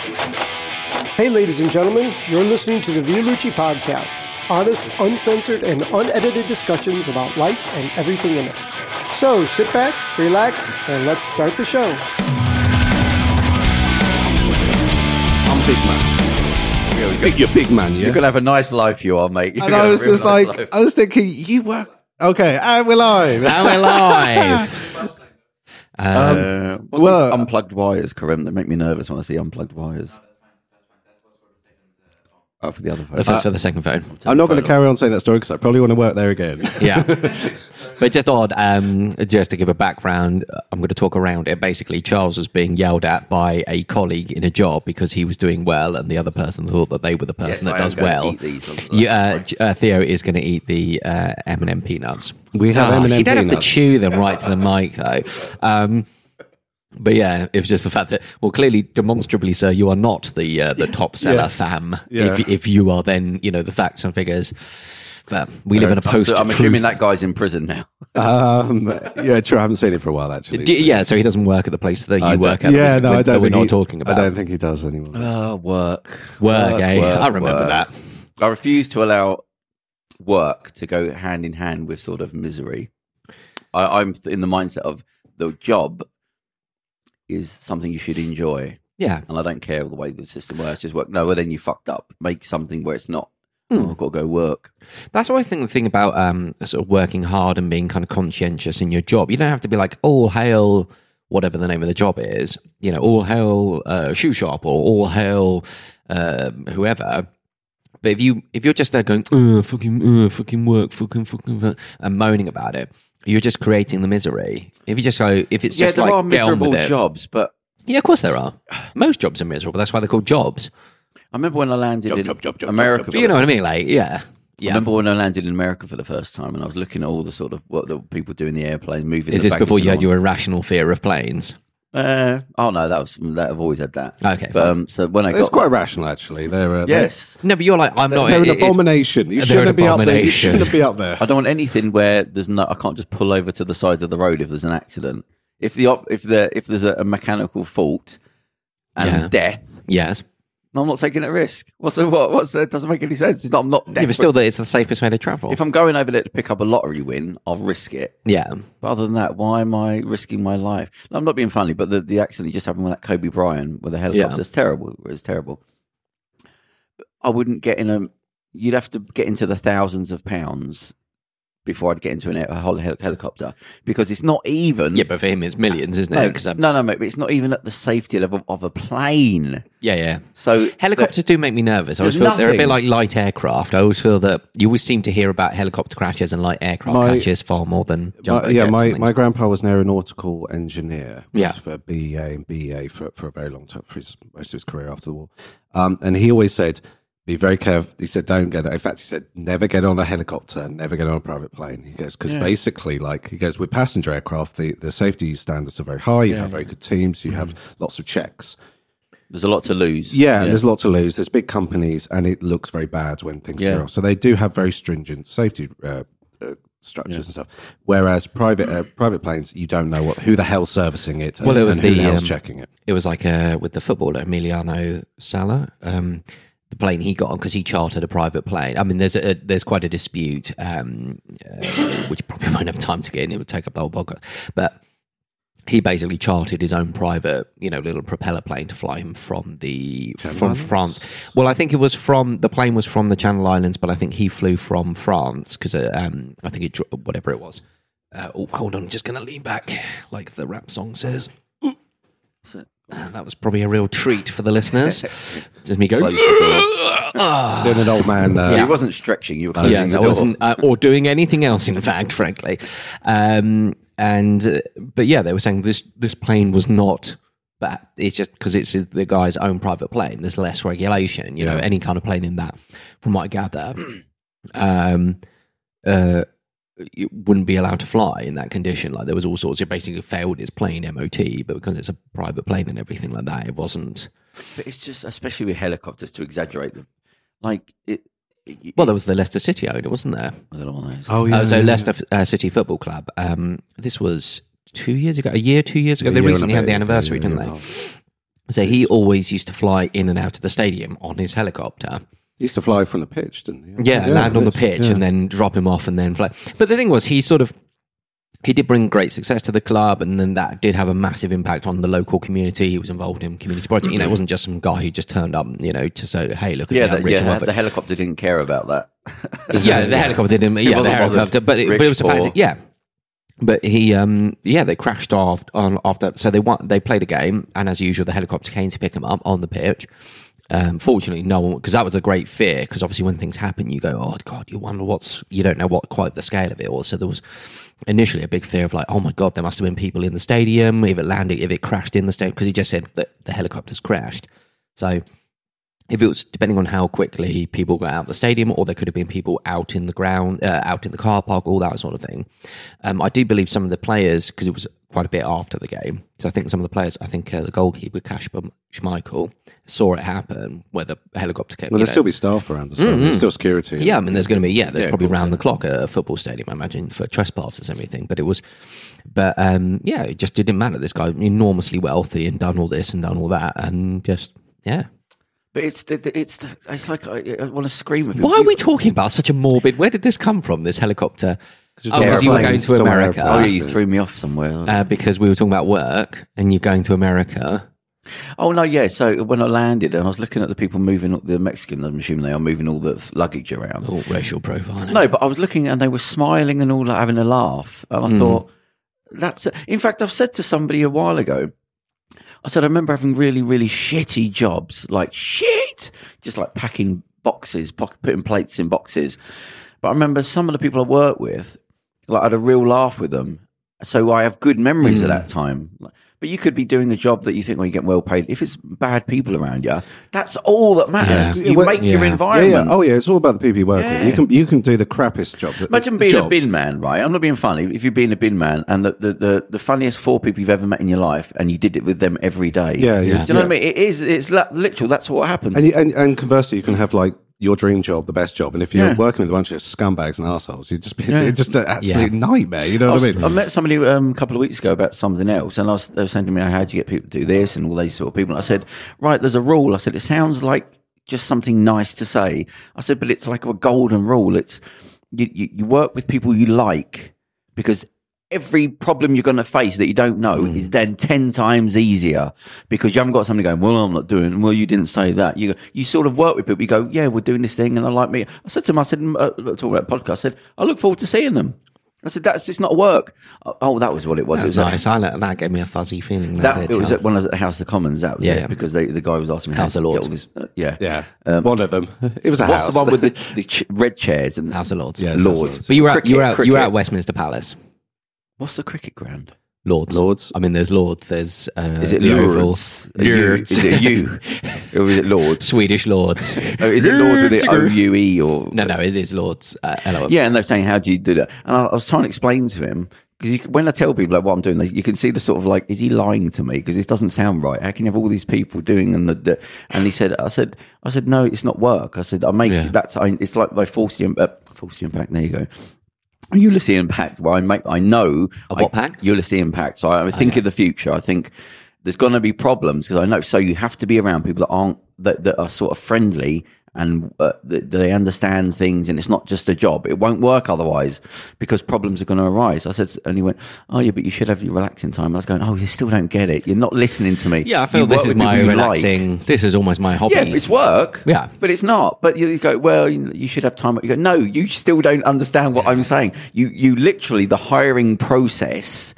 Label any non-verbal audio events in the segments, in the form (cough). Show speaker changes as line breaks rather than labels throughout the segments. Hey, ladies and gentlemen, you're listening to the Violucci Podcast honest, uncensored, and unedited discussions about life and everything in it. So sit back, relax, and let's start the show.
I'm big man. Big, you're big man, yeah.
You're gonna have a nice life, you are, mate. (laughs) You're
and
gonna
I
have
was
a real
just
nice
like,
life.
I was thinking, you work. Okay, and we're live.
(laughs) Now we're live.
Uh, what's
well-
these unplugged wires, Karim. They make me nervous when I see unplugged wires. Oh, for the other phone.
If that's for the second phone.
I'm not going to carry on saying that story because I probably want to work there again. (laughs)
yeah. but just odd, um, just to give a background, uh, I'm going to talk around it. Basically, Charles was being yelled at by a colleague in a job because he was doing well, and the other person thought that they were the person
Yes,
that
I am
does
going to
well.
eat these on the-
You, uh, J- uh, Theo is going to eat the uh, M&M peanuts.
We have
Gosh,
M&M
You don't have
peanuts.
to chew them right to the mic, though. Um, but yeah, it was just the fact that, well, clearly, demonstrably, sir, you are not the uh, the top seller, fam.
Yeah.
If, if you are, then you know the facts and figures. But we live in a
I'm,
post.
so, I'm assuming that guy's in
(laughs)
prison now.
Um, yeah, true. I haven't seen it for a while actually.
Do,
so-
yeah, so he doesn't work at the place that you
I don't-
work at.
Yeah,
that
no,
we-
I
that
don't.
We're
think
not
he-
talking about Uh,
I don't think he does anymore.
Oh, work.
work, eh? I remember that.
I refuse to allow work to go hand in hand with sort of misery. I, I'm in the mindset of the job is something you should enjoy.
Yeah,
and I don't care the way the system works. Just work. No, well then you fucked up. Make something where it's not. Oh, I've got to go work.
that's always think the thing about um, sort of working hard and being kind of conscientious in your job. You don't have to be like all hail whatever the name of the job is. You know, all hail uh, shoe shop or all hail um whoever. But if you if you're just there going uh, fucking uh, fucking work fucking fucking fuck," and moaning about it, you're just creating the misery. If you just go, if it's
yeah,
just
there
like
are
get on with
miserable
it.
jobs, but
Yeah, of course there are. Most jobs are miserable. That's why they're called jobs.
I remember when I landed in
job, job, job,
America.
But you know what I mean? Like, yeah.
I
Yeah.
remember when I landed in America for the first time, and I was looking at all the sort of what the people do in the airplane, moving.
Is
the
this before
baggage
you had
along.
your irrational fear of planes?
Uh, oh no, that was that, I've always had that.
Okay,
but
fine.
um, so when I got
It's quite rational actually. They're uh, they're-
yes,
No, but you're like, I'm
They're,
not.
an
it- it-
abomination. You
they're
shouldn't
an
be up there. You
abomination.
shouldn't be up there.
I don't want anything where there's no. I can't just pull over to the sides of the road if there's an accident. If the op, if there if there's a, a mechanical fault and
Yeah.
death,
yes.
No, I'm not taking a risk. What's the, what? What's that? Doesn't make any sense. It's not, I'm not.
Yeah, but
desperate.
still, that it's the safest way to travel.
if I'm going over there to pick up a lottery win, I'll risk it.
yeah.
But other than that, why am I risking my life? No, I'm not being funny, but the, the accident just happened with that Kobe Bryant with the helicopter. It's terrible. It was terrible. I wouldn't get in a. You'd have to get into the thousands of pounds before I'd get into an, air- a hol- hel- helicopter because it's not even.
Yeah, but for him, it's millions, isn't
no,
it? 'Cause, um,
no, no, mate. But it's not even at the safety level of a plane.
Yeah, yeah.
So
Helicopters do make me nervous. I always
There's
feel they're a
nothing.
bit like light aircraft. I always feel that you always seem to hear about helicopter crashes and light aircraft
My-
crashes far more than jumbo
My- yeah,
jets
my,
and things.
my grandpa was an aeronautical engineer. He
Yeah.
was for BA and BA for, for a very long time, for his, most of his career after the war. Um, and he always said, "Be very careful." He said, "Don't get." In fact, he said, "Never get on a helicopter. Never get on a private plane." He goes because basically, like he goes with passenger aircraft, the, the safety standards are very high. You have very good teams. You have lots of checks.
there's a lot to lose.
Yeah, and there's a lot to lose. There's big companies, and it looks very bad when things
Yeah.
go wrong. So they do have very stringent safety uh, uh, structures and stuff. Whereas private uh, private planes, you don't know what who the hell's servicing it. And,
Well, it was
and who
the,
the hell's
um,
checking it.
it was like uh, with the footballer Emiliano Sala. Um, the plane he got on because he chartered a private plane. I mean, there's a, there's quite a dispute, um, uh, which probably won't have time to get in. It would take up the whole podcast. But he basically chartered his own private, you know, little propeller plane to fly him from the from France. Well, I think it was from the plane was from the Channel Islands, but I think he flew from France because uh, um, I think it dro- whatever it was. Uh, oh, hold on, I'm just gonna lean back, like the rap song says. Uh, that was probably a real treat for the listeners. Just me go.
Close the door.
Then an old
(sighs)
man. Uh,
You wasn't stretching. You were closing
Yeah,
the
I
door.
wasn't, uh, or doing anything else. In fact, frankly, um, and uh, but yeah, they were saying this this plane was not. But it's just because it's the guy's own private plane. There's less regulation, you know, any kind of plane in that. From what I gather, um, uh, it wouldn't be allowed to fly in that condition. Like there was all sorts. It basically failed its plane MOT, but because it's a private plane and everything like that, it wasn't.
But it's just, especially with helicopters, to exaggerate them. Like it. it
Well, there was the Leicester City owner, wasn't there?
I don't know what that is.
oh yeah.
Uh, so Leicester uh, City Football Club. Um, this was two years ago, a year, two years ago.
A
They
year and a
recently had
bit,
the
yeah,
anniversary,
yeah, yeah,
didn't
yeah.
they? So he always used to fly in and out of the stadium on his helicopter.
He used to fly from the pitch, didn't he?
Yeah, land on the
literally,
pitch
yeah.
and then drop him off and then fly. But the thing was, he sort of he did bring great success to the club, and then that did have a massive impact on the local community. He was involved in community projects. You know, it wasn't just some guy who just turned up, you know, to say, "Hey, look at
Yeah,
me, I'm
that,
rich
yeah
and
the
wealthy."
helicopter didn't care about that.
yeah, the helicopter didn't. Yeah, the
wasn't bothered.
helicopter, but it, but it
Rich,
was a fact.
poor.
Yeah, but he, um, yeah, they crashed off on after. So they won. They played a game, and as usual, the helicopter came to pick him up on the pitch. Um, fortunately, no one because that was a great fear because obviously when things happen, you go, oh god, you wonder what's you don't know what quite the scale of it was. So there was initially a big fear of like, oh my god, there must have been people in the stadium if it landed, if it crashed in the stadium because he just said that the helicopters crashed. So if it was depending on how quickly people got out of the stadium, or there could have been people out in the ground, uh, out in the car park, all that sort of thing. Um, I do believe some of the players, because it was quite a bit after the game, so I think some of the players, I think uh, the goalkeeper Kasper Schmeichel saw it happen where the helicopter came.
Well,
you
there'll
know. Mm-hmm.
still be staff around as well. There's still security.
Yeah, I mean, there's going to be yeah, there's
Yeah, of
probably
course,
round the clock at a football stadium, I imagine, for trespassers and everything. But it was, but um, yeah, it just didn't matter. This guy enormously wealthy and done all this and done all that, and just yeah.
But it's the, the- it's the, it's like I, I want to scream. At people.
Why are
You-
we talking about such a morbid? Where did this come from? This helicopter?
you're
Oh,
talking
because you were going
airplanes,
to
talking
America.
Oh, yeah,
airplanes.
you threw me off somewhere.
Uh, because we were talking about work, and you're going to America.
Oh no, yeah. So when I landed and I was looking at the people moving the Mexican, I'm assuming they are moving all the luggage around.
Oh, racial profiling.
No, but I was looking and they were smiling and all like, having a laugh, and
Hmm.
I thought that's. A, in fact, I've said to somebody a while ago. I said I remember having really, really shitty jobs, like shit, just like packing boxes, po- putting plates in boxes. But I remember some of the people I worked with, like I had a real laugh with them. So I have good memories
Hmm.
of that time. Like, But you could be doing a job that you think, well, you get well paid. If it's bad people around you, that's all that matters.
Yeah.
You
Well,
make your
yeah.
Yeah,
environment.
yeah. Oh, yeah. It's all about the people you work
Yeah.
with. You can you can do the crappiest job.
Imagine being
jobs.
a bin man, right? I'm not being funny. If you're being a bin man and the, the, the, the funniest four people you've ever met in your life and you did it with them every day.
Yeah, yeah.
Do you know what I mean? It is, it's li- literal. That's what happens.
And, you, and and conversely, you can have like your dream job, the best job. And if you're
Yeah.
working with a bunch of scumbags and assholes, you'd just be it's just an absolute nightmare. You know what
I, was-
I mean?
I met somebody um, a couple of weeks ago about something else, and I was, they were saying to me, "How do you get people to do this and all these sort of people?" And I said, "Right, there's a rule." I said, "It sounds like just something nice to say." I said, "But it's like a golden rule. It's you, you, you work with people you like because." Every problem you're going to face that you don't know
Mm.
is then 10 times easier because you haven't got somebody going, Well, I'm not doing, well, you didn't say that. You go, you sort of work with people. You go, Yeah, we're doing this thing. And I like me. I said to him, I said, uh, talking about podcast, I said, I look forward to seeing them. I said, "That's it's not work." Oh, that was what it was.
that was
it was
nice. I let- that gave me a fuzzy feeling.
At, that
did,
it was
Charles.
at, when I was at the House of Commons. That was
Yeah,
it,
yeah.
because they, the guy was asking me
House
how
of
to get
Lords.
all this- uh, yeah,
yeah, one of them. It was a
What's
house.
the one with the,
(laughs)
the ch- red chairs and
House of Lords.
Yeah, it's House of
Lords?
But you were out, you
Cricket,
were out, you
cricket.
were at Westminster Palace.
What's the cricket ground?
Lords.
Lords.
I mean, there's Lords. There's uh,
Is it
the Oval.
Lourdes? Are you-
Lourdes.
Is it you? or is it Lords?
(laughs) Swedish Lords.
Oh, is it Lords with the O U E or
No, no, it is Lords. Uh, LOL.
Yeah, and they're saying, "How do you do that?" And I, I was trying to explain to him because when I tell people like what I'm doing, like, you can see the sort of like, "Is he lying to me?" Because this doesn't sound right. How can you have all these people doing and the, the and he said, "I said, I said, no, it's not work." I said, "I make
Yeah.
that's I, it's like by forcing him, uh, forcing him back." There you go. Ulysses Pact, where I make, I know
A what Oh,
I-
pact?
Ulysses Pact. So I I think of the future. I think there's going to be problems because I know. So you have to be around people that aren't that, that are sort of friendly and uh, that they understand things, and it's not just a job. It won't work otherwise because problems are going to arise. I said, and he went, "Oh yeah, but you should have your relaxing time." And I was going, "Oh, you still don't get it. You're not listening to me."
Yeah, I
You
feel
work
this is
with
my
people you like."
relaxing. This is almost my hobby.
Yeah, it's work.
Yeah.
but it's not. But you go, well, you you should have time. You go, no, you still don't understand what I'm saying. You, you literally the hiring process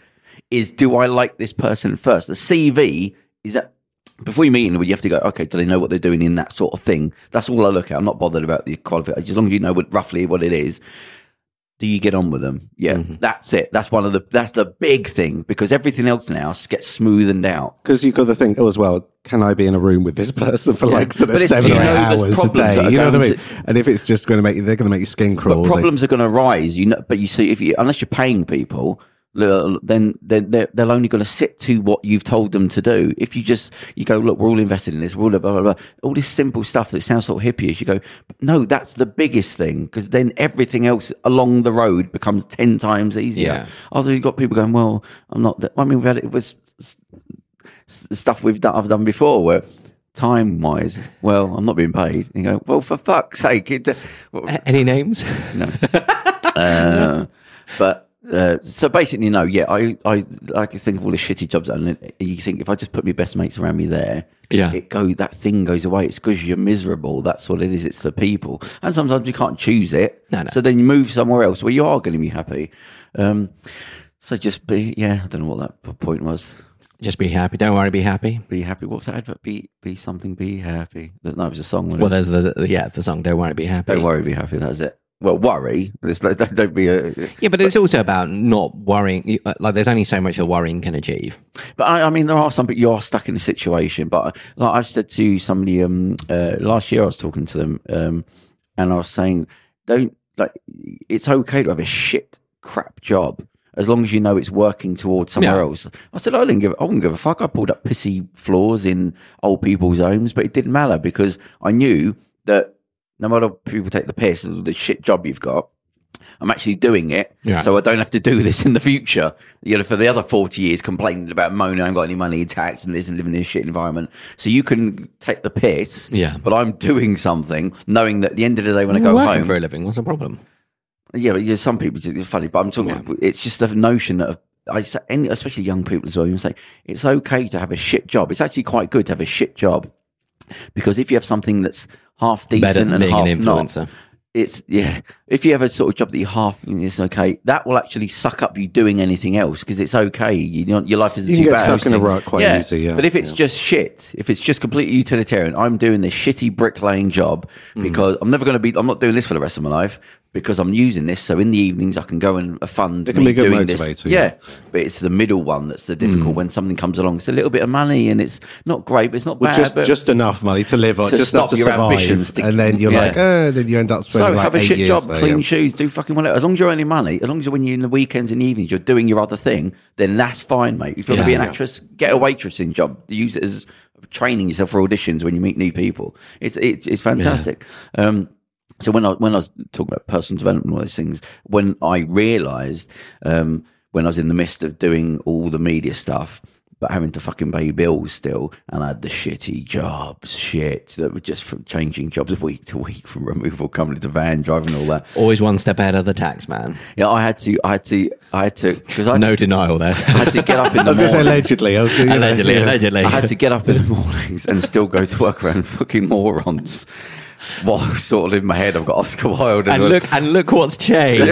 is: do I like this person first? The CV is that before you meet them, you have to go, okay, do they know what they're doing in that sort of thing? That's all I look at. I'm not bothered about the qualification as long as you know what, roughly what it is do you get on with them? Yeah, that's it. That's one of the that's the big thing because everything else now s- gets smoothened out.
Because you've got to (laughs) think, oh, as well, can I be in a room with this person for like sort of
But it's-
seven
you
or eight
know there's
hours a
problems that
day?
are
You know what I
going
mean? And if it's just going to make you, they're going to make your skin crawl.
But
they-
problems are going to arise, you know. But you see, if you unless you're paying people, l- then they're, they're, they'll only going to sit to what you've told them to do. If you just you go, look, we're all invested in this, we're all blah, blah, blah, all this simple stuff that sounds sort of hippie-ish, you go, no, that's the biggest thing because then everything else along the road becomes ten times easier.
Yeah.
Also, you've got people going, well, I'm not. th- I mean, we've had it with s- s- stuff we've done, I've done before where. Time wise, well, I'm not being paid. And you go, well, for fuck's sake, it,
A- Any names?
uh, but uh, so basically, no, yeah, I, I like to think of all the shitty jobs, and you think if I just put my best mates around me there,
Yeah.
it go that thing goes away. It's because you're miserable. That's what it is. It's the people, and sometimes you can't choose it.
No, no.
So then you move somewhere else where you are going to be happy. Um, so just be, yeah, I don't know what that p- point was.
Just be happy. Don't worry, be happy.
Be happy. What was that advert? Be be something. Be happy. That no, it was a song. wasn't it?
Well, there's the the- yeah the song "Don't Worry, Be Happy."
don't worry, be happy. That's it. Well, worry. It's like, don't, don't be a.
Yeah, but it's also about not worrying. You- uh, Like, there's only so much that worrying can achieve.
But I, I mean, there are some, but you are stuck in a situation. But like I said to somebody um, uh, last year, I was talking to them, um, and I was saying, don't like, it's okay to have a shit crap job as long as you know it's working towards somewhere
Yeah.
else. I said, I didn't give, I wouldn't give a fuck. I pulled up pissy floors in old people's homes, but it didn't matter because I knew that no matter if people take the piss, the shit job you've got. I'm actually doing it,
Yeah.
so I don't have to do this in the future. You know, for the other 40 years complaining about moaning, I haven't got any money, tax, and this, and living in this shit environment. So you can take the piss,
Yeah.
But I'm doing something, knowing that at the end of the day when I go
You're working
home,
for a living. What's the problem?
yeah, but yeah, some people just it's funny, but I'm talking. about It's just the notion that I say, any, especially young people as well. You say it's okay to have a shit job. It's actually quite good to have a shit job because if you have something that's half decent
Better than
and
being
half
an
not,
influencer.
it's yeah. If you have a sort of job that you half it's okay, that will actually suck up you doing anything else because it's okay. You know, your life isn't
You
too
can get
bad.
stuck in a rut quite easy. Yeah,
But if it's
yeah.
just shit, if it's just completely utilitarian, I'm doing this shitty bricklaying job
Mm-hmm.
because I'm never going to be. I'm not doing this for the rest of my life because I'm using this. So in the evenings, I can go and fund.
It can
me
be a good
doing this.
motivator,
Yeah.
yeah. Mm.
but it's the middle one that's the difficult when something comes along. It's a little bit of money and it's not great, but it's not
Well,
bad.
just
but
just enough money to live on,
To
just enough
stop
to
your
survive,
ambitions to-
and then you're
Yeah.
like, oh, then you end up spending
so
like
have a
eight
shit
years
job,
there,
clean
yeah.
shoes, do fucking whatever. As long as you're earning money, as long as when you're in the weekends and evenings, you're doing your other thing, then that's fine, mate. If you want to
Yeah.
be an actress, get a waitressing job. Use it as training yourself for auditions when you meet new people. It's it's, it's fantastic. Um, so when I when I was talking about personal development, and all those things, when I realised um, when I was in the midst of doing all the media stuff. But having to fucking pay bills still, and I had the shitty jobs, shit that were just from changing jobs week to week, from removal company to van driving, all that.
Always one step ahead of the tax man.
Yeah, I had to, I had to, I had to, because I, had to-
No denial there.
I had to get up
(laughs)
in
I
the
was going to say
morning.
allegedly. I was gonna,
(laughs) allegedly, allegedly.
I had
(laughs)
to get up in the mornings and still go to work around (laughs) fucking morons. While (laughs) sort of in my head, I've got Oscar Wilde and,
and look and look what's changed.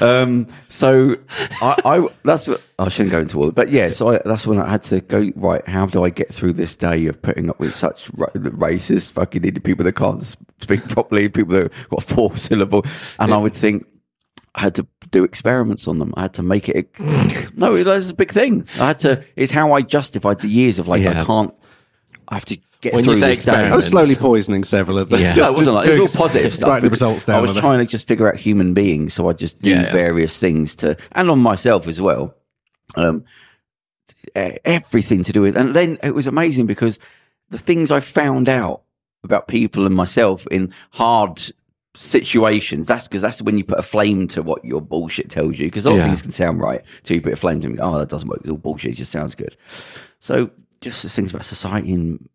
Um, so I, I that's what I shouldn't go into all, that, but yeah, so I, that's when I had to go right. How do I get through this day of putting up with such ra- racist fucking idiot people that can't speak properly, people that have got four (laughs) syllable, and I would think. I had to do experiments on them. I had to make it. No, it was a big thing. I had to. It's how I justified the years of like
Yeah.
I can't. I have to get
When you
through
say
this day.
I was
experiments,
slowly poisoning several of (laughs) them.
Yeah.
No, it wasn't like it was all positive stuff.
Writing the
because
results down.
I was
on it.
trying to just figure out human beings, so I just do
Yeah, yeah.
various things to, and on myself as well. Um, e- everything to do with, and then it was amazing because the things I found out about people and myself in hard situations. That's because that's when you put a flame to what your bullshit tells you. Because all
Yeah.
things can sound right, so you put a flame to them. Oh, that doesn't work. It's all bullshit. It just sounds good. So just the things about society and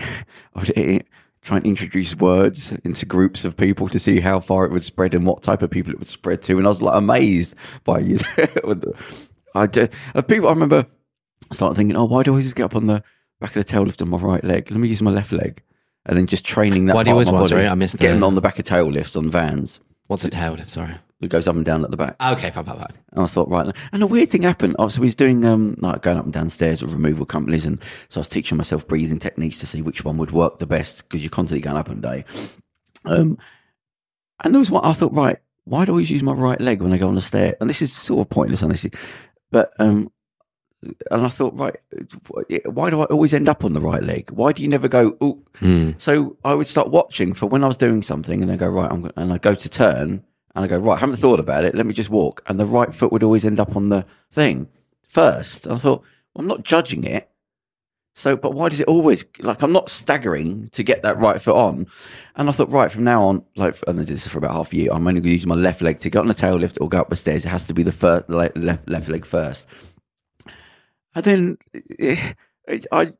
I would eh, try and introduce words into groups of people to see how far it would spread and what type of people it would spread to. And I was like amazed by you. (laughs) I do, uh, people. I remember I started thinking, oh, why do I always just get up on the back of the tail lift on my right leg? Let me use my left leg. And then just training that.
Why do you
part of my
always want-
body.
sorry, I missed the-
getting on the back of tail lifts on vans
(laughs) what's a tail lift? Sorry.
that goes up and down at the back.
Okay, fine, fine, fine.
And I thought, right. And a weird thing happened. Oh, so we was doing um, like going up and downstairs with removal companies, and so I was teaching myself breathing techniques to see which one would work the best because you're constantly going up and down. Um, and there was one I thought, right, why do I always use my right leg when I go on the stair? And this is sort of pointless, honestly. But um, and I thought, right, why do I always end up on the right leg? Why do you never go? Oh, so I would start watching for when I was doing something, and then go right. I'm going, and I go to turn, And I go, right, I haven't thought about it. Let me just walk. And the right foot would always end up on the thing first. And I thought, well, I'm not judging it. So, but why does it always like I'm not staggering to get that right foot on? And I thought, right from now on, like, and I did this for about half a year. I'm only going to use my left leg to get on the tail lift or go up the stairs. It has to be the first le- left left leg first. I then I, I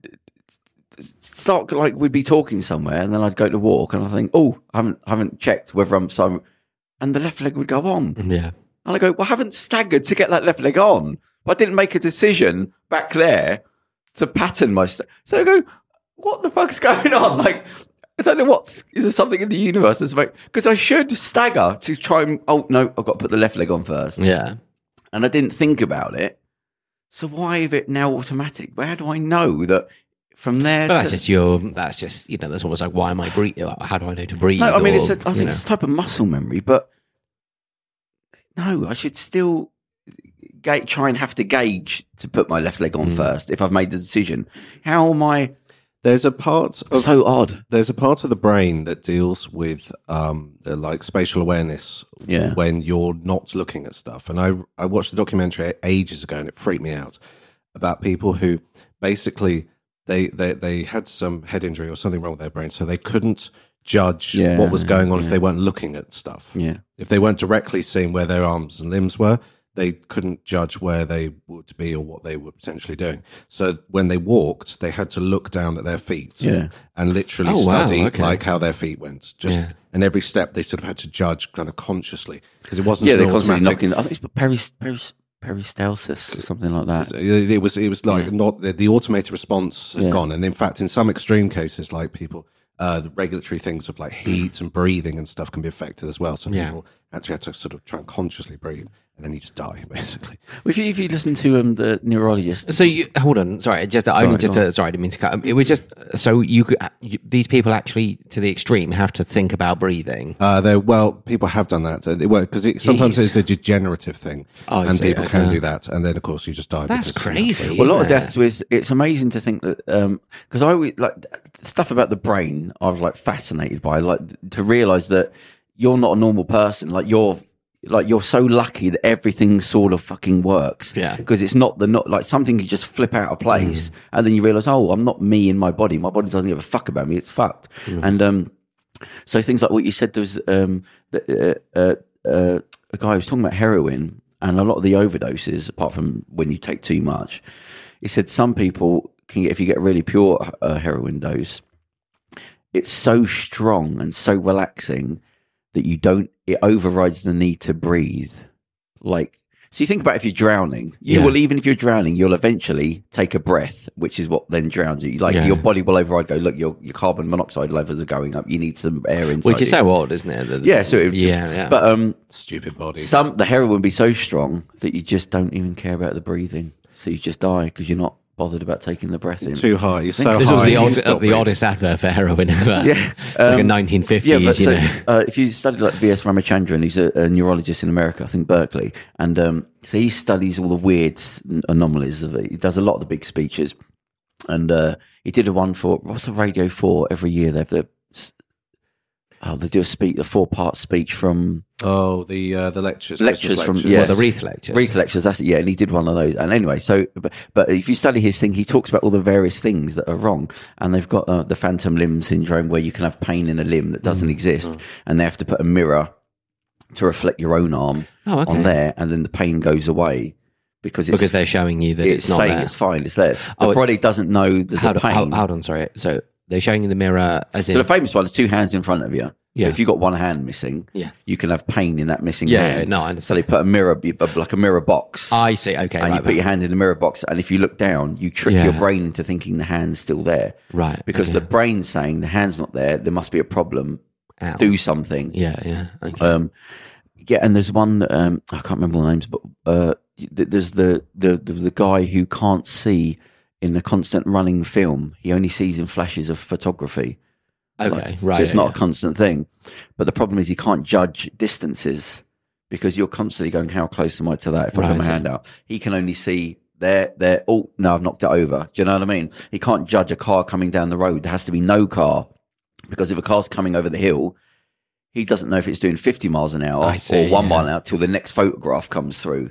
start like we'd be talking somewhere, and then I'd go to walk, and I think, oh, I haven't I haven't checked whether I'm so, and the left leg would go on, and
Yeah.
I go, well, I haven't staggered to get that left leg on, but I didn't make a decision back there to pattern my st- so I go, what the fuck's going on? (laughs) Like, I don't know what's is there something in the universe that's like because I should stagger to try and oh no, I've got to put the left leg on first
Yeah.
and I didn't think about it. So why is it now automatic? Where do I know that from there?
But that's
to,
just your. That's just you know. That's almost like why am I breathing? How do I know to breathe?
no, I mean it's a,
or,
I think
you know.
it's a type of muscle memory, but no, I should still ga- try and have to gauge to put my left leg
Hmm.
on first if I've made the decision. How am I
There's a part of
so odd?
there's a part of the brain that deals with um, the, like spatial awareness
Yeah.
when you're not looking at stuff. And I I watched a documentary ages ago and it freaked me out about people who basically they they, they had some head injury or something wrong with their brain, so they couldn't judge
Yeah,
what was going on if they weren't looking at stuff.
Yeah.
If they weren't directly seeing where their arms and limbs were, they couldn't judge where they would be or what they were potentially doing. So when they walked, they had to look down at their feet
Yeah.
and literally
Oh, wow,
study
okay.
like how their feet went. Just
Yeah.
and every step they sort of had to judge kind of consciously because it wasn't
Yeah,
an
they're constantly
automatic.
knocking. I think it's peris, peris, peristalsis or something like that.
It it was it was like not the, the automated response has
Yeah.
gone, and in fact, in some extreme cases, like people, uh, the regulatory things of like heat and breathing and stuff can be affected as well. So
Yeah.
people actually had to sort of try and consciously breathe, and then you just die (laughs) basically.
If you, if you listen to um, the neurologist,
So you hold on. Sorry, just I only
Right,
just
go on.
uh, sorry. I didn't mean to cut. It was just so you could. uh, You, these people actually to the extreme have to think about breathing.
Uh, though, well, people have done that. Uh, They were because it, sometimes
Jeez.
it's a degenerative thing,
Oh, I
and
see,
people can
okay.
do that, and then of course you just die.
That's
because-
crazy.
Well, a lot of
isn't it?
deaths was. It's amazing to think that because I always like stuff about the brain. I was like fascinated by like to realize that you're not a normal person. Like you're like you're so lucky that everything sort of fucking works.
Yeah.
Because it's not the not like something you just flip out of place and then you realize oh I'm not me in my body. My body doesn't give a fuck about me. It's fucked. And um, so things like what you said there was um, the, uh, uh, uh, a guy who was talking about heroin and a lot of the overdoses, apart from when you take too much. He said some people can get if you get a really pure uh, heroin dose, it's so strong and so relaxing that you don't it overrides the need to breathe. Like so, you think about if you're drowning, you
Yeah.
will even if you're drowning, you'll eventually take a breath, which is what then drowns you. Like
Yeah.
your body will override. Go look, your your carbon monoxide levels are going up. You need some air inside.
Which is
you.
so odd, isn't it? that-
yeah. So it,
yeah, yeah.
But um,
Stupid body.
some the heroin would be so strong that you just don't even care about the breathing, so you just die because you're not bothered about taking the breath in.
too high. You're so
this
high.
was the,
you
odd, uh,
stop
the
breathing.
oddest advert for heroin ever.
Yeah,
it's like a
um,
1950s.
Yeah, but
you
so,
know.
uh, if you study like V.S. Ramachandran, he's a, a neurologist in America, I think Berkeley, and um, so he studies all the weird s- anomalies. Of it. He does a lot of the big speeches, and uh, he did a one for what's the Radio Four every year. They have the s- oh, they do a speech, a four part speech from
Oh, the uh, the lectures.
Lectures
Christmas
from-
lectures.
yeah.
Well, the wreath lectures.
Wreath lectures, that's it. Yeah, and he did one of those. And anyway, so but, but if you study his thing, he talks about all the various things that are wrong, and they've got uh, the phantom limb syndrome, where you can have pain in a limb that
Mm.
doesn't exist, and they have to put a mirror to reflect your own arm
Oh, okay.
on there, and then the pain goes away because it's
because they're showing you that
it's,
it's, not
saying
there.
it's fine, it's there. The
Oh, it-
body doesn't know there's
hold,
a pain.
on- hold- hold on, sorry. So they're showing you the mirror as in.
so the famous one is two hands in front of you.
Yeah.
If you've got one hand missing,
Yeah.
you can have pain in that missing
Yeah,
hand.
yeah, no, I
So
understand.
they put a mirror, like a mirror box
I see. Okay,
and
right,
you put your hand in the mirror box, and if you look down, you trick
Yeah.
your brain into thinking the hand's still there.
Right,
Because
okay.
the brain's saying the hand's not there, there must be a problem.
Ow.
Do something.
Yeah, yeah. Okay.
Um, yeah, and there's one um, I can't remember all the names, but uh, th- there's the, the the the guy who can't see in the constant running film. He only sees in flashes of photography.
Okay,
Like,
right.
So it's
yeah,
not
yeah.
a constant thing. But the problem is you can't judge distances because you're constantly going, How close am I to that? If I
Right,
put my
so-
hand out, he can only see there, there. Oh, no, I've knocked it over. Do you know what I mean? He can't judge a car coming down the road. There has to be no car because if a car's coming over the hill, he doesn't know if it's doing 50 miles an hour
I see,
or one
yeah.
mile an hour till the next photograph comes through.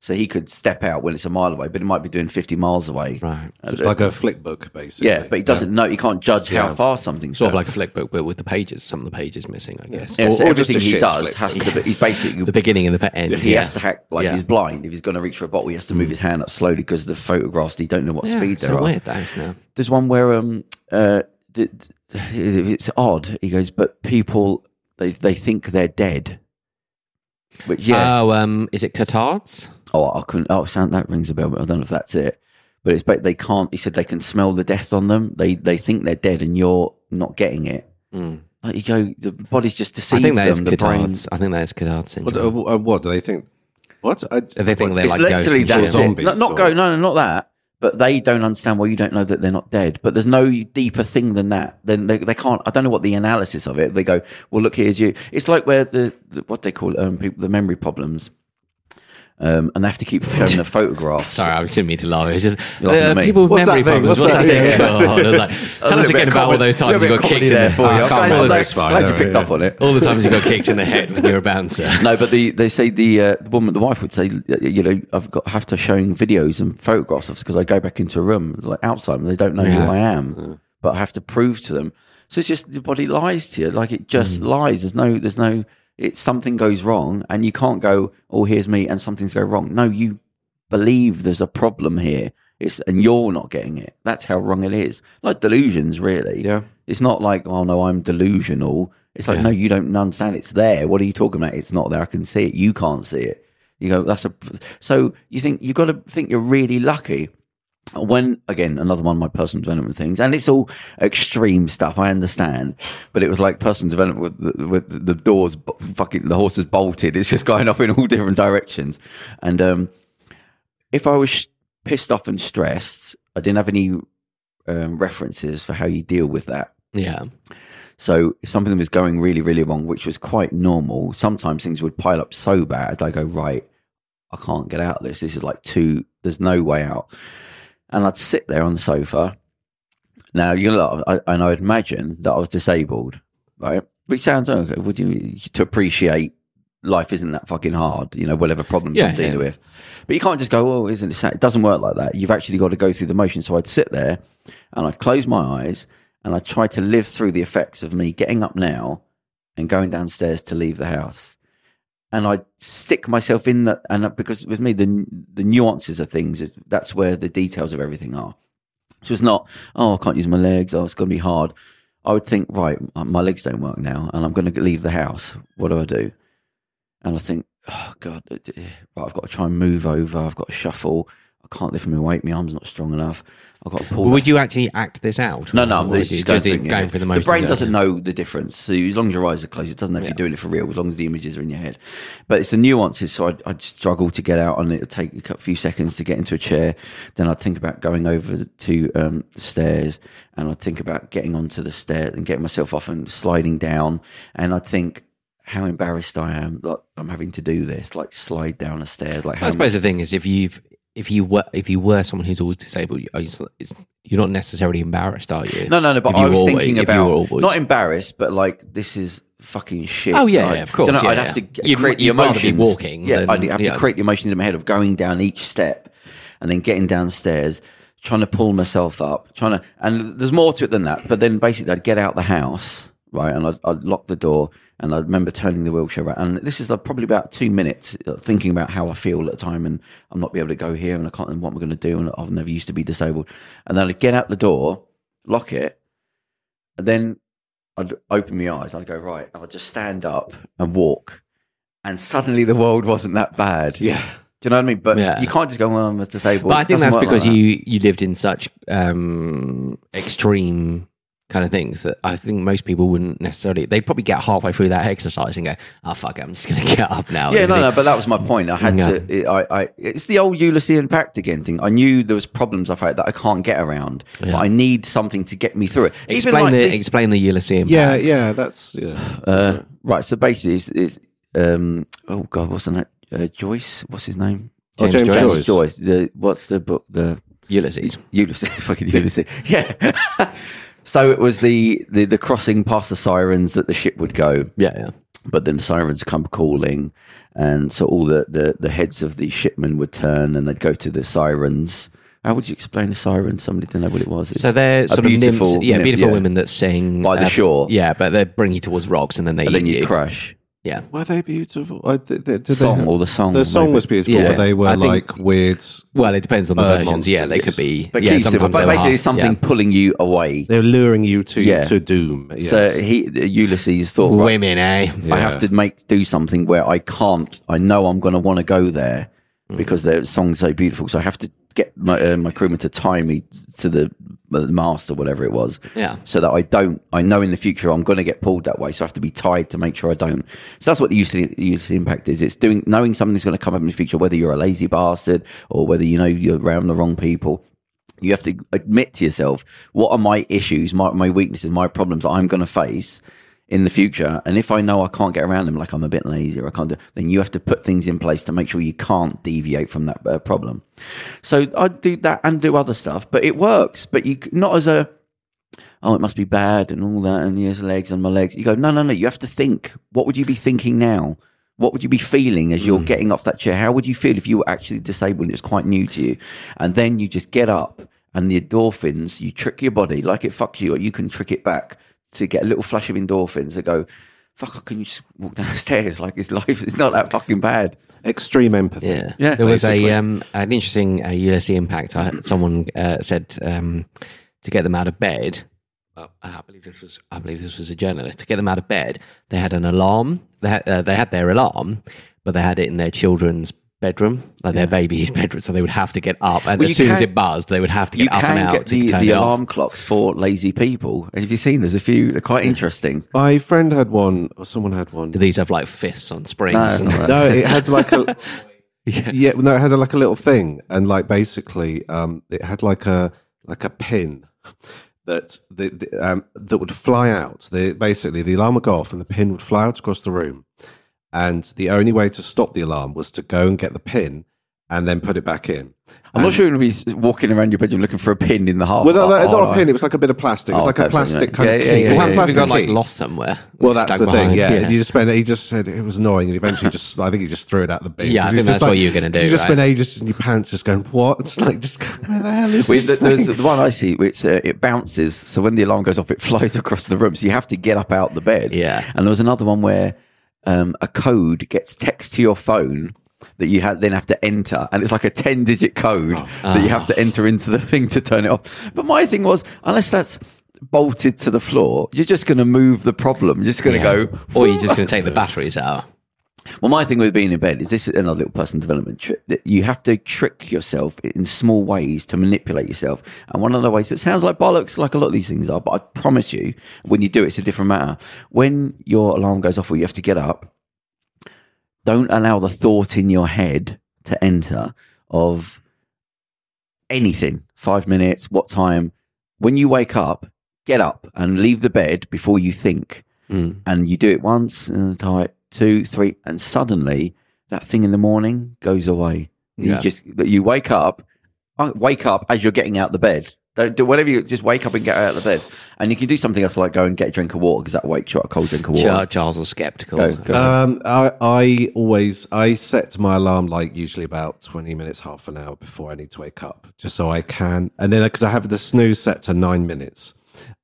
So he could step out when it's a mile away, but it might be doing 50 miles away.
Right.
Uh,
it's like a flick book, basically.
yeah, but he doesn't know. He can't judge how
Yeah.
far something's
Sort of
going.
like a flick book, but with the pages, some of the pages missing, I guess.
Yeah,
Or-
so
or just a
everything he
shit
does
flick.
has to be. He's basically
The beginning and the pe- end.
he
yeah.
has to hack like
Yeah.
he's blind. If he's going to reach for a bottle, he has to move his hand up slowly because the photographs he don't know what
Yeah,
speed
so
they're on.
weird that is now.
There's one where um uh th- th- it's odd. He goes, but people they they think they're dead. But yeah,
Uh,
Oh, um, is it Catards?
oh I couldn't. Oh, sound that rings a bell, but I don't know if that's it. But it's but they can't. He said they can smell the death on them. They they think they're dead, and you're not getting it. Like you go, the body's just
Mm. I
deceived
think that is
them. The brain
Catards. I think that is Catards syndrome.
What, uh, wh- uh, what do they think? What? I,
they think
what-
they're
It's
like ghosts
literally
and shit.
that.
Zombies
Not, not
or-
go. No, no, not that. But they don't understand why you don't know that they're not dead. But there's no deeper thing than that. Then they, they can't. I don't know what the analysis of it. They go, well, look, here's you. It's like where the, the what they call it, um, people the memory problems, um, and they have to keep showing
(laughs)
the photographs.
oh, Sorry, I didn't mean to laugh. It's just
You're laughing
uh,
at me.
people with
What's
memory
that thing?
problems. What's
What's
that
that
thing?
thing?
(laughs) Oh, I was like, Tell us again about all those times you got kicked in
there.
the (laughs)
I can't
I
remember
know-
this far,
glad you
don't
picked
worry.
up on it.
all the times you got kicked in the head when you were a bouncer.
(laughs) No, but the, they say the uh, the woman, the wife would say, uh, you know, I've got have to showing videos and photographs of because I go back into a room like outside and they don't know who I am, but I have to prove to them. So it's just the body lies to you, like it just lies. There's no, there's no. It's something goes wrong, and you can't go, oh, here's me, and something's go wrong. No, you believe there's a problem here. It's and you're not getting it. That's how wrong it is. Like delusions, really.
Yeah.
It's not like, oh no, I'm delusional. It's like, no, you don't understand. It's there. What are you talking about? It's not there. I can see it. You can't see it. You go, that's a. So you think you've got to think you're really lucky. When again, another one of my personal development things, and it's all extreme stuff. I understand, but it was like personal development with the, with the doors bu- fucking the horses bolted. It's just going off in all different directions, and um, if I was sh- pissed off and stressed, I didn't have any um, references for how you deal with that.
Yeah.
So if something was going really, really wrong, which was quite normal, sometimes things would pile up so bad. I go, right, I can't get out of this. This is like too, there's no way out. And I'd sit there on the sofa. Now, you know, I, and I'd imagine that I was disabled, right? Which sounds okay. Would you, to appreciate life isn't that fucking hard, you know, whatever problems
Yeah,
I'm dealing
yeah.
with. But you can't just go, oh, isn't it sad? It doesn't work like that. You've actually got to go through the motion. So I'd sit there and I'd close my eyes and I'd try to live through the effects of me getting up now and going downstairs to leave the house. And I'd stick myself in that. And that- because with me, the, the nuances of things, is- that's where the details of everything are. So it's not, oh, I can't use my legs. Oh, it's going to be hard. I would think, right, uh, my legs don't work now and I'm going to leave the house. What do I do? And I think, oh God, uh, d- right, I've got to try and move over. I've got to shuffle. I can't lift my weight. My arm's not strong enough. I've got to pull.
Well,
that-
would you actually act this out?
no, no,
Or
it's
would you
just going, through,
in-
yeah.
going for the most.
brain doesn't know the difference. So as long as your eyes are closed, it doesn't know if
Yeah.
you're doing it for real. As long as the images are in your head, but it's the nuances. So I'd, I'd struggle to get out, and it would take a cou- few seconds to get into a chair. Then I'd think about going over to um, the stairs, and I'd think about getting onto the stair and getting myself off and sliding down. And I'd think how embarrassed I am that I'm having to do this, like slide down a stair. Like how
I suppose the thing is, if you've if you were if you were someone who's always disabled, you- it's, it's, you're not necessarily embarrassed, are you?
No, no, no. But
If you
I was
always-
thinking
if you
about
were always-
not embarrassed, but like this is fucking shit.
Oh, yeah,
Like,
yeah, of course,
do you know,
yeah,
I'd
yeah.
have to g-
You'd-
create the
you'd rather be
emotions.
walking
Yeah,
than-
I'd have
yeah.
to create the emotions in my head of going down each step and then getting downstairs, trying to pull myself up, trying to. And there's more to it than that. But then basically, I'd get out the house right, and I'd, I'd lock the door. And I remember turning the wheelchair around. And this is like probably about two minutes uh, thinking about how I feel at the time, and I'm not be able to go here, and I can't, and what am I going to do? And I've never used to be disabled. And then I'd get out the door, lock it, and then I'd open my eyes. I'd go right, and I'd just stand up and walk. And suddenly, the world wasn't that bad.
Yeah.
Do you know what I mean? But
Yeah.
you can't just go, well, I'm disabled.
but I
It
think
doesn't
that's
work like
because
that.
you you lived in such um, extreme kind of things that I think most people wouldn't necessarily. They'd probably get halfway through that exercise and go, "Oh fuck, it, I'm just going to (laughs) get up now."
Yeah,
And
no,
they-
no, but that was my point. I had to. It, I, I, it's the old Ulysses and Pact again thing. I knew there was problems I've had that I can't get around, but I need something to get me through it. Even
Explain
like
the
this-
explain the Ulysses. impact.
Yeah, yeah, that's yeah.
uh, right. So basically, it's, it's um, oh god, what's the name? Uh, Joyce, what's his name?
Oh, James James Joyce.
Joyce. The, what's the book? The
Ulysses.
(laughs) Ulysses, fucking Ulysses. Yeah. (laughs) So it was the, the the crossing past the sirens that the ship would go,
Yeah, yeah.
but then the sirens come calling, and so all the, the, the heads of the shipmen would turn and they'd go to the sirens. How would you explain the sirens? Somebody didn't know what it was. It's
So they're
a
sort of beautiful, yeah,
nymph,
beautiful
yeah.
women that sing uh,
By the shore.
Yeah, but they bring you towards rocks and then they
And then
eat
you
you.
crash.
Yeah,
Were they beautiful? I, did, did they
Song
have-
or the song?
the song
maybe.
was beautiful,
Yeah.
but they were
I think-
like weird.
well, it depends on the
Bird
versions. Yeah, they
monsters.
could be,
Uh, But
yeah,
keeps it,
sometimes
but
they were
basically
half-
something
yeah.
pulling you away.
They're luring you to
Yeah.
to doom. Yes.
So he Ulysses thought, right,
women, eh?
I have to make do something where I can't. I know I'm going to want to go there because their song's so beautiful. So I have to get my, uh, my crewman to tie me to the uh, mast or whatever it was.
Yeah.
So that I don't. I know in the future I'm going to get pulled that way. So I have to be tied to make sure I don't. So that's what the UC, UC impact is. It's doing knowing something's going to come up in the future, whether you're a lazy bastard or whether you know you're around the wrong people. You have to admit to yourself what are my issues, my, my weaknesses, my problems that I'm going to face in the future. And if I know I can't get around them, like I'm a bit lazy or I can't do, then you have to put things in place to make sure you can't deviate from that uh, problem. So I do that and do other stuff, but it works. But you c- not as a oh it must be bad and all that and his legs and my legs. You go no no no. You have to think. What would you be thinking now? What would you be feeling as
Mm.
you're getting off that chair? How would you feel if you were actually disabled and it was quite new to you? And then you just get up and the endorphins, you trick your body like it fucks you, or you can trick it back to get a little flash of endorphins that go, fuck, how can you just walk downstairs? Like it's life, it's not that fucking bad.
Extreme empathy.
Yeah,
Yeah,
There was
basically.
a um, an interesting uh, USC impact. I, someone uh, said um, to get them out of bed. Well, uh, I believe this was I believe this was a journalist. To get them out of bed, they had an alarm. They had, uh, they had their alarm, but they had it in their children's bedroom, like their baby's (laughs) bedroom. So they would have to get up, and
Well, you
as soon as
can-
it buzzed, they would have to
You
get up and
can
out
get
to
the,
turn
the
it off.
alarm clocks for lazy people. Have you seen? There's a few, they're quite interesting.
My friend had one, or someone had one.
Do these have like fists on springs?
it's
and-
not right.
No, it had like a
(laughs)
yeah. no, it had like a little thing, and like basically, um, it had like a like a pin that the, the um that would fly out. The basically the alarm would go off, and the pin would fly out across the room, and the only way to stop the alarm was to go and get the pin and then put it back in.
I'm not sure you're going to be s- walking around your bedroom looking for a pin in the half.
Um,
Oh.
Well, no, no,
half-
not
half-
a pin. It was like a bit of plastic. It was
Oh,
like a
okay, something
plastic kind
like-
of
yeah,
key.
yeah,
It
yeah,
was
It's
like a
yeah.
like if you
plastic
got like
key.
lost somewhere.
Well, that's
stuck
the
behind,
thing. Yeah, And you just spent. He just said it was annoying, and eventually, just I think he just threw it out the bin.
Yeah, I
'Cause
think
he's
that's
just like,
what you're gonna do,
You just spent
right?
ages in your pants, just going, "What?" It's like, just go, where the hell is
Well,
this?
th- there's
thing?"
the one I see, which uh, it bounces. So when the alarm goes off, it (laughs) flies across the room. So you have to get up out the bed.
Yeah.
And there was another one where um, a code gets text to your phone that you ha- then have to enter, and it's like a ten-digit code
Oh.
that you have
Ah.
to enter into the (laughs) thing to turn it off. But my thing was, unless that's bolted to the floor, you're just going to move the problem. You're just going to
Yeah.
go,
or you're just going to take the batteries out.
Well, my thing with being in bed is this is another little person development trick that you have to trick yourself in small ways to manipulate yourself. And one of the ways that sounds like bollocks, like a lot of these things are, but I promise you, when you do it, it's a different matter. When your alarm goes off or you have to get up, don't allow the thought in your head to enter of anything. Five minutes, what time? When you wake up, get up and leave the bed before you think and you do it once and tie two, three, and suddenly that thing in the morning goes away.
Yeah.
You just that you wake up, uh, wake up as you're getting out the bed. Don't do whatever you just wake up and get out of the bed, and you can do something else like go and get a drink of water because that wakes you up. A cold drink of water.
Char- Charles was skeptical.
Go, go.
Um, I, I always I set my alarm like usually about twenty minutes, half an hour before I need to wake up, just so I can. And then because I have the snooze set to nine minutes,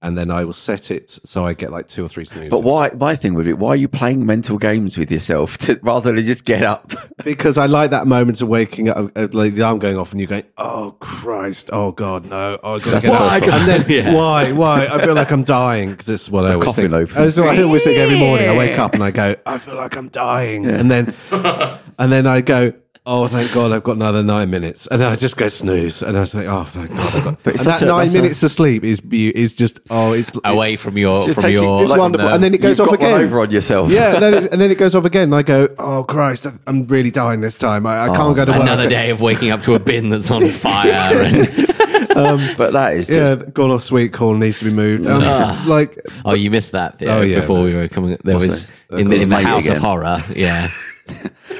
and then I will set it so I get like two or three snoozes.
but why? My thing would be why are you playing mental games with yourself (laughs) to, rather than just get up? (laughs)
Because I like that moment of waking up, uh, like the alarm going off, and you going, "Oh Christ! Oh God, no! Oh God!"
That's the first one.
and then
(laughs)
Yeah.
why? Why? I feel like I'm dying because it's what I always
coffin
think.
opens.
That's what I always think every morning. I wake up and I go, "I feel like I'm dying," and then, and then I go. Oh, thank God, I've got another nine minutes, and then I just go snooze, and I say, "Oh, thank God!" I've got-"
But it's
and
such
that
a-
nine
that's a-
minutes of sleep is be- is just oh, it's
Away from your,
Just
from
taking-
your
it's wonderful, and then it goes
You've
off
got one
again.
over on yourself.
Yeah, and
(laughs)
then, it's- and then it goes off again. And I go, oh Christ, I'm really dying this time. I, I can't
Oh,
go to work.
um, another day of waking up to a bin that's on fire. And,
but that is just
Yeah, gone off sweet corn needs to be moved. Um,
Ah.
like,
oh, you missed that. Theo,
Oh, yeah.
before we were coming. There was
that?
in, the,
His
in the
mate
house
again.
of horror. Yeah,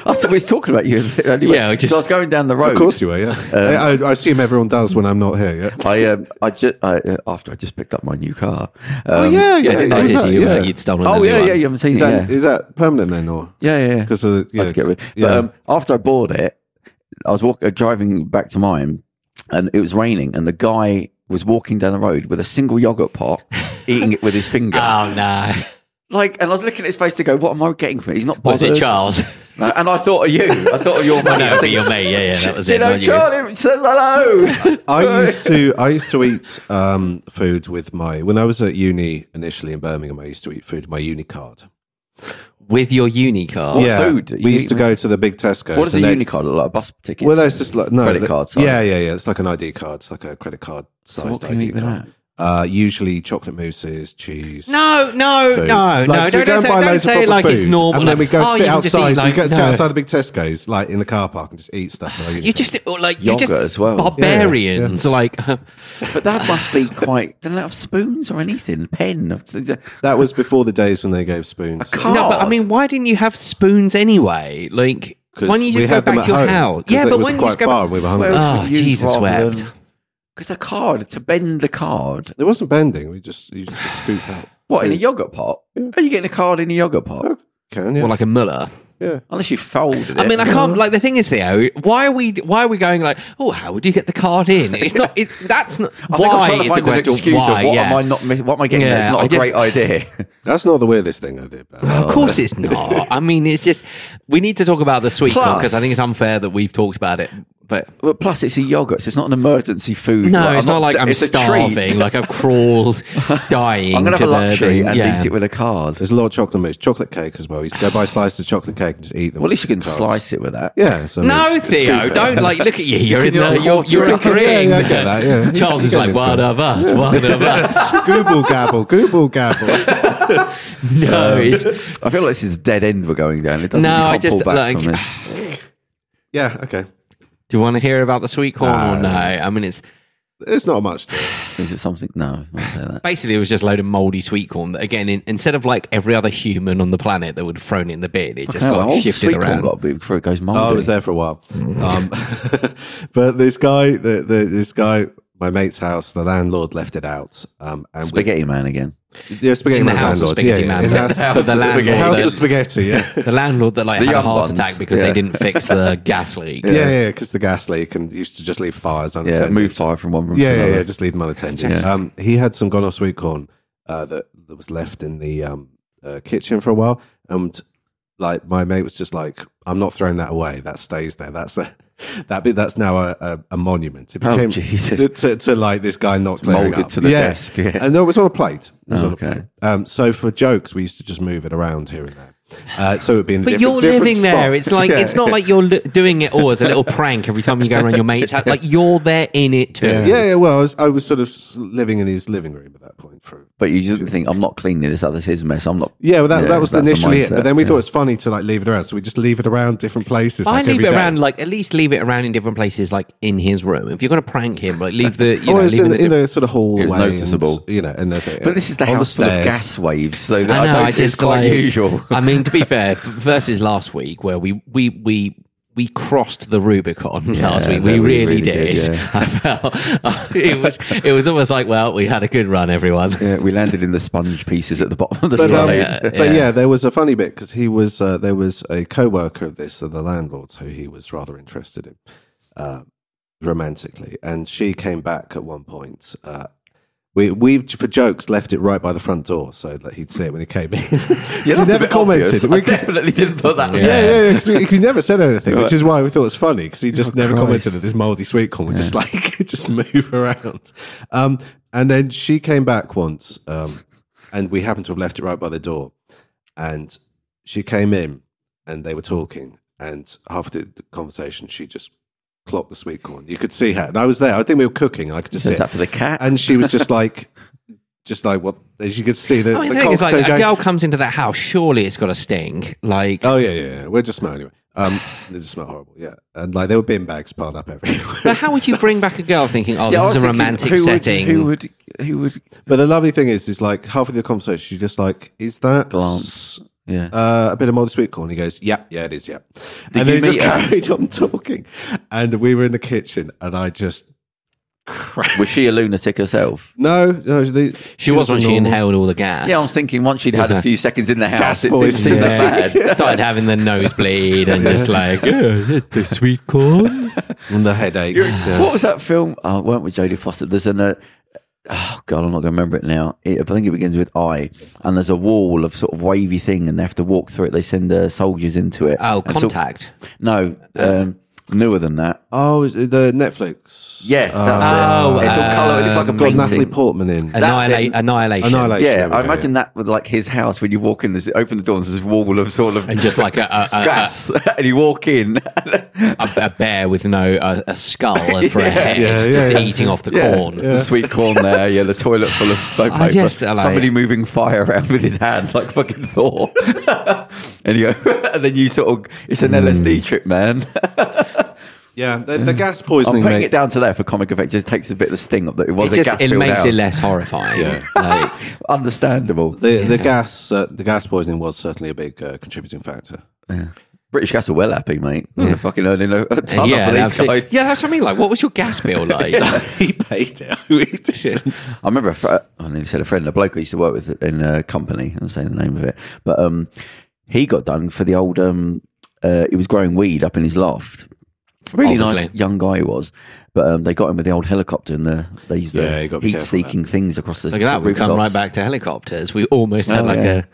I was always talking about you. Anyway,
Yeah, I
yeah,
just-
I was going down the road.
Of course you were, yeah.
Um,
I, I assume everyone does when I'm not here, yeah.
I um, I just I, uh, after I just picked up my new car. Um,
oh, yeah, yeah.
Yeah,
yeah,
that
is
is
that-
you.
yeah.
uh, You'd stolen.
Oh
the new
yeah,
one.
yeah. You haven't seen
Is
it.
that,
yeah.
is that permanent then, or?
yeah, yeah, yeah.
Because of the,
I
yeah.
had to get rid.
yeah.
But um, after I bought it, I was walk- uh, driving back to mine, and it was raining, and the guy was walking down the road with a single yogurt pot, eating it with
(laughs)
his finger.
Ah.
Oh no,
like, and I was looking at his face to go, "What am I getting from it?" He's not
was
bothered.
it Charles?
No, And I thought of you. I thought
(laughs)
of your
oh,
money.
no, but you're me. Yeah, yeah,
(laughs)
that was
you
it.
know,
not you.
Charlie says hello. (laughs)
I used to I used to eat um, food with my when I was at uni initially in Birmingham. I used to eat food with my uni card.
with your uni card.
yeah,
food are you
we used to
eating
go to the big Tesco.
What does a unicard look like? A bus ticket?
Well, that's just like no
Credit
the-
card size.
Yeah, yeah, yeah. It's like an ID card. It's like a credit card
So
sized
what can
ID
you eat with
card. Uh, usually chocolate mousses, cheese.
No, no,
food.
no, no.
Like, so we
Don't,
go
don't,
and buy
don't
loads of
say it
proper
like it's
food,
normal.
and then we go
like, oh,
sit
you can just eat,
outside.
like,
we go sit
no.
outside the big Tesco's, like in the car park, and just eat stuff. Like,
You're just or, like you're
Yogurt
just
as well.
barbarians. Like (laughs)
But that must be quite. Don't they have spoons or anything? Pen?
that was before the days when they gave spoons.
A
no, but I
Hard.
mean, why didn't you have spoons anyway? Like, why
'Cause
don't you
we
just go
had them
back
at
to your
home,
house?
'cause
Yeah,
it
but
was
when you
quite
just go
far
back,
and we were hungry.
Oh, Jesus wept.
Because a card to bend the card.
There wasn't bending. We just you just scoop out.
What in a yogurt pot? Are you getting a card in a yogurt pot?
Can yeah,
or like a Muller.
yeah.
Unless you folded it.
I mean, I can't. Like the thing is, Theo, why are we? Why are we going like? Oh, how would you get the card in? It's not. It, that's not.
I think I'm
why
trying to
is the
find an
question?
excuse
why?
of what
yeah.
am I not? Miss- what am I getting?
Yeah,
That's not
I
a
just-
great idea.
That's not the weirdest thing I did. But
Of course, it's not. I mean, it's just we need to talk about the
(laughs)
sweet
Plus-
because I think it's unfair that we've talked about it. (laughs) But
But plus, it's a yogurt. So it's not an emergency food.
no,
I'm
it's not, like I'm
it's a treat.
starving. Like I've crawled, (laughs) dying.
I'm going to
to
have a
the
luxury
thing.
and
yeah.
eat it with a card.
There's a lot of chocolate mousse, chocolate cake as well. You used to go buy slices of chocolate cake and just eat them.
Well, at least you can
Cards.
slice it with that.
Yeah. So I mean,
No,
sc-
Theo,
scoop it.
don't like look at you. (laughs) You're in
you're
the
on
you're,
horse,
you're
you're
(laughs) agreeing.
Yeah, yeah, I get that, yeah.
Charles
You
(laughs) is
get
like
into
one
it.
of us, one (laughs) of us.
Google
(laughs)
gabble, Google gabble.
No, it's-
I feel like this is a dead end we're going down. It doesn't.
No,
you can't
I just,
pull back
like-
from this.
yeah. Okay.
do you want to hear about the sweet corn or no? I mean, it's
There's not much to it.
Is it something? No, I won't say that.
basically it was just a load of moldy sweet corn that again in, instead of like every other human on the planet that would have thrown it in the bin it just
Hell,
got
how old's
shifted
sweet corn
around
Got to be before it goes mouldy.
Oh, I was there for a while.
Mm.
Um, (laughs) but this guy, the, the, this guy, my mate's house, the landlord left it out. Um, and we-
Spaghetti man again.
yeah, spaghetti
in the
man's
house
landlord.
of spaghetti
yeah,
man
yeah. In
(laughs) but-
house,
but the landlord
house
that-
of spaghetti.
(laughs)
Yeah.
the landlord that like
The
had a
young
heart
ones,
attack because
yeah.
they didn't fix (laughs) the gas leak
Yeah, yeah, because the gas leak and used to just leave fires unattended.
Yeah, move fire from one room to
yeah, yeah,
another.
yeah, just leave them unattended.
Yeah.
Um, he had some gone off sweet corn uh, that, that was left in the um, uh, kitchen for a while, and like my mate was just like, "I'm not throwing that away. That stays there. That's a, (laughs) that bit. That's now a, a, a monument. It
Oh,
became
Jesus.
To, (laughs) to, to, like this guy not clearing
molded
up.
to the desk, yeah.
and no, it was on a plate. It was
Oh,
on a
okay.
plate. Um, so for jokes, we used to just move it around here and there. Uh, so it'd be in a
but
different-
you're
different
living
spot.
there. It's like
Yeah.
it's not like you're li- doing it all as a little prank every time you go around your mate's house. Like you're there in it too.
yeah, yeah. Well, I was, I was sort of living in his living room at that point for
But you just think I'm not cleaning this up. This is a mess. I'm not.
Yeah, well, that,
Yeah,
that was
that's the
initially it.
mindset,
But then we
yeah.
thought it's funny to like leave it around, so we just leave it around different places.
I
like,
leave
every
it
day.
around, like at least leave it around in different places, like in his room. If you're going to prank him, like leave the
(laughs)
you
oh,
know,
it was
leave
in,
it at
in the sort of hallway,
It was
and,
noticeable.
you know, and the,
But this is the
on
house full of
stairs.
gas waves, so I,
I know.
don't-
I
it's
just
quite
like-
usual.
I mean, to be fair, versus last week where we we we. We crossed the Rubicon last week.
no,
We,
we
really,
really
did.
did, yeah.
(laughs) I felt it was it was almost like, well, we had a good run, everyone.
Yeah, we landed in the sponge pieces at the bottom of the
But, um,
slide.
Yeah,
but
yeah.
yeah. there was a funny bit because he was uh, there was a co-worker of this, of the landlord's, who he was rather interested in, uh, romantically, and she came back at one point. Uh, we we for jokes left it right by the front door so that he'd see it when he came in. (laughs)
Yeah,
he
that's a
never
bit obvious.
commented.
I
We- 'cause-
definitely didn't put that.
Yeah, yeah, yeah. Because he never said anything, which is why we thought it was funny because he
Oh,
just never
Christ.
commented that this moldy sweet corn would just like (laughs) just move around. Um, and then she came back once, um, and we happened to have left it right by the door. And she came in, and they were talking. And after the conversation, she just clocked the sweet corn. You could see her, and I was there. I think we were cooking. I could just
So
see,
is that for the cat?
and she was just like, just like what as you could see the,
I mean,
the
the thing is, like,
conversation
a
going-
girl comes into that house, surely it's got a sting. Like,
Oh yeah, yeah, yeah. We're just smell anyway.
(sighs)
Um, they just smell horrible. Yeah, and like there were bin bags piled up everywhere. (laughs)
but how would you bring back a girl thinking, oh,
Yeah, I was
this is a
thinking,
romantic
who would-
setting?
who would? Who would?
but the lovely thing is, is like half of the conversation, she's just like, "Is that
Glance. Yeah.
uh, a bit of Monty Sweetcorn. He goes, yeah, yeah, it is, yeah. and
you
then he just
meet her?
carried on talking. And we were in the kitchen and I just cracked.
(laughs) Was she a lunatic herself?
No, no. The,
She was when she
normal.
inhaled all the gas.
Yeah, I was thinking once she'd had a few seconds in the house, it didn't
poisoning.
seem (laughs) that bad.
(laughs) Started having the nosebleed and just like the sweet corn.
And the headaches. yeah.
What was that film? Oh, it weren't with Jodie Foster. There's an. Uh, oh god, I'm not going to remember it now. It, I think it begins with I, and there's a wall of sort of wavy thing, and they have to walk through it. They send uh, soldiers into it.
Oh,
And so-
contact.
no, um, newer than that.
Oh, is it the Netflix?
Yeah, that's
Oh,
it. It's all colour. It looks
It's
like a
got
painting.
Natalie Portman in.
Annihilate,
it.
annihilation.
Annihilation.
yeah,
there we
I
go,
imagine that with like his house when you walk in, there's open the door, and there's this wall of sort of
And uh, just like a, a,
(laughs)
a,
grass, and you walk in.
a, a bear with no a, a skull
(laughs)
for a head,
Yeah, yeah,
just
yeah.
eating off the corn.
The sweet corn there, yeah, the toilet full of
(laughs)
boat
I
paper.
just- I like
Somebody
it.
moving fire around with his hand (laughs) like fucking Thor. and you go, (laughs) and then you sort of, it's an LSD trip, man. (laughs)
Yeah, the, the gas
I'm
poisoning.
putting
mate.
it down to there for comic effect. Just takes a bit of the sting up that it was
It,
a
just,
gas
it
filled
makes
house.
it less horrifying.
Yeah.
(laughs) Like,
Understandable.
The, the gas uh, the gas poisoning was certainly a big uh, contributing factor.
British gas are well happy, mate. They're fucking earning a, a ton
yeah,
of these
absolutely.
guys.
yeah, that's what I mean. Like, what was your
(laughs)
gas bill like?
he paid it. We didn't.
I remember, a fr- I nearly said a friend, a bloke I used to work with in a company, I'm saying the name of it, but um, he got done for the old, um, uh, he was growing weed up in his loft. Really
Obviously.
nice young guy he was, but um, they got him with the old helicopter and the, they used
Yeah, you
the
gotta be
heat
careful with
seeking things across the
Look at that. We've come right back to helicopters. We almost
Oh,
had like a.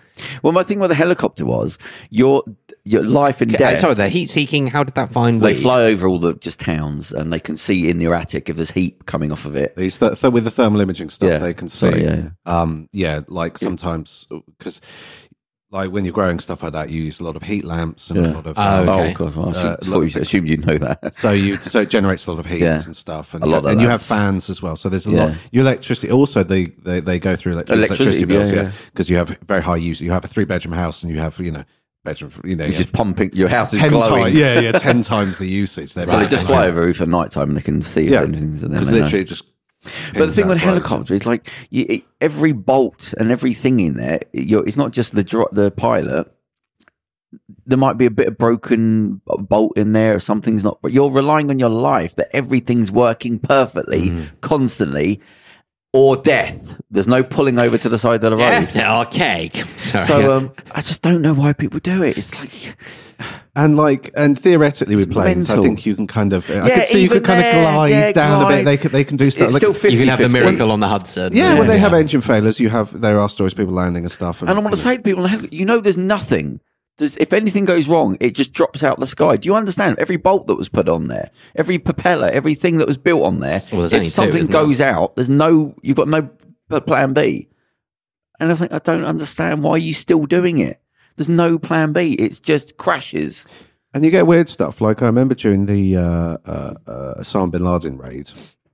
well, my thing with the helicopter was your your life and
Yeah,
death.
sorry, the heat seeking. How did that find?
they
weed?
fly over all the just towns and they can see in your attic if there's heat coming off of it.
These th- th- with the thermal imaging stuff,
Yeah.
they can see.
Sorry, yeah,
Um, yeah, like sometimes because like when you're growing stuff like that, you use a lot of heat lamps and a lot of.
Oh,
um,
Okay.
Oh god, well, I
Uh,
should- thought you
look-
assumed you'd know that.
So you so it generates a lot of heat
Yeah.
and stuff, and,
A
you,
lot
have,
of
and you have
lamps.
fans as well. So there's a lot.
Yeah.
Your electricity also they they, they go through electricity,
Electricity,
electricity bills,
yeah,
yeah,
yeah.
because you have very high use. You have a three bedroom house, and you have you know bedroom, you know, you
You're
have
(laughs) just pumping. Your house is (laughs)
ten
glowing.
times, yeah, yeah, ten times the usage. They're
So
right.
they just fly over a roof at night time and they can see
yeah,
yeah.
because
things. And then they know.
literally it just.
But the
pins
thing
out
with a
rows.
helicopter is like you, it, every bolt and everything in there. You're, it's not just the dro- the pilot. There might be a bit of broken bolt in there, or something's not. But you're relying on your life that everything's working perfectly,
Mm.
constantly, or death. There's no pulling over to the side of
(laughs)
the road.
(laughs) Yeah, archaic. Sorry.
So um, I just don't know why people do it. It's like
And like, and theoretically with planes, I
mental.
think you can kind of, I could see you could
even
kind of
there,
glide
yeah,
down a bit.
glide.
They can, they can do stuff.
it's
like,
still 50
you can have the miracle on the Hudson.
yeah, when they have engine failures, you have there are stories of people landing and stuff.
And I want to say to people, you know, there's nothing. There's, if anything goes wrong, it just drops out the sky. Do you understand? Every bolt that was put on there, every propeller, everything that was built on there.
Well, there's only two,
if something
isn't
goes out, there's no, you've got no p- plan B. And I think I don't understand why you're still doing it. There's no plan B. It's just crashes.
and you get weird stuff. Like I remember during the uh, uh, uh, Osama bin Laden raid,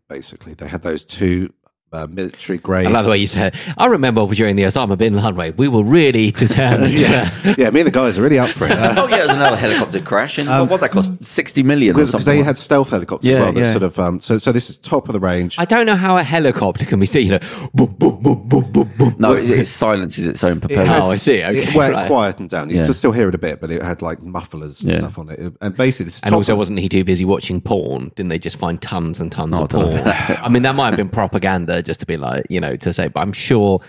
basically they had those two uh, military grade.
I love the way you said. I remember during the Osama bin Laden raid, we were really (laughs) determined. yeah.
(laughs) yeah, me and the guys are really up
(laughs)
for it. Uh,
oh yeah, there's another helicopter crash, and what that cost? Sixty million or
Um, Because
something.
they had stealth helicopters
Yeah,
as well. That
yeah.
sort of um, so so this is top of the range.
I don't know how a helicopter can be still, you know, boom, boom, boom, boom, boom, boom.
no, it, it silences its own propeller.
has- Oh, I see.
it
Okay,
went
right.
quietened down. You
Yeah.
can still hear it a bit, but it had like mufflers and
Yeah.
stuff on it. And basically, this is
And
top
also,
of-
wasn't he too busy watching porn? Didn't they just find tons and tons of
I don't know
porn? I mean, that might have been propaganda, just to be like, you know, to say. But I'm sure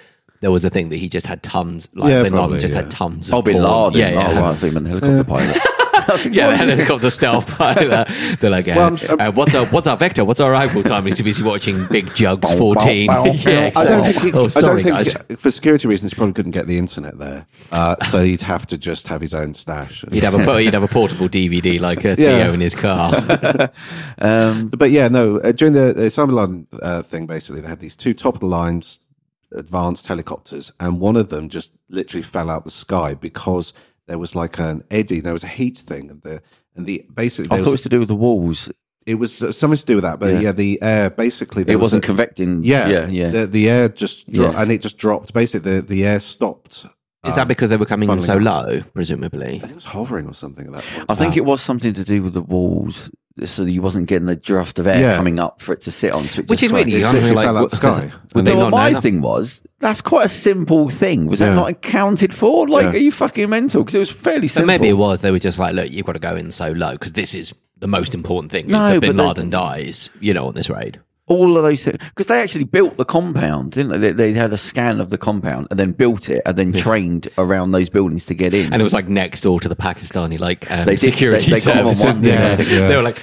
there was a thing that he just had tons. Like
Yeah,
Bin Laden
probably,
just
yeah.
had tons.
oh,
of porn.
Bin Laden.
Yeah, yeah.
Oh, right, I think meant helicopter
Uh, (laughs)
pilot.
Yeah, the helicopter stealth (laughs) pilot. They're like, uh,
Well, I'm- um, I'm-
uh, what's our what's our vector? What's our arrival time? He's too busy watching Big Jugs fourteen.
bow, bow.
(laughs) yeah,
I don't think,
exactly.
he,
Oh, sorry,
I don't
guys.
think for security reasons, he probably couldn't get the internet there, uh, so he'd have to just have his own stash.
You'd have a po- you'd have a portable DVD like uh,
Yeah.
Theo in his car.
(laughs) but yeah, no. Uh, during the uh, Simon Lund uh, thing, basically, they had these two top of the lines advanced helicopters, and one of them just literally fell out the sky because there was like an eddy. There was a heat thing, and the and the basically
I
there
thought
was,
it was to do with the walls.
it was uh, something to do with that. But yeah, the air basically there
It
was
wasn't
a-
convecting.
Yeah,
yeah, yeah.
The, the air just dro-
Yeah.
and it just dropped. Basically, the, the air stopped.
Is that because they were coming in
Funneling
so
up.
low, presumably?
I think it was hovering or something at that point.
I think it was something to do with the walls. so that you wasn't getting the draft of air
Yeah.
coming up for it to sit on. So it
Which
just
is
crashed.
really
It's
I'm
literally
like,
fell out
what-
the
(laughs)
sky.
Would they
No,
not
what my
know that?
thing was that's quite a simple thing. Was that
Yeah.
not accounted for? Like,
Yeah.
are you fucking mental? Because it was fairly
So
simple.
maybe it was they were just like, look, you've got to go in so low because this is the most important thing. is
No,
that
but
Bin
they-
Laden dies, you know, on this raid.
all of those things because they actually built the compound, didn't they? they? They had a scan of the compound and then built it and then trained around those buildings to get in.
And it was like next door to the Pakistani like um,
They did-
security
they- they called on
services.
one thing,
I think. Yeah.
(laughs) They were like,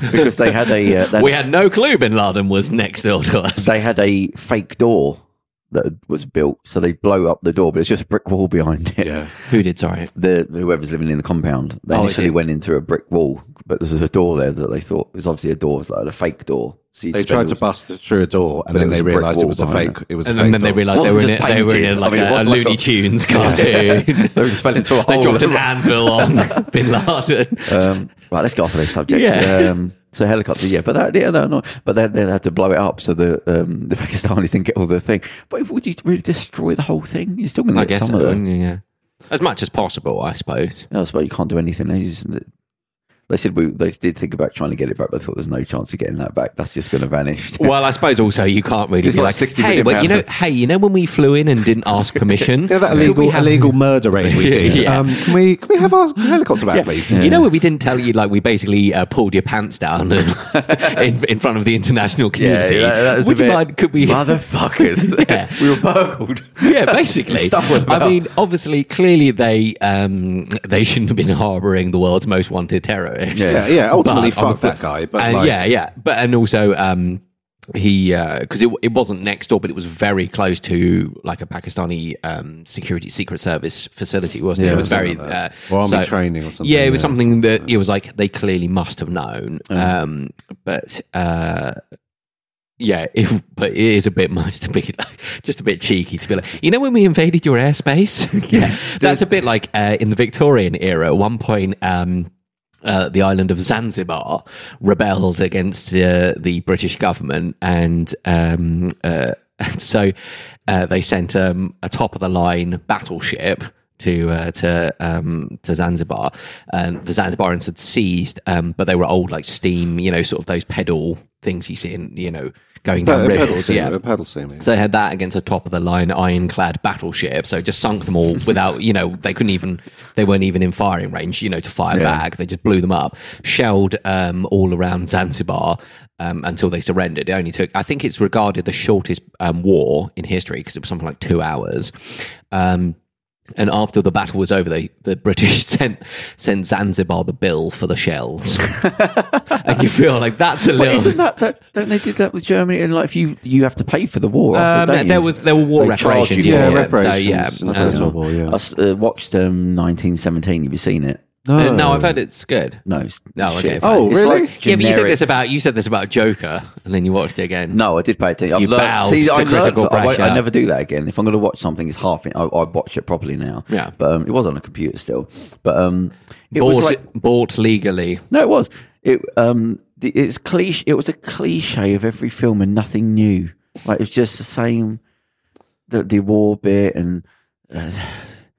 because they had a uh, they,
(laughs) we had no clue Bin Laden was next door to us.
they had a fake door that was built, so they blow up the door, but it's just a brick wall behind it.
Yeah.
Who did? Sorry,
The whoever's living in the compound, they
Oh, I
initially
see.
went in through a brick wall, but there's a door there that they thought was obviously a door, like a fake door. So you'd
They
spend
tried
all-
to bust through a door, and
But it
then
was
they
a brick
realised it
wall
was a
behind
fake. It was a
and,
fake.
then they
door.
realised they
Wasn't
were in
just
it. They were
painted.
in like
I mean, it
a, Oh, a
wasn't like
Looney
a-
(laughs) Tunes cartoon. (laughs)
(laughs) they just fell into a
they
hole.
dropped an anvil (laughs) on Bin Laden.
Um, right, let's go off of this subject.
Yeah.
Um, so helicopter, yeah, but that, yeah, no, no, but then they had to blow it up so the um, the (laughs) Pakistanis didn't get all the thing. But would you really destroy the whole thing? You're still going
I
to get
guess
some
so,
of them.
yeah. As much as possible, I suppose.
No, I suppose you can't do anything. They, just- they said we, they did think about trying to get it back, but thought there's no chance of getting that back. That's just going to vanish. (laughs)
(laughs) (laughs) Well, I suppose also you can't really
It's
be
like
like,
60
hey,
million
well, you know,
pound.
hey, you know, when we flew in and didn't
(laughs)
ask permission,
(laughs) Yeah, that illegal
(laughs)
illegal murder raid we did.
Yeah.
um, can we can we have our helicopter back, please?
You know, when we didn't tell you, like we basically uh, pulled your pants
(laughs)
down and, in in front of the international community.
was a
Would you
bit-
mind? Could
(laughs)
we?
motherfuckers?
(laughs) Yeah.
we were burgled.
(laughs) yeah,
(laughs)
basically.
Stumbled
I
about.
mean, obviously, clearly they um, they shouldn't have been harboring the world's most wanted terrorist.
Yeah, yeah. Ultimately,
But on
fuck
the-
that guy. But
and
like,
yeah, yeah, but and also um, he because it, it wasn't next door, but it was very close to like a Pakistani um, security secret service facility, wasn't it? It was very uh,
something like that. Or army training or something, Mm.
Yeah, it was
yeah,
something that it was like they clearly must have known, um, but. Uh, yeah, (laughs) it, but it is a bit much to be like, just a bit cheeky to be like, you know, when we invaded your airspace,
(laughs)
(laughs) yeah, that's a bit like uh, in the Victorian era. At one point, um, uh, the island of Zanzibar rebelled against the the British government, and um, uh, (laughs) and so uh, they sent um, a top of the line battleship. To uh, to um, to Zanzibar, and the Zanzibarans had seized, um, but they were old like steam, you know, sort of those pedal things you see in you know going
uh,
down
a pedal
rivers,
steamer,
yeah.
a pedal steamer.
So they had that against a top of the line ironclad battleship. So it just sunk them all without, you know, they couldn't even, they weren't even in firing range, you know, to fire back. They just blew them up, shelled um, all around Zanzibar um, until they surrendered. It only took, I think it's regarded the shortest um, war in history because it was something like two hours. Um, and after the battle was over, they, the British (laughs) sent sent Zanzibar the bill for the
(laughs)
shells. and you feel like that's a
But
little.
isn't that, that don't they do that with Germany? And like, if you you have to pay for the war, after,
Um,
don't
there
you?
was there were war
They charge
reparations.
you
for
for
yeah,
it.
it,
reparations.
So
the
yeah,
First World War, yeah.
I s- uh, watched um, 1917. Have you seen it?
Uh, no, I've heard it's good.
No. It's
No, okay,
shit.
fine.
Oh,
It's
really?
like
Yeah, but you said
generic-
this about you said this about Joker, and then you watched it again.
No, I did pay attention. I've
You
learned-
bowed
See,
to
I learned-
critical
I won't- I
pressure.
never do that again. If I'm going to watch something, it's half. I, I watch it properly now.
Yeah.
but um, it was on a computer still. But um, it
bought
was like
bought legally.
no, it was it. Um, the- it's cliche. It was a cliche of every film and nothing new. Like it was just the same. The the war bit and. (sighs)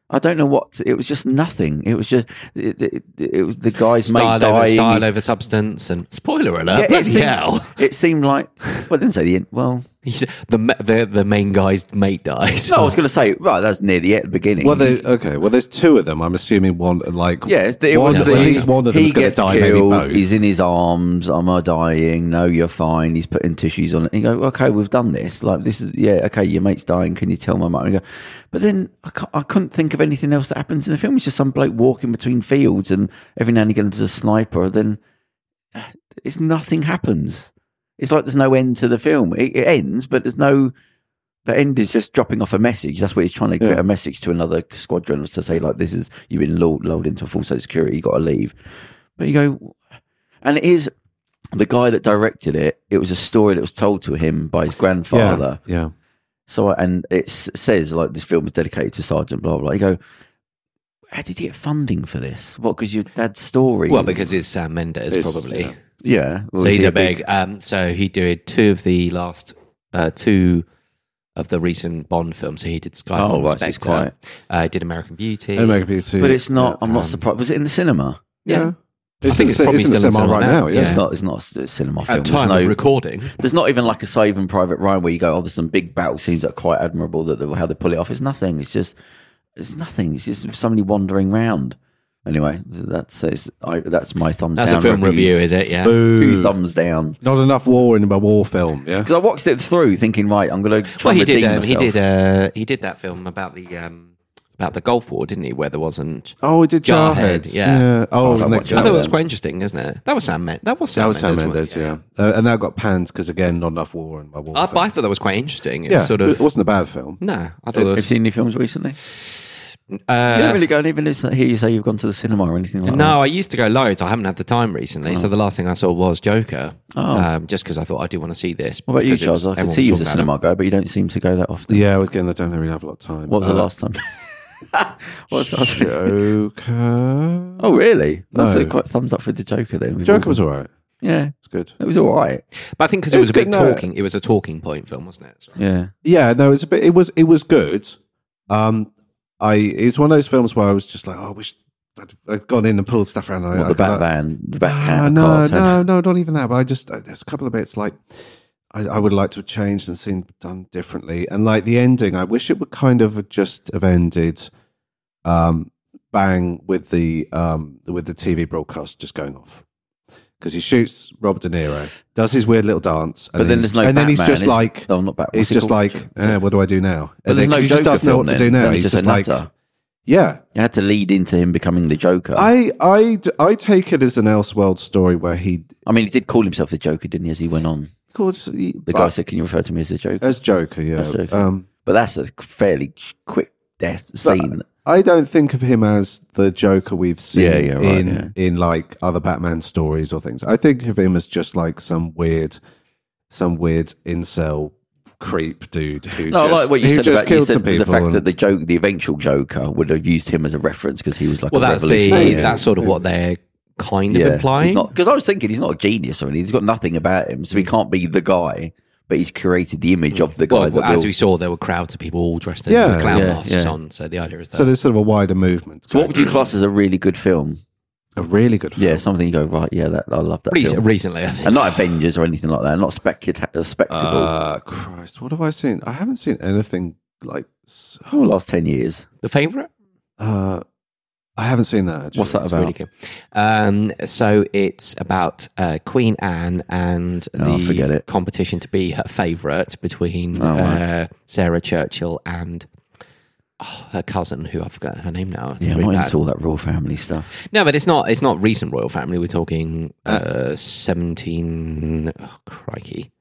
Uh, I don't know what it was. Just nothing. It was just it, it, it was the guy's mate
Style over,
dying.
style
his-
over substance and spoiler alert.
it
bloody
seemed-
hell! (laughs)
It seemed like well, I didn't say the end. Well,
He's- the, ma- the the main guy's mate dies.
No, I was going to say, right, that's near the end, beginning.
Well, there, okay. Well, there's two of them. I'm assuming one, like,
yeah, it's- it
one,
was
at
the-
least one of them's
he
going to
gets
die,
killed,
maybe both.
He's in his arms. I'm a dying. No, you're fine. He's putting tissues on it. And you go, okay, we've done this. Like, this is, yeah, okay, your mate's dying. Can you tell my mum? And you go, but then I, ca- I couldn't think of anything else that happens in the film. It's just some bloke walking between fields and every now and again there's a sniper. Then it's nothing happens. It's like there's no end to the film. It, it ends, but there's no. The end is just dropping off a message. That's what he's trying to get a message to another squadron to say, like, this is you've been lulled, lulled into a false sense of security. You got to leave. But you go, and it is the guy that directed it. It was a story that was told to him by his grandfather.
yeah, yeah.
So, and it s- says like this film is dedicated to Sergeant blah blah. You go, how did you get funding for this? What? Because your dad's story.
Well, because it's Sam Mendes
It's-
probably.
yeah.
yeah, well,
So
is
he's
he
a big. Um, so he did two of the last uh, two of the recent Bond films. So he did Sky
Oh,
Bond
right, so he's
Spectre. Uh, he did American Beauty.
And American Beauty.
But it's not. I'm
Um,
not surprised. Was it in the cinema?
Yeah. It's
think
in
it's
the-
probably
it's in the
still in
cinema right now. Yeah.
It's not. It's not a cinema film.
At
There's
time
no,
of recording,
there's not even like a Saving Private Ryan where you go, oh, there's some big battle scenes that are quite admirable that that- how they pull it off. It's nothing. It's just it's nothing. It's just somebody wandering round. Anyway, that's it's, I, that's my thumbs
that's
down.
a film
reviews.
review, is it? Yeah.
Two
Boo.
thumbs down
Not enough war in a war film. Yeah.
because I watched it through, thinking, right, I'm going to try
Well, he
and redeem
did. Um, he
myself.
did. Uh, he did that film about the um, about the Gulf War, didn't he? Where there wasn't.
Oh, it did
Jarhead,
Jarhead.
yeah.
Oh,
I
and
watched
that,
that
I thought it
that,
was
um,
quite interesting, isn't it? That was Sam. Men- that was Sam.
was Sam
wasn't
Mendes.
it?
Yeah. Uh, and that got panned because again, not enough war in my war.
I,
film.
I thought that was quite interesting. It's
yeah.
sort of
It wasn't a bad film.
no. I thought it
Have you
was,
seen any films recently? you
uh,
don't really go and even listen, hear you say you've gone to the cinema or anything like
no. I used to go loads. I haven't had the time recently. So the last thing I saw was Joker.
Oh.
Um, just because I thought I do want to see this.
that. What about you,
because it
Charles?
was-
I can
everyone
see you
was
as a
talking about
cinema guy, but you don't seem to go that often. (laughs)
Yeah, again, I don't really have a lot of time.
What was the
Uh,
last time? (laughs) what was the
(laughs)
last
Joker.
Oh, really? That's
No.
a quite thumbs up for the Joker then. We've
Joker
all-
was all right.
yeah,
It's good.
it was all right.
it. But I think because it was a
It's good,
big
no.
talking. It was a talking point film, wasn't it? So-
Yeah,
Yeah, no, it's a bit. It was it was good. Um, I it's one of those films where I was just like, oh, I wish I'd, I'd gone in and pulled stuff around. I,
What,
I
the
could-
Batman, the Batman.
Ah, no, no, no, not even that. But I just uh, there's a couple of bits like I, I would like to have changed and seen done differently, and like the ending, I wish it would kind of have just have ended, um, bang with the um with the TV broadcast just going off. Because he shoots Rob De Niro, does his weird little dance, and
But then there's no.
and then he's
Batman,
just
is-
like,
oh, not Batman.
it's
What's it
just
called?
like, eh, what do I do now?
But
And then,
there's no
'cause he just
Joker
doesn't know
film
what to
then.
do now.
Then it's
He's
just
just
a
like,
nutter.
yeah.
You had to lead into him becoming the Joker. I,
I, I, I take it as an Elseworld story where he
mean, he did call himself the Joker, didn't he? As he went on,
called he-
the guy
but-
said, "Can you refer to me as the Joker?"
as Joker. Yeah.
As Joker.
Um,
But that's a fairly quick death scene.
I don't think of him as the Joker we've seen
Yeah, yeah, right,
in
yeah.
in like other Batman stories or things. I think of him as just like some weird, some weird incel creep dude who just,
No, I like what you
who
said
just
about you
killed
said
some people.
the fact
and-
that the joke, the eventual Joker, would have used him as a reference because he was like
Well,
a
that's the
revolutionary.
that's sort of what they're kind of implying.
Because I was thinking he's not a genius or anything. He's got nothing about him, so he can't be the guy. But he's created the image of the guy
well,
that
as
will.
we saw, there were crowds of people all dressed in
Yeah.
with clown
Yeah,
masks
yeah.
on. So the idea is that
so there's sort of a wider movement.
so what would you class as a really good film?
a really good film.
Yeah, something you go right. Yeah, that I love that
Rec-
film.
recently, I think.
and not Avengers or anything like that. Not spectacular, spectacle.
Uh, Christ, what have I seen? I haven't seen anything like. s-
oh, last ten years.
the favorite.
Uh, I haven't seen that. Actually.
What's that
It's
about?
really good. Um, so it's about uh, Queen Anne and
Oh,
the
forget it.
competition to be her favorite between
Oh,
uh, Sarah Churchill and oh, her cousin, who I've forgotten her name now. I think
Yeah, I'm
really
not
bad.
into all that royal family stuff.
No, but it's not. It's not recent royal family. We're talking uh, seventeen. Oh, crikey.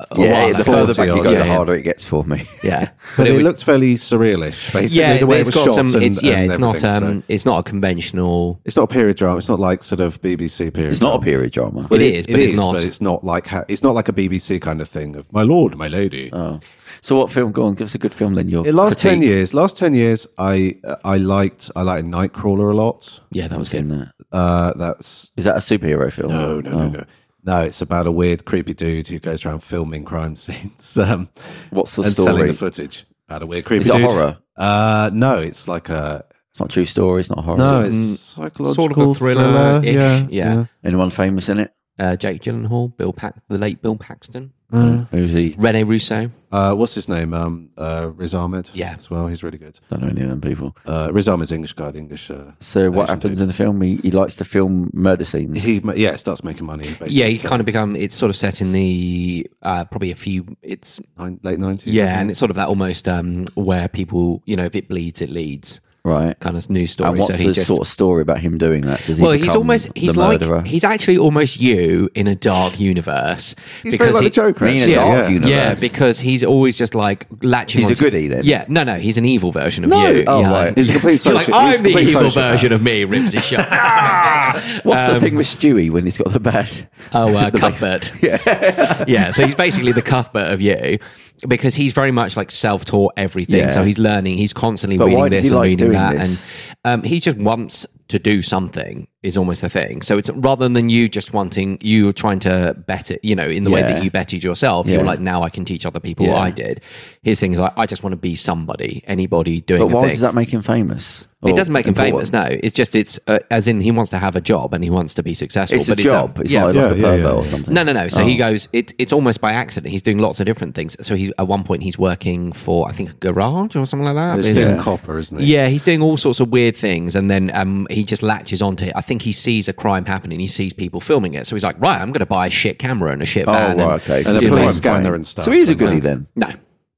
Uh, a
yeah,
while
the
back.
40
further back you
odd,
go,
yeah.
the harder it gets for me. (laughs)
Yeah,
But it,
was-
looked fairly surrealish, basically.
yeah,
the way it
it's
was
got
shot.
some.
and-
it's yeah,
and
it's not.
everything, so-
Um, it's not a conventional.
It's not a period drama. It's not like sort of BBC period.
It's not a
drama.
period drama.
It is, but it's not.
But it's not like ha- it's not like a BBC kind of thing of my lord, my lady.
Oh. So what film? Go on, give us a good film then. Your
In last
critique.
ten years, last ten years, I I liked I liked Nightcrawler a lot.
Yeah, that was
In
it.
that.
Uh, that's
Is that a superhero film? Oh.
no, no, no, no. No, it's about a weird, creepy dude who goes around filming crime (laughs) scenes um,
What's the
and selling
story?
the footage. About a weird, creepy
Is it a
dude.
horror?
Uh, no, it's like a
It's not a true story. It's not a horror.
no,
is it?
it's psychological
sort of a thriller-ish,
Uh, Yeah,
yeah.
Anyone famous in it?
Uh, Jake Gyllenhaal, Bill Pax, the late Bill Paxton,
Who's he?
Rene Russo.
Uh, what's his name? Um, uh, Riz Ahmed.
Yeah.
as well. He's really good.
Don't know any of them people.
Uh, Riz Ahmed's English guy, the English. Uh,
So what
Asian
happens in the film? He, he likes to film murder scenes.
he ma- yeah starts making money. Basically,
Yeah, he's kind of become. It's sort of set in the uh, probably a few. It's
Nine, late nineties.
yeah, and it's sort of that almost um, where people, you know, if it bleeds, it leads
Right.
kind of news story.
And what's
so he
the
just,
sort of story about him doing that? Does he
well, he's
become
almost he's
the
like
murderer?
he's actually almost you in a dark universe
he's very like
he-
the Joker.
Mean and
actually.
Dark
yeah.
universe.
Yeah, because he's always just like latching.
He's a
onto-
goodie then?
Yeah, no, no, he's an evil version of
No.
you.
Oh,
yeah.
right.
He's a complete social.
You're like,
he's a
I'm the
complete
evil
sociopath.
version of me. Rips his shirt.
(laughs)
Ah!
what's the thing with Stewie when he's got the
(laughs)
bad?
Oh, uh, Cuthbert.
(laughs)
yeah. so he's basically the Cuthbert of you because he's very much like self taught everything.
Yeah.
So he's learning, he's constantly
But
reading
why does he
this and
like
reading
doing
that.
this?
And um, he just wants to do something, is almost the thing. So it's rather than you just wanting, you trying to better, you know, in the way
Yeah.
that you bettered yourself, you're
Yeah.
like, now I can teach other people what
Yeah.
I did. His thing is like, I just want to be somebody, anybody doing
But
a
why
thing.
does that make him famous?
It
or
doesn't make him famous.
important.
No, it's just it's uh, as in he wants to have a job and he wants to be successful.
It's a
but
job. It's,
yeah,
not
yeah,
like a
yeah,
pervert
yeah,
or
yeah.
something.
No, no, no. So
Oh.
he goes. It, it's almost by accident. He's doing lots of different things. So he at one point he's working for I think a garage or something like that.
It's
Is-
Stephen Copper, isn't it?
yeah, he's doing all sorts of weird things, and then um, he just latches onto it. I think he sees a crime happening. He sees people filming it, so he's like, "Right, I'm going to buy a shit camera and a shit
Oh,
van." and-
right, okay.
And a
he's
police
crime
scanner
fighting.
and stuff,
So he's a
and
goodie
that.
then.
No,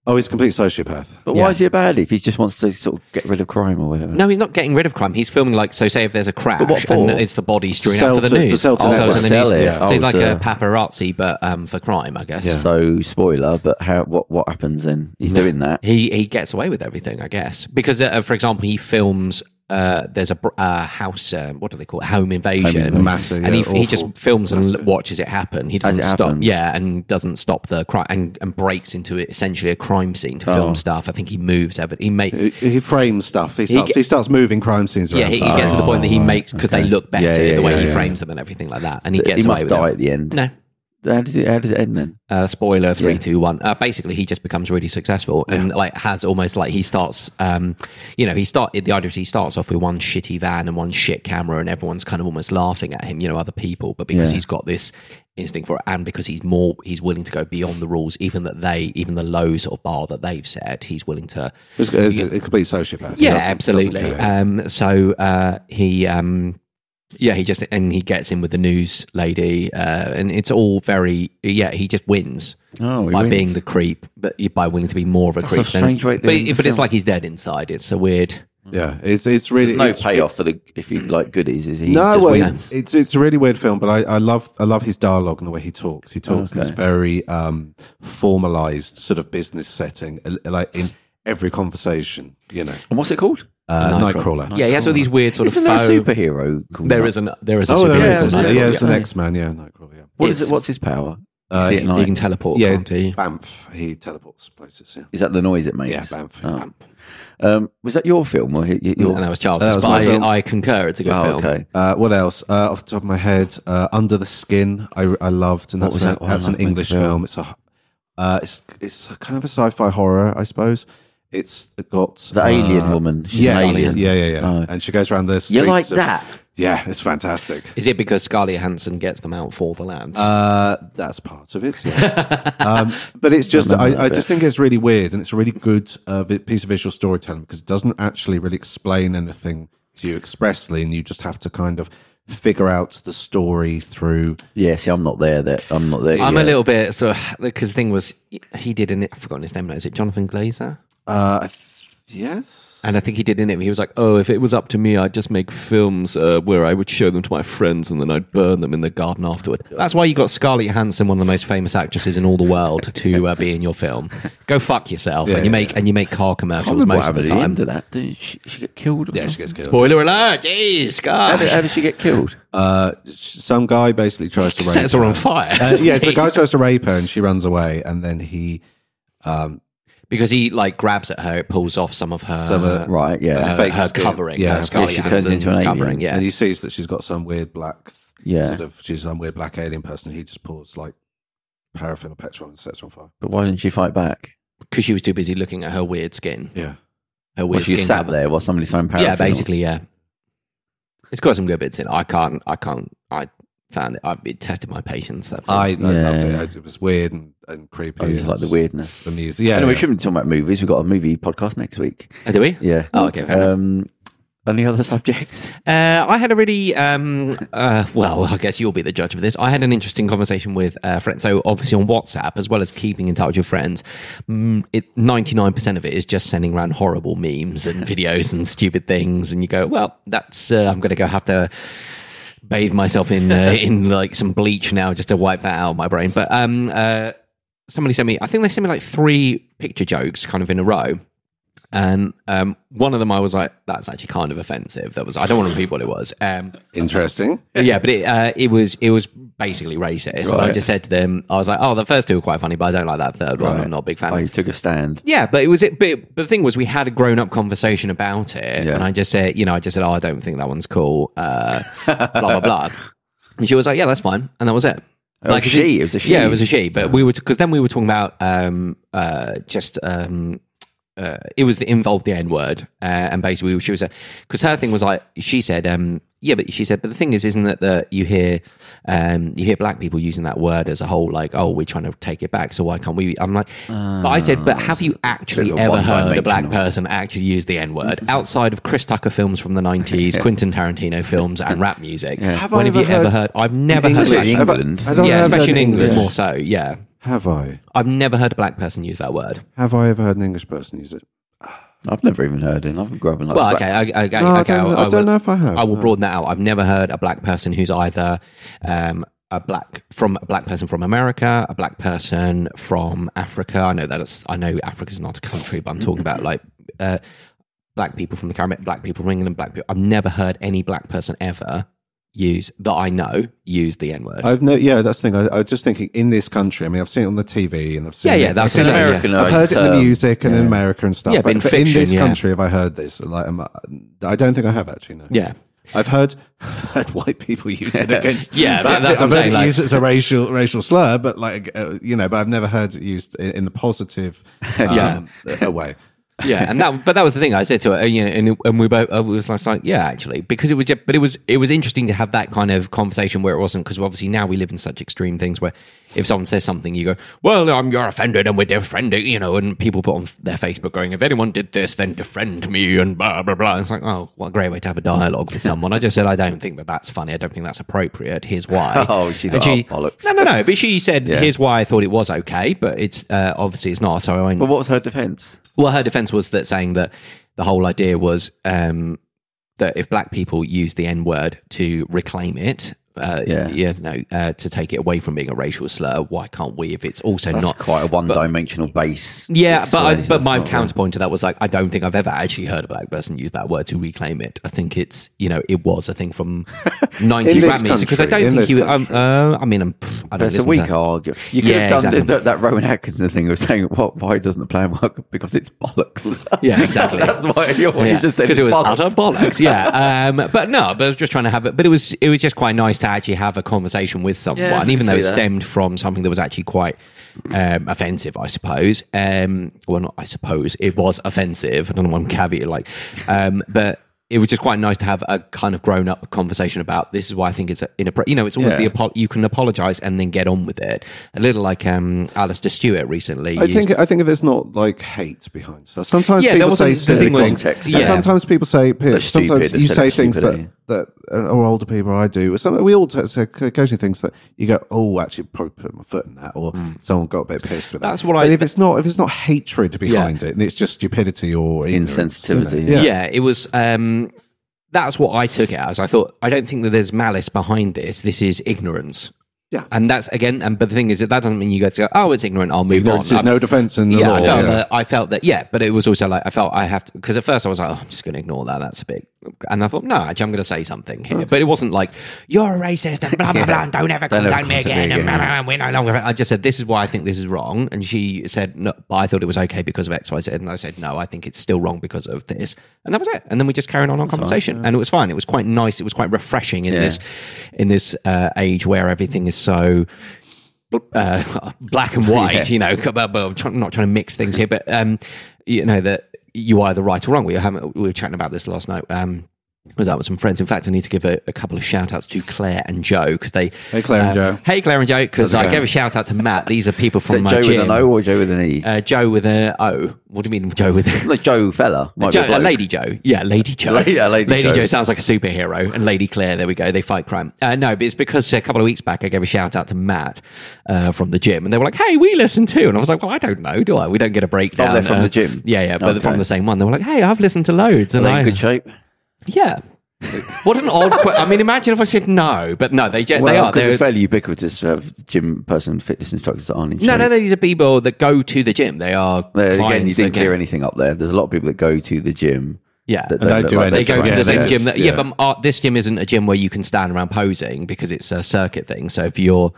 Oh, he's a complete sociopath.
But
Yeah.
why is he a baddie if he just wants to sort of get rid of crime or whatever?
no, he's not getting rid of crime. He's filming like so. Say if there's a crash,
what for?
and it's the body strewn
Sell
out for the
to- to
news.
sell to
Oh,
Netflix.
the
Sell
news.
it.
So
Oh,
he's like
so-
a paparazzi, but um, for crime, I guess.
So spoiler, but how what what happens then? He's doing that.
he he gets away with everything, I guess, because uh, for example, he films. Uh, there's a br- uh, house. Uh, what do they call it? Home invasion.
invasion. Massive,
and
yeah,
he, he just
awful.
films and l- watches it happen. He doesn't
it
stop.
happens.
Yeah, and doesn't stop the crime and, and breaks into it, essentially a crime scene to
Oh.
film stuff. I think he moves. ever- He make
He, he frames stuff. He starts,
ge-
he, starts moving crime scenes around.
yeah. He, he
something.
gets to the point that he makes because they look better
Yeah, yeah,
the way
yeah,
he
yeah.
frames them and everything like that. And he gets
he
away
must
with
die
it.
at the end.
No.
How does it how does it end then?
Uh, spoiler three, two, one. Uh, basically, he just becomes really successful and like has almost like he starts. Um, you know, he start the idea is he starts off with one shitty van and one shit camera, and everyone's kind of almost laughing at him. You know, other people, but because
Yeah.
he's got this instinct for it, and because he's more, he's willing to go beyond the rules, even that they, even the low sort of bar that they've set. He's willing to
He's- he's a complete sociopath. He
yeah,
doesn't-
absolutely.
doesn't care.
Um, so uh, he, um, yeah, he just and he gets in with the news lady, uh, and it's all very yeah. He just wins
Oh, he
by
wins.
being the creep, but by willing to be more of a
a
creep. than-
strange way to
but
end the
but it's
film.
like he's dead inside. It's a weird.
yeah, it's it's really
No
it's-
payoff for the if you like goodies, is he?
No,
just
well,
wins?
it- it's it's a really weird film, but I, I love I love his dialogue and the way he talks. He talks in this very um, formalized sort of business setting, uh, like in every conversation. You know,
and what's it called?
uh, Nightcrawler.
Yeah, he has all these weird sort
Oh Isn't
of
there a
faux.
superhero called
there
Night-
is an there is a
Oh,
superhero.
there
Yeah,
is.
called
Yeah,
isn't
Nightcrawler.
yeah,
it?
it's an X Man. Yeah, Nightcrawler. Yeah,
What is
It's-
it? What's his power?
Uh,
is it at
He
night?
can teleport,
yeah.
can't he?
Banff. He teleports places. Yeah.
Is that the noise it makes?
Yeah, Banff.
Oh. Um, was that your film or y- y- your?
And that was Charles.
That was
but
my film.
I, I concur. It's a good
oh,
film.
okay.
Uh, what else? Uh, off the top of my head, uh, Under the Skin. I, I loved, and
What
that's
was
an-
that one?
that's an
That makes
English
me feel-
film. It's a uh, it's it's kind of a sci-fi horror, I suppose. It's got
The
uh,
alien woman. She's
yeah,
an
it's-
alien.
Yeah, yeah, yeah.
Oh.
And she goes around the streets.
You like
of-
that?
Yeah, it's fantastic.
Is it because Scarlett Hansen gets them out for the lads?
Uh, that's part of it,
(laughs)
yes. um, but it's just, I, I just think it's really weird and it's a really good uh, vi- piece of visual storytelling because it doesn't actually really explain anything to you expressly and you just have to kind of figure out the story through.
Yeah. See, I'm not there. That I'm not there.
I'm
yeah.
a little bit so because the thing was he did an I've forgotten his name now. Is it Jonathan Glazer?
Uh, I th- yes?
And I think he did in it. He was like, "Oh, if it was up to me, I'd just make films uh, where I would show them to my friends and then I'd burn them in the garden afterward." That's why you got Scarlett Johansson, one of the most famous actresses in all the world, to uh, be in your film. Go fuck yourself, and you
yeah,
make and you make
I
car
can't
commercials
remember what
most of the
happened at the
time.
end of that. Did she, she get killed? Or
Yeah, she
something?
gets killed.
Spoiler alert! Jeez,
How did,
gosh,
how did she
(laughs)
get killed?
Uh, some guy basically tries
(laughs)
to rape
sets her
her.
on fire.
Uh, yeah,
(laughs)
so the guy tries to rape her and she runs away and then he
because he like grabs at her, it pulls off some of her uh,
Some of-
Right. Yeah.
her,
fake
her
skin.
covering,
Yeah,
her Scarlett
she turns
Johansson
into an alien.
covering. Yeah,
and he sees that she's got some weird black
Yeah.
sort of she's some weird black alien person he just pours like paraffin or petrol and sets her on fire
but why didn't she fight back?
because she was too busy looking at her weird skin.
yeah
Her weird
Well, she
skin
sat
cover.
there while somebody throwing paraffin.
Yeah,
on.
basically, yeah. It's got some good bits in. it. I can't. I can't. I found it. I, it tested my patience. That film.
I, I loved
Yeah.
it. I- It was weird and, and creepy.
I just Oh, like the
and
weirdness.
The music. Yeah.
Anyway, we
yeah.
shouldn't be talking about movies. We've got a movie podcast next week.
Uh, do we?
Yeah.
Oh, okay, fair enough.
um, Any other subjects?
Uh, I had a really um, uh, well. I guess you'll be the judge of this. I had an interesting conversation with uh, friends. So obviously on WhatsApp, as well as keeping in touch with friends, ninety nine percent of it is just sending around horrible memes and videos and stupid things. And you go, well, that's uh, I'm going to go have to bathe myself in uh, in like some bleach now just to wipe that out of my brain. But um, uh, somebody sent me. I think they sent me like three picture jokes kind of in a row. And um, one of them, I was like, "That's actually kind of offensive." That was I don't want to repeat what it was. Um,
Interesting.
yeah, but it uh, it was it was basically racist. And I
Right.
just said to them, "I was like, oh, the first two were quite funny, but I don't like that third one. I'm not a big fan."
Oh,
of
you took a stand.
yeah, but it was it. But, but the thing was, we had a grown up conversation about it,
Yeah.
and I just said, you know, I just said, oh, I don't think that one's cool. Uh, blah blah blah. And she was like, yeah, that's fine, and that was it.
Oh,
Like,
she, it was a she.
Yeah, it was a she. But we were because then we were talking about um uh just um. uh, it was the, involved the N word, uh, and basically she was because her thing was like she said, um, yeah, but she said, but the thing is, isn't that that you hear, um, you hear black people using that word as a whole, like, oh, we're trying to take it back, so why can't we? I'm like, but I said, but have you actually
of Ah, a
ever
one-dimensional- Mm-hmm.
heard a black person actually use the N word outside of Chris Tucker films from
(laughs)
the '90s, Quentin Tarantino films, and rap music?
Have
when
I
have you
ever
ever
heard-
heard? I've never heard.
English,
that.
in
Have I-
England.
I don't
yeah,
have that
especially in
in
England,
English.
more so. Yeah,
Have I?
I've never heard a black person use that word.
Have I ever heard an English person use it?
I've never even heard it. I've grown up in like.
Well, okay, I, I, okay,
No, I
okay,
don't know- I don't
will-
know if I have,
I will
no.
broaden that out. I've never heard a black person who's either um, a black from a black person from America, a black person from Africa. I know that's I know Africa's not a country, but I'm talking about like uh, black people from the Caribbean, black people from England, black people. I've never heard any black person ever use that I know use the N word.
I've no. Yeah, that's the thing. I, I was just thinking in this country. I mean, I've seen it on the TV and I've seen.
Yeah,
it,
yeah, that's
I've
what
seen
I'm saying,
it- I've heard it in the music and in America and stuff.
Yeah, but
but
in
but
fiction,
in this
yeah.
country, have I heard this? Like, am I, I don't think I have actually. No.
Yeah.
I've heard, (laughs) I've heard white
(laughs)
people use it against.
Yeah, that- that's what
I've
I'm
heard
saying,
it
like-
used as a racial racial slur, but like uh, you know, but I've never heard it used in, in the
(laughs)
positive um, uh, way.
yeah, and that, but that was the thing I said to her, you know, and, and we both I was like, like, yeah, actually, because it was, just, but it was, it was interesting to have that kind of conversation where it wasn't because obviously now we live in such extreme things where if someone says something, you go, well, um, you're offended and we're defriending, you know, and people put on their Facebook going, if anyone did this, then defriend me and blah blah blah. it's like, oh, what a great way to have a dialogue with someone. I just said, I don't think that that's funny. I don't think that's appropriate. Here's why.
(laughs) Oh, she
And
thought, "Oh, bollocks."
No, no, no. But she
(laughs)
said,
Yeah.
here's why I thought it was okay, but it's uh, obviously it's not. So I went,
But what was her defense?
well, her defense was that saying that the whole idea was um, that if black people use the N word to reclaim it, uh,
Yeah.
you know, uh, to take it away from being a racial slur, why can't we? If it's also
That's
not
quite a one-dimensional base.
yeah, but I,
explanation.
but
That's
my
not
counterpoint to that was like I don't think I've ever actually heard a black person use that word to reclaim it. I think it's you know it was a thing
(laughs)
from
In
nineties
this
rap music because I
country, in
don't
this
think you. Um,
country.
uh, I mean, I'm, pff, I don't.
That's a
listen
weak
to-
argument. You could
Yeah,
have done
exactly.
that, that Rowan Atkinson thing of saying, "What? Why doesn't the plan work? Because it's bollocks."
(laughs) Yeah,
(laughs)
exactly.
That's why you're,
Yeah,
you just said
'cause
it's
it was
bollocks.
utter
(laughs)
bollocks. Yeah, um, but no, but I was just trying to have it. But it was it was just quite nice to actually have a conversation with someone,
Yeah, I can
even though
see
it
that.
stemmed from something that was actually quite um, offensive, I suppose. Um, well, not I suppose it was offensive. I don't know one caveat like, um, but. It was just quite nice to have a kind of grown-up conversation about this. Is why I think it's inappropriate. You know, it's almost
Yeah.
the apo- you can apologize and then get on with it. A little like um, Alistair Stewart recently.
I
used-
think I think there's not like hate behind stuff. Sometimes
Yeah, there
people say
wasn't- the
silly
thing was-
things.
Context.
and
yeah.
sometimes people say sometimes
stupid
you
instead
say
of
things that
stupidity.
that uh, or older people I do. Some, we all t- say occasionally things that you go, oh, actually, probably put my foot in that, or someone got a bit pissed with that.
Hmm. That's what
But
I-
If it's not if it's not hatred behind it, and it's just stupidity or ignorance,
Insensitivity.
you know?
yeah. it was um that's what i took it as i thought i don't think that there's malice behind this this is ignorance
Yeah.
and that's again and but the thing is that that doesn't mean you go to go oh it's ignorant i'll move
Ignorance
on
is no defense in the
yeah,
law.
I felt
yeah.
that. I felt that. Yeah, but it was also like I felt I have to because at first I was like, oh, I'm just going to ignore that. That's a bit. And I thought, no, actually, I'm going to say something here. But it wasn't like you're a racist and blah blah blah. And don't ever
Don't
condone
ever
me
condone me
again. and
again,
blah, blah,
yeah.
blah, we're no longer. I just said this is why I think this is wrong. And she said, no, but I thought it was okay because of X Y Z. And I said, no, I think it's still wrong because of this. And that was it. And then we just carried on our conversation, and it was fine. It was quite nice. It was quite refreshing in
Yeah.
this in this uh, age where everything is so uh, (laughs) black and white, you know, but- but I'm trying- not trying to mix things here, but um, you know that you either right or wrong. We were, having, we were chatting about this last night. Um, I was out with some friends. In fact, I need to give a, a couple of shout outs to Claire and Joe because they. um,
Hey, Claire and Joe.
Hey, Claire and Joe, because
How's it
I
going?
gave a shout out to Matt. These are people
Is
from
it
my
Joe
gym.
with an O or Joe with an E?
Uh, Joe with a O. What do you mean, Joe with a
no, Joe fella. Might be
Joe,
a bloke.
Lady Joe. Yeah, Lady Joe.
Lady- (laughs) yeah, Lady Joe.
sounds like a superhero. And Lady Claire, there we go. They fight crime. Uh, no, but it's because a couple of weeks back I gave a shout out to Matt uh, from the gym. And they were like, hey, we listen too. And I was like, well, I don't know, do I? We don't get a breakdown.
Oh, they're from
Uh,
the gym?
Yeah, yeah, but
Okay.
from the same one. They were like, hey, I've listened to loads.
Are
And
they
I,
in good shape?
yeah. what an odd question. I mean, imagine if I said no, but no, they, they
Well,
are.
'cause
They're-
It's fairly ubiquitous to have gym person fitness instructors that aren't in
no,
shape.
no, no, these are people that go to the gym. They are.
There, again, you didn't
clients that get-
clear anything up there. There's a lot of people that go to the gym.
Yeah.
that
And don't
look
do
like
they
anything.
they're
go to
Yeah,
the same
they're
gym
just-
that yeah,
yeah.
but uh, this gym isn't a gym where you can stand around posing because it's a circuit thing so if you're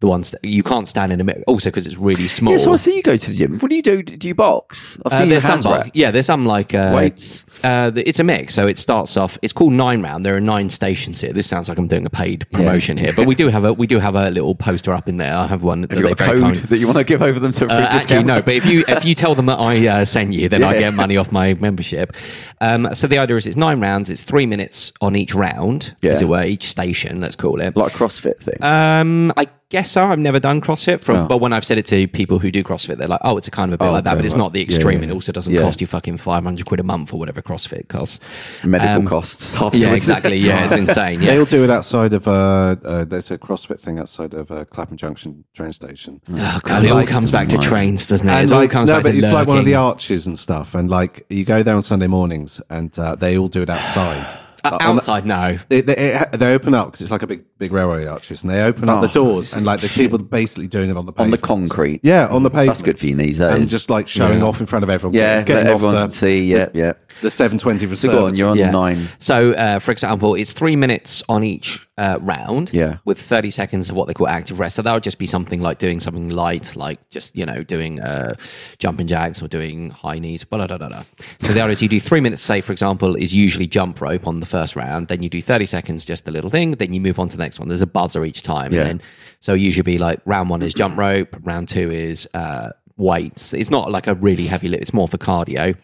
the ones that you can't stand in a mirror. Also, because it's really small.
Yeah, so I see you go to the gym. What do you do? Do you box? I've
Uh,
seen your
there's some
hands
like,
racked.
yeah, there's some like uh,
Weights.
Uh, the, it's a mix, so it starts off. It's called Nine Round. There are nine stations here. This sounds like I'm doing a paid promotion here, but we do have a we do have a little poster up in there. I have one.
Have you got a code that you want to give over them to for
Uh,
a
actually,
discount?
no. But if you if you tell them that I uh, send you, then I get money off my membership. Um, so the idea is it's nine rounds. It's three minutes on each round, as
Yeah.
it were, each station. Let's call
(laughs)
it.
like a CrossFit thing.
Um, I guess so. I've never done CrossFit, from,
Oh.
but when I've said it to people who do CrossFit, they're like, "Oh, it's a kind of a bit like that, but it's not the extreme, and it also doesn't
Yeah.
cost you fucking five hundred quid a month or whatever CrossFit costs."
Medical
um,
costs. (laughs)
Yeah,
afterwards.
exactly. Yeah, it's insane.
Mm. (laughs) They
Yeah,
all do it outside of uh, uh there's a CrossFit thing outside of uh, Clapham Junction train station.
oh, God, it all comes back to trains, doesn't it?
And
it all
like,
comes
no,
back
but
to
it's like one of the
lurking.
arches and stuff. And like you go there on Sunday mornings, and uh, they all do it outside.
Uh,
Like, on the-
outside. No,
They, they, it, they open up because it's like a big, big railway arches, and they open up the doors, and like there's people basically doing it on the
Oh, on
pavement.
the concrete.
yeah, on the pavement.
That's good for your knees. That
And
is.
just like showing off in front of everyone.
yeah, let
getting off
everyone
the,
can see.
(laughs)
Yeah, yeah.
the 720 for
So go on. You're on
Yeah.
nine.
So, uh, for example, it's three minutes on each uh, round.
Yeah.
With thirty seconds of what they call active rest. So that would just be something like doing something light, like just you know doing uh, jumping jacks or doing high knees. Blah, blah, blah, blah. So the idea is you do three minutes. Say, for example, is usually jump rope on the first round. Then you do thirty seconds, just the little thing. Then you move on to the next one. There's a buzzer each time.
Yeah.
And then, so it usually be like round one is jump rope. Round two is uh, weights. It's not like a really heavy lift. It's more for cardio.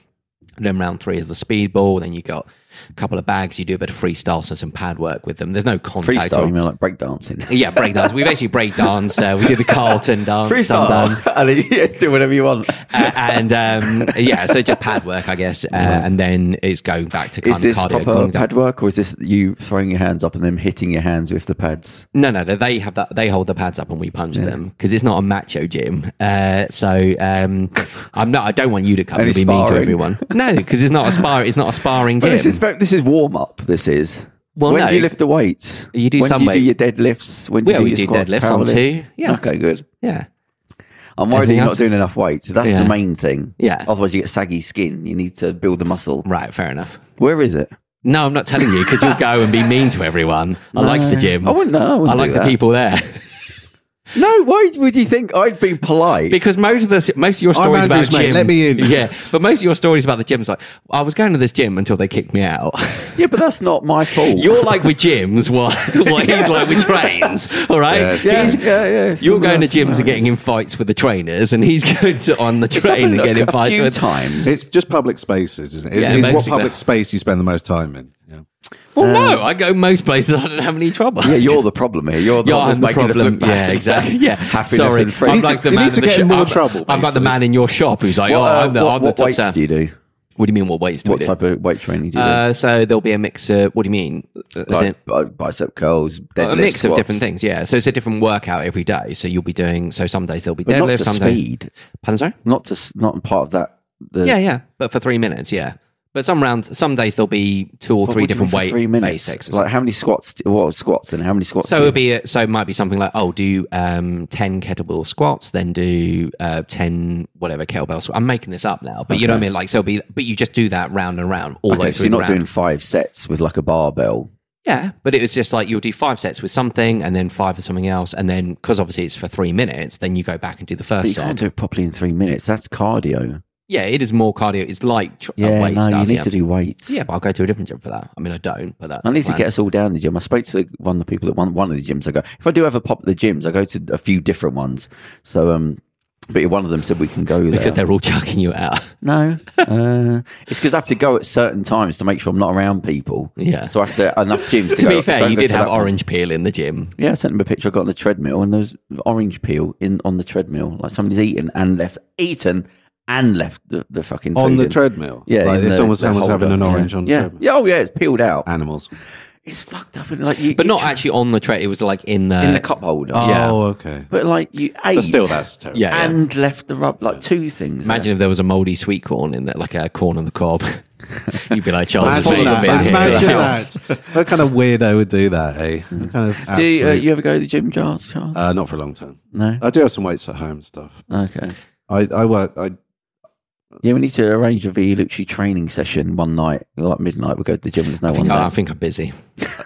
And then round three is the speedball. Then you got a couple of bags. You do a bit of freestyle, so some pad work with them. There's no contact.
Freestyle,
or-
you mean like breakdancing?
(laughs) yeah, breakdance. We basically breakdance. Uh, we do
(laughs)
the Carlton dance. sometimes.
Freestyle. and (laughs) then you just do whatever you want.
Uh, and um, yeah, so just pad work, I guess. Uh, And then it's going back to kind
Is this
of cardio.
proper
cooling down.
pad work, or is this you throwing your hands up and then hitting your hands with the pads?
No, no, they- they have that. They hold the pads up and we punch them because it's not a macho gym. Uh, so um, I'm not. I don't want you to come
Any
and be mean to
sparring?
everyone. No, because it's not a spar. It's not a
(laughs)
sparring
But
gym.
this is ve- this is warm up. This is.
Well,
when
no.
do you lift the weights?
You do
when
some
do you do
weight-
your deadlifts. When do
Yeah,
you do
we
your
do
squats,
deadlifts
power
on
lifts?
two. Yeah.
Okay, good.
yeah.
I'm worried
Anything
you're
else?
not doing enough weights. That's
Yeah.
the main thing.
Yeah.
Otherwise, you get saggy skin. You need to build the muscle.
Right. Fair enough.
Where is it?
No, I'm not telling you because you'll go and be mean to everyone. I like the gym.
I wouldn't know. I, wouldn't
I like
do
the
that.
people there
(laughs) No, why would you think I'd be polite?
because most of the most of your
I'm
stories about
Andrew's mate,
gym.
let me in.
(laughs) Yeah, but most of your stories about the gym is like I was going to this gym until they kicked me out. (laughs)
yeah, but that's not my fault.
You're like with gyms, (laughs) what what he's like with trains. All right,
Yeah,
(laughs)
it's
(laughs) yeah,
He's-
yeah, yeah.
You're
someone
going to
else, someone
gyms and getting in
else.
fights with the trainers, and he's (laughs) going to on the
Just have a
train and
look
getting in
a
fights
few
with.
times.
It's just public spaces, isn't it? It's,
Yeah,
it's what
basically.
public space you spend the most time in. Yeah.
Well, no, I go most places. I don't have any trouble.
um,
(laughs)
yeah, you're the problem here. You're the
Yeah,
one that's
I'm the
making us
problem.
look bad. (laughs)
Yeah, exactly. Yeah,
Happiness
Sorry.
and freedom.
I'm like the
You
man
need to
in the
get in
shop.
more
I'm,
trouble,
I'm like the
basically.
man in your shop who's like,
What,
oh,
uh,
I'm the,
what,
I'm the
what
top
weights
star."
do you do?
What do you mean? What weights do
What
we
type
do?
of weight training do you do?
Uh, so there'll be a mix of what do you mean? As in-
like bi- bicep curls, deadlifts,
a mix of
squats.
different things, yeah. So it's a different workout every day. So you'll be doing. So some days there'll be
But not
deadlift.
to
Some days,
speed.
pardon, sorry.
Not to s- not part of that. The,
Yeah, yeah, but for three minutes, yeah. But some rounds, some days there'll be two or
What
three
would you
different
do for
weight
Three minutes.
based exercises.
Like how many squats? do- What squats and how many squats?
So
do
it
you-
would be so it might be something like oh do um, ten kettlebell squats then do uh, ten whatever kettlebell squats. I'm making this up now, but you know what I mean. Like so it'll be but you just do that round and round all the way
Okay, so
through
you're
the
not
round.
doing five sets with like a barbell.
yeah, but it was just like you'll do five sets with something and then five with something else and then because obviously it's for three minutes, then you go back and do the
But
first
you can't
set.
do it properly in three minutes. That's cardio.
yeah, it is more cardio. It's like tr- uh,
Yeah,
weight
no,
stuff.
you need
yeah.
to do weights.
yeah, but I'll go to a different gym for that. I mean, I don't, but that's
I
the
need to
plan.
get us all down the gym. I spoke to the, one of the people at one, one of the gyms. I go, if I do ever pop at the gyms, I go to a few different ones. So, um, but one of them said we can go there.
(laughs) because they're all chucking you
(laughs)
out.
No, uh, it's because I have to go at certain times to make sure I'm not around people.
Yeah.
so I have to enough gyms. To,
to
go,
be fair,
don't
you
go
did
to
have
that one.
orange peel in the gym.
Yeah, I sent him a picture. I got on the treadmill, and there was orange peel in on the treadmill. Like somebody's eaten and left, eaten and left the, the fucking
On
food
the
in.
treadmill.
Yeah,
Like
in
it's
the-
almost,
the
almost having an
holder.
orange on the
yeah.
treadmill.
yeah, oh yeah, it's peeled out.
Animals.
It's fucked up, and like you,
But
you
not
tr-
actually on the tray. It was like in the
in the cup holder.
Yeah.
Uh, Oh, okay.
But like you ate,
But still, that's terrible.
Yeah, yeah.
and left the rub like two things.
Imagine if there was a mouldy sweet corn in there, like a corn on the cob. (laughs) You'd be like, Charles,
Imagine
there's a little
that.
bit here.
Imagine
(laughs) House.
that. What kind of weirdo would do that, eh? What kind of
there. Do you, uh,
absolute-
you ever go to the gym, Charles? Charles?
uh, not for a long time.
no.
I do have some weights at home and stuff.
Okay.
I, I work. I
Yeah, we need to arrange a Vilucci training session one night, like midnight. We go to the gym. There's no
I
one
think, oh, I
there.
think I'm busy.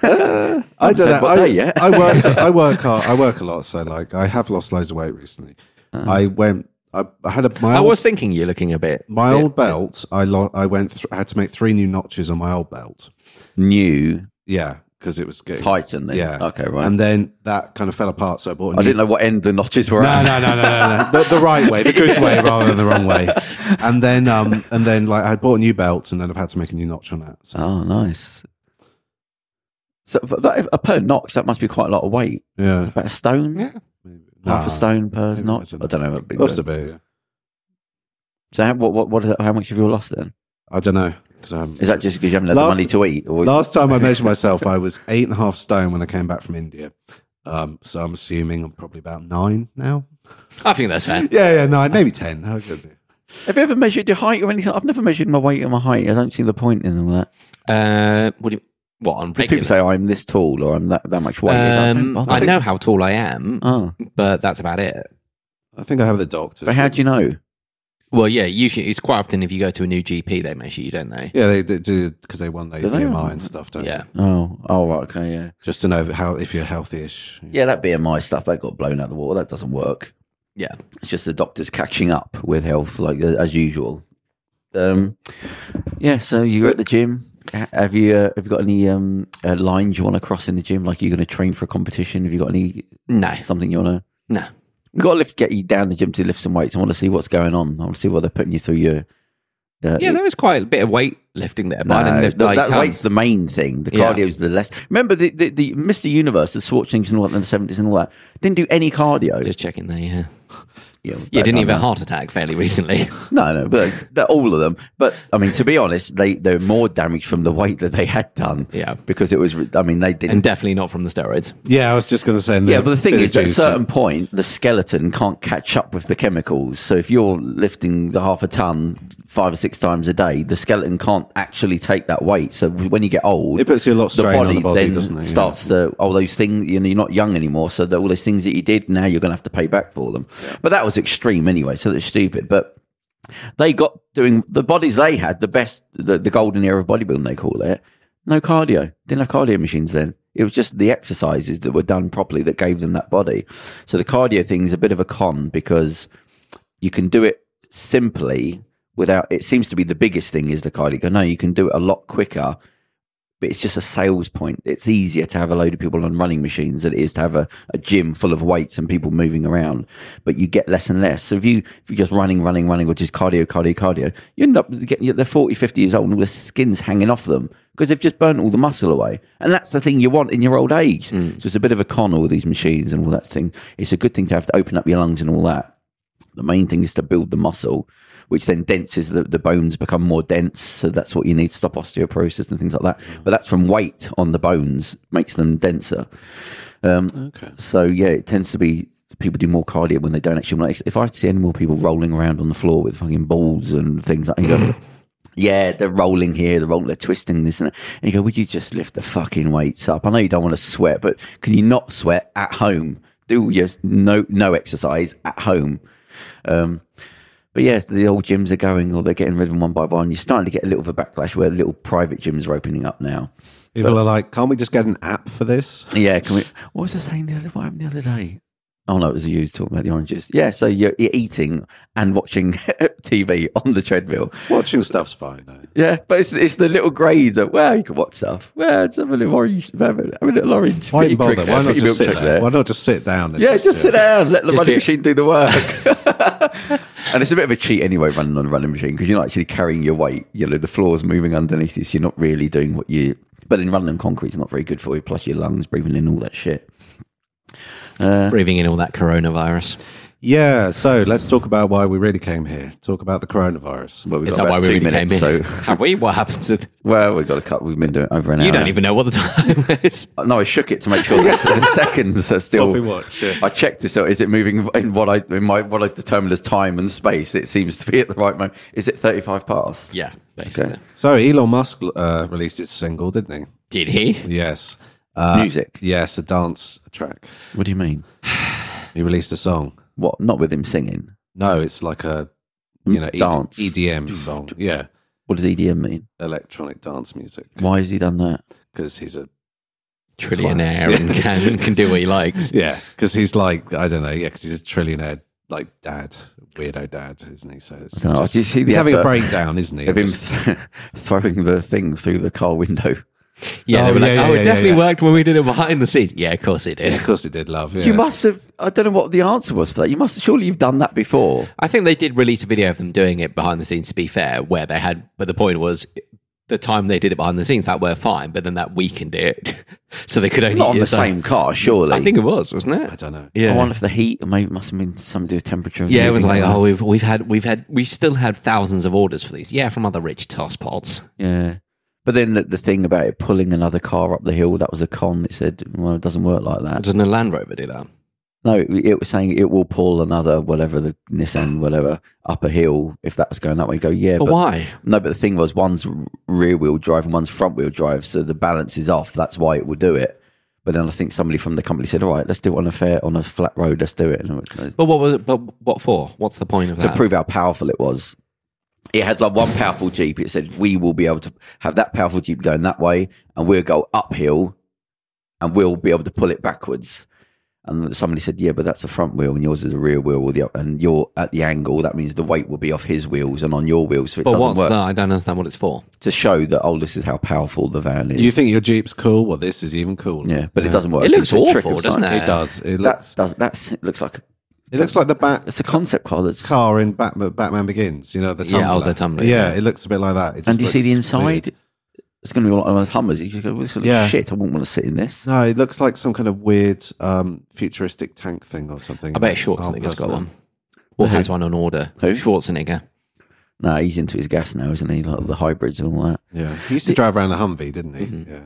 I don't
said
know.
what
I,
day yet.
I
(laughs)
work. I work. hard- I work a lot, so like I have lost loads of weight recently. I went. I, I had a. My
I
old,
was thinking you're looking a bit.
my
bit-
old belt. I lo- I went. Th- had to make three new notches on my old belt.
New
Yeah, because it was getting
Titan. Then.
Yeah.
Okay. Right.
And then that kind of fell apart. So I bought. A
I
new,
didn't know what end the notches were at.
no, no, no, no, no. (laughs) the, the right way, the good way, rather than the wrong way. And then, um, and then, like, I bought a new belt, and then I've had to make a new notch on it. So,
(laughs) Oh, nice. So but that, a per notch, that must be quite a lot of weight.
yeah,
About a stone, yeah. half
Nah,
a stone per
maybe
notch. I
not.
don't know. how big
Must
that-
have been. yeah.
So how, what, what, what is that, how much have you lost then?
I don't know because I haven't.
Is that just because you haven't had
Last-
the money to eat? Or
Last time I measured myself, I was eight and a half stone when I came back from India. Um, so I'm assuming I'm probably about nine now.
I think that's fair.
Yeah, yeah, nine, maybe ten. How good is it?
have you ever measured your height or anything? I've never measured my weight or my height. I don't see the point in all that.
Uh, what? Do you, what on regular?
People say I'm this tall or I'm that, that much weight. I don't
um,
bother.
I Uh. know how tall I am,
Oh,
but that's about it.
I think I have the doctor.
but how do you know?
Well, yeah, usually it's quite often if you go to a new GP, they measure you, don't they?
yeah, they, they do because they want their
Do they?
BMI and stuff, don't
Yeah.
they?
Oh, oh, right, okay, yeah,
Just to know how if you're healthy-ish.
yeah. That BMI stuff that got blown out of the water. That doesn't work.
Yeah.
it's just the doctors catching up with health like uh, as usual um yeah so you're at the gym H- have you uh, have you got any um uh, lines you want to cross in the gym like you're going to train for a competition have you got any
No,
something you want to
no.
we've got to lift get you down the gym to lift some weights i want to see what's going on i want to see what they're putting you through your uh,
Yeah, there is quite a bit of weight lifting there, but I didn't
no,
lift
th-
like um,
that
tons.
weight's uh, the main thing. The
Yeah.
cardio's the less. Remember the, the, the Mr. Universe, the Schwarzenegger and all that in the seventies and all that didn't do any cardio.
Just checking there,
yeah,
yeah. Yeah,
that-
didn't
I
even
know.
have a heart attack fairly (laughs) recently.
No, no, but they're all of them. But I mean, to be honest, they they're more damaged from the weight that they had done.
(laughs) Yeah.
because it was. I mean, they didn't.
and definitely not from the steroids.
Yeah, I was just going to say.
yeah, but the thing is, at a
Billie Jean
certain point, the skeleton can't catch up with the chemicals. So if you're lifting the half a ton five or six times a day, the skeleton can't actually take that weight. So when you get old,
It puts you a lot of strain on the body,
then
doesn't it? Yeah.
Starts to all those things. You know, you're not young anymore, so that all those things that you did now you're going to have to pay back for them. But that was extreme anyway, so that's stupid. But they got doing the bodies they had the best the, the golden era of bodybuilding they call it no cardio didn't have cardio machines then it was just the exercises that were done properly that gave them that body so the cardio thing is a bit of a con because you can do it simply without it seems to be the biggest thing is the cardio Go, no you can do it a lot quicker but it's just a sales point it's easier to have a load of people on running machines than it is to have a, a gym full of weights and people moving around but you get less and less so if you if you're just running running running or just cardio cardio cardio you end up getting they're 40 50 years old and all the skin's hanging off them because they've just burnt all the muscle away and that's the thing you want in your old age so it's a bit of a con all these machines and all that thing it's a good thing to have to open up your lungs and all that the main thing is to build the muscle, which then denses the, the bones become more dense. So that's what you need to stop osteoporosis and things like that. But that's from weight on the bones makes them denser. Um, So yeah, it tends to be people do more cardio when they don't actually. Like, if I see any more people rolling around on the floor with fucking balls and things like, you go, yeah, they're rolling here, they're rolling, they're twisting this and that. And you go, would you just lift the fucking weights up? I know you don't want to sweat, but can you not sweat at home? Do just no no exercise at home. Um, but yeah, the old gyms are going or they're getting rid of them one by one. You're starting to get a little of a backlash where little private gyms are opening up now.
People are like, can't we just get an app for this?
Yeah, can we? What was I saying the other? What happened the other day? Oh no, it was you talking about the oranges. Yeah, so you're, you're eating and watching (laughs) TV on the treadmill.
Watching stuff's fine. Though.
Yeah, but it's it's the little grades of well, you can watch stuff. Well, it's have a little orange, have a, have a little orange.
Why
(laughs) Put your
even bother?
drink there,
Why
put
not
your
just sit
milkshake
there? Why not just sit down? And
Yeah, just, sit down, let the
Just
running
be-
machine do the work. (laughs) and it's a bit of a cheat anyway, running on a running machine because you're not actually carrying your weight. You know, the floor's moving underneath you, so you're not really doing what you. But in running on concrete, it's not very good for you. Plus, your lungs breathing in all that shit.
Breathing in all that coronavirus.
Yeah, so let's talk about why we really came here. Talk about the coronavirus.
Well, we've
Is
got
that why
about
we
two
really
minutes,
came in?
So,
(laughs) Have we? What happened to? The,
well, we've got a cut. We've been doing it over an hour. Uh,
you don't even know what the time (laughs) is.
No, I shook it to make sure the
(laughs)
the seconds are still.
Copy watch, yeah.
I checked this out. Is it moving in what I in my what I determined as time and space? It seems to be at the right moment. Is it thirty-five past?
Yeah, basically.
Okay.
So Elon Musk uh, released his single, didn't
Did he?
he? Yes. Uh,
Music.
Yes, a dance track.
What do you mean?
He released a song.
What? Not with him singing.
No, it's like a you know E-
Dance.
EDM song. Yeah,
What does EDM mean?
electronic dance music
Why has he done that?
because he's a
trillionaire and can, can do what
(laughs)
he likes.
Yeah, because he's like I don't know. Yeah, because he's a trillionaire, like dad, weirdo dad, isn't he? So it's
I don't know.
just-
Do you see the
he's having a
advert
breakdown, isn't he?
of him
Just-
throwing the thing through the car window?
Yeah, they
Oh,
were like,
yeah,
oh,
yeah,
it
yeah,
definitely
yeah.
worked when we did it behind the scenes. Yeah, of course it did.
of course, he did love. Yeah.
You must have. I don't know what the answer was for that. You must surely you've done that before.
I think they did release a video of them doing it behind the scenes. To be fair, where they had, but the point was, the time they did it behind the scenes, that were fine. But then that weakened it, (laughs) so they could only
Not on the
it's like-
same car, surely.
I think it was, wasn't it?
I don't know.
Yeah,
I wonder if the heat, or maybe it must have been something to do with temperature. and
yeah. It was
everything
like, oh, we've we've had we've had we've still had thousands of orders for these. Yeah, from other rich tosspots.
that. yeah. But then the, the thing about it pulling another car up the hill, that was a con. It said, well, it doesn't work like that.
Doesn't a Land Rover do that?
No, it, it was saying it will pull another, whatever the Nissan, whatever, up a hill if that was going that way. You go, yeah,
But,
but
why?
No, but the thing was, one's rear wheel drive and one's front wheel drive, so the balance is off. That's why it will do it. But then I think somebody from the company said, "All right, let's do it on a fair, on a flat road. Let's do it." And it was- uh,
But what was? It, but what for? What's the point of
to
that?
prove how powerful it was. It had like one powerful jeep. It said, "We will be able to have that powerful jeep going that way, and we'll go uphill, and we'll be able to pull it backwards." And somebody said, "Yeah, but that's a front wheel, and yours is a rear wheel, with the up, and you're at the angle. That means the weight will be off his wheels and on your wheels, so it
but
doesn't
what's
work."
that? I don't understand what it's for.
to show that oh this is how powerful the van is.
You think your jeep's cool? Well, this is even cooler.
yeah, but it doesn't work.
It looks
It's a trick
awful,
of
doesn't
science.
It does. It
That
looks.
does that's it looks like a,
It looks like the back
it's a concept car that's
car in Batman, Batman Begins. You know the tumbler.
Yeah, oh, the tumbler,
Yeah,
yeah.
it looks a bit like that. It just
and you see
looks
the inside.
weird.
It's going to be like one of those Hummers. You just go, well, this looks
Yeah.
shit. I wouldn't want to sit in this.
No, it looks like some kind of weird um, futuristic tank thing or something.
I bet
Arm
Schwarzenegger's got
personnel.
one. Or has one on order.
Who?
Schwarzenegger.
No, he's into his gas now, isn't he? Like the hybrids and all that.
Yeah, he used to drive around a Humvee, didn't he?
Mm-hmm.
Yeah.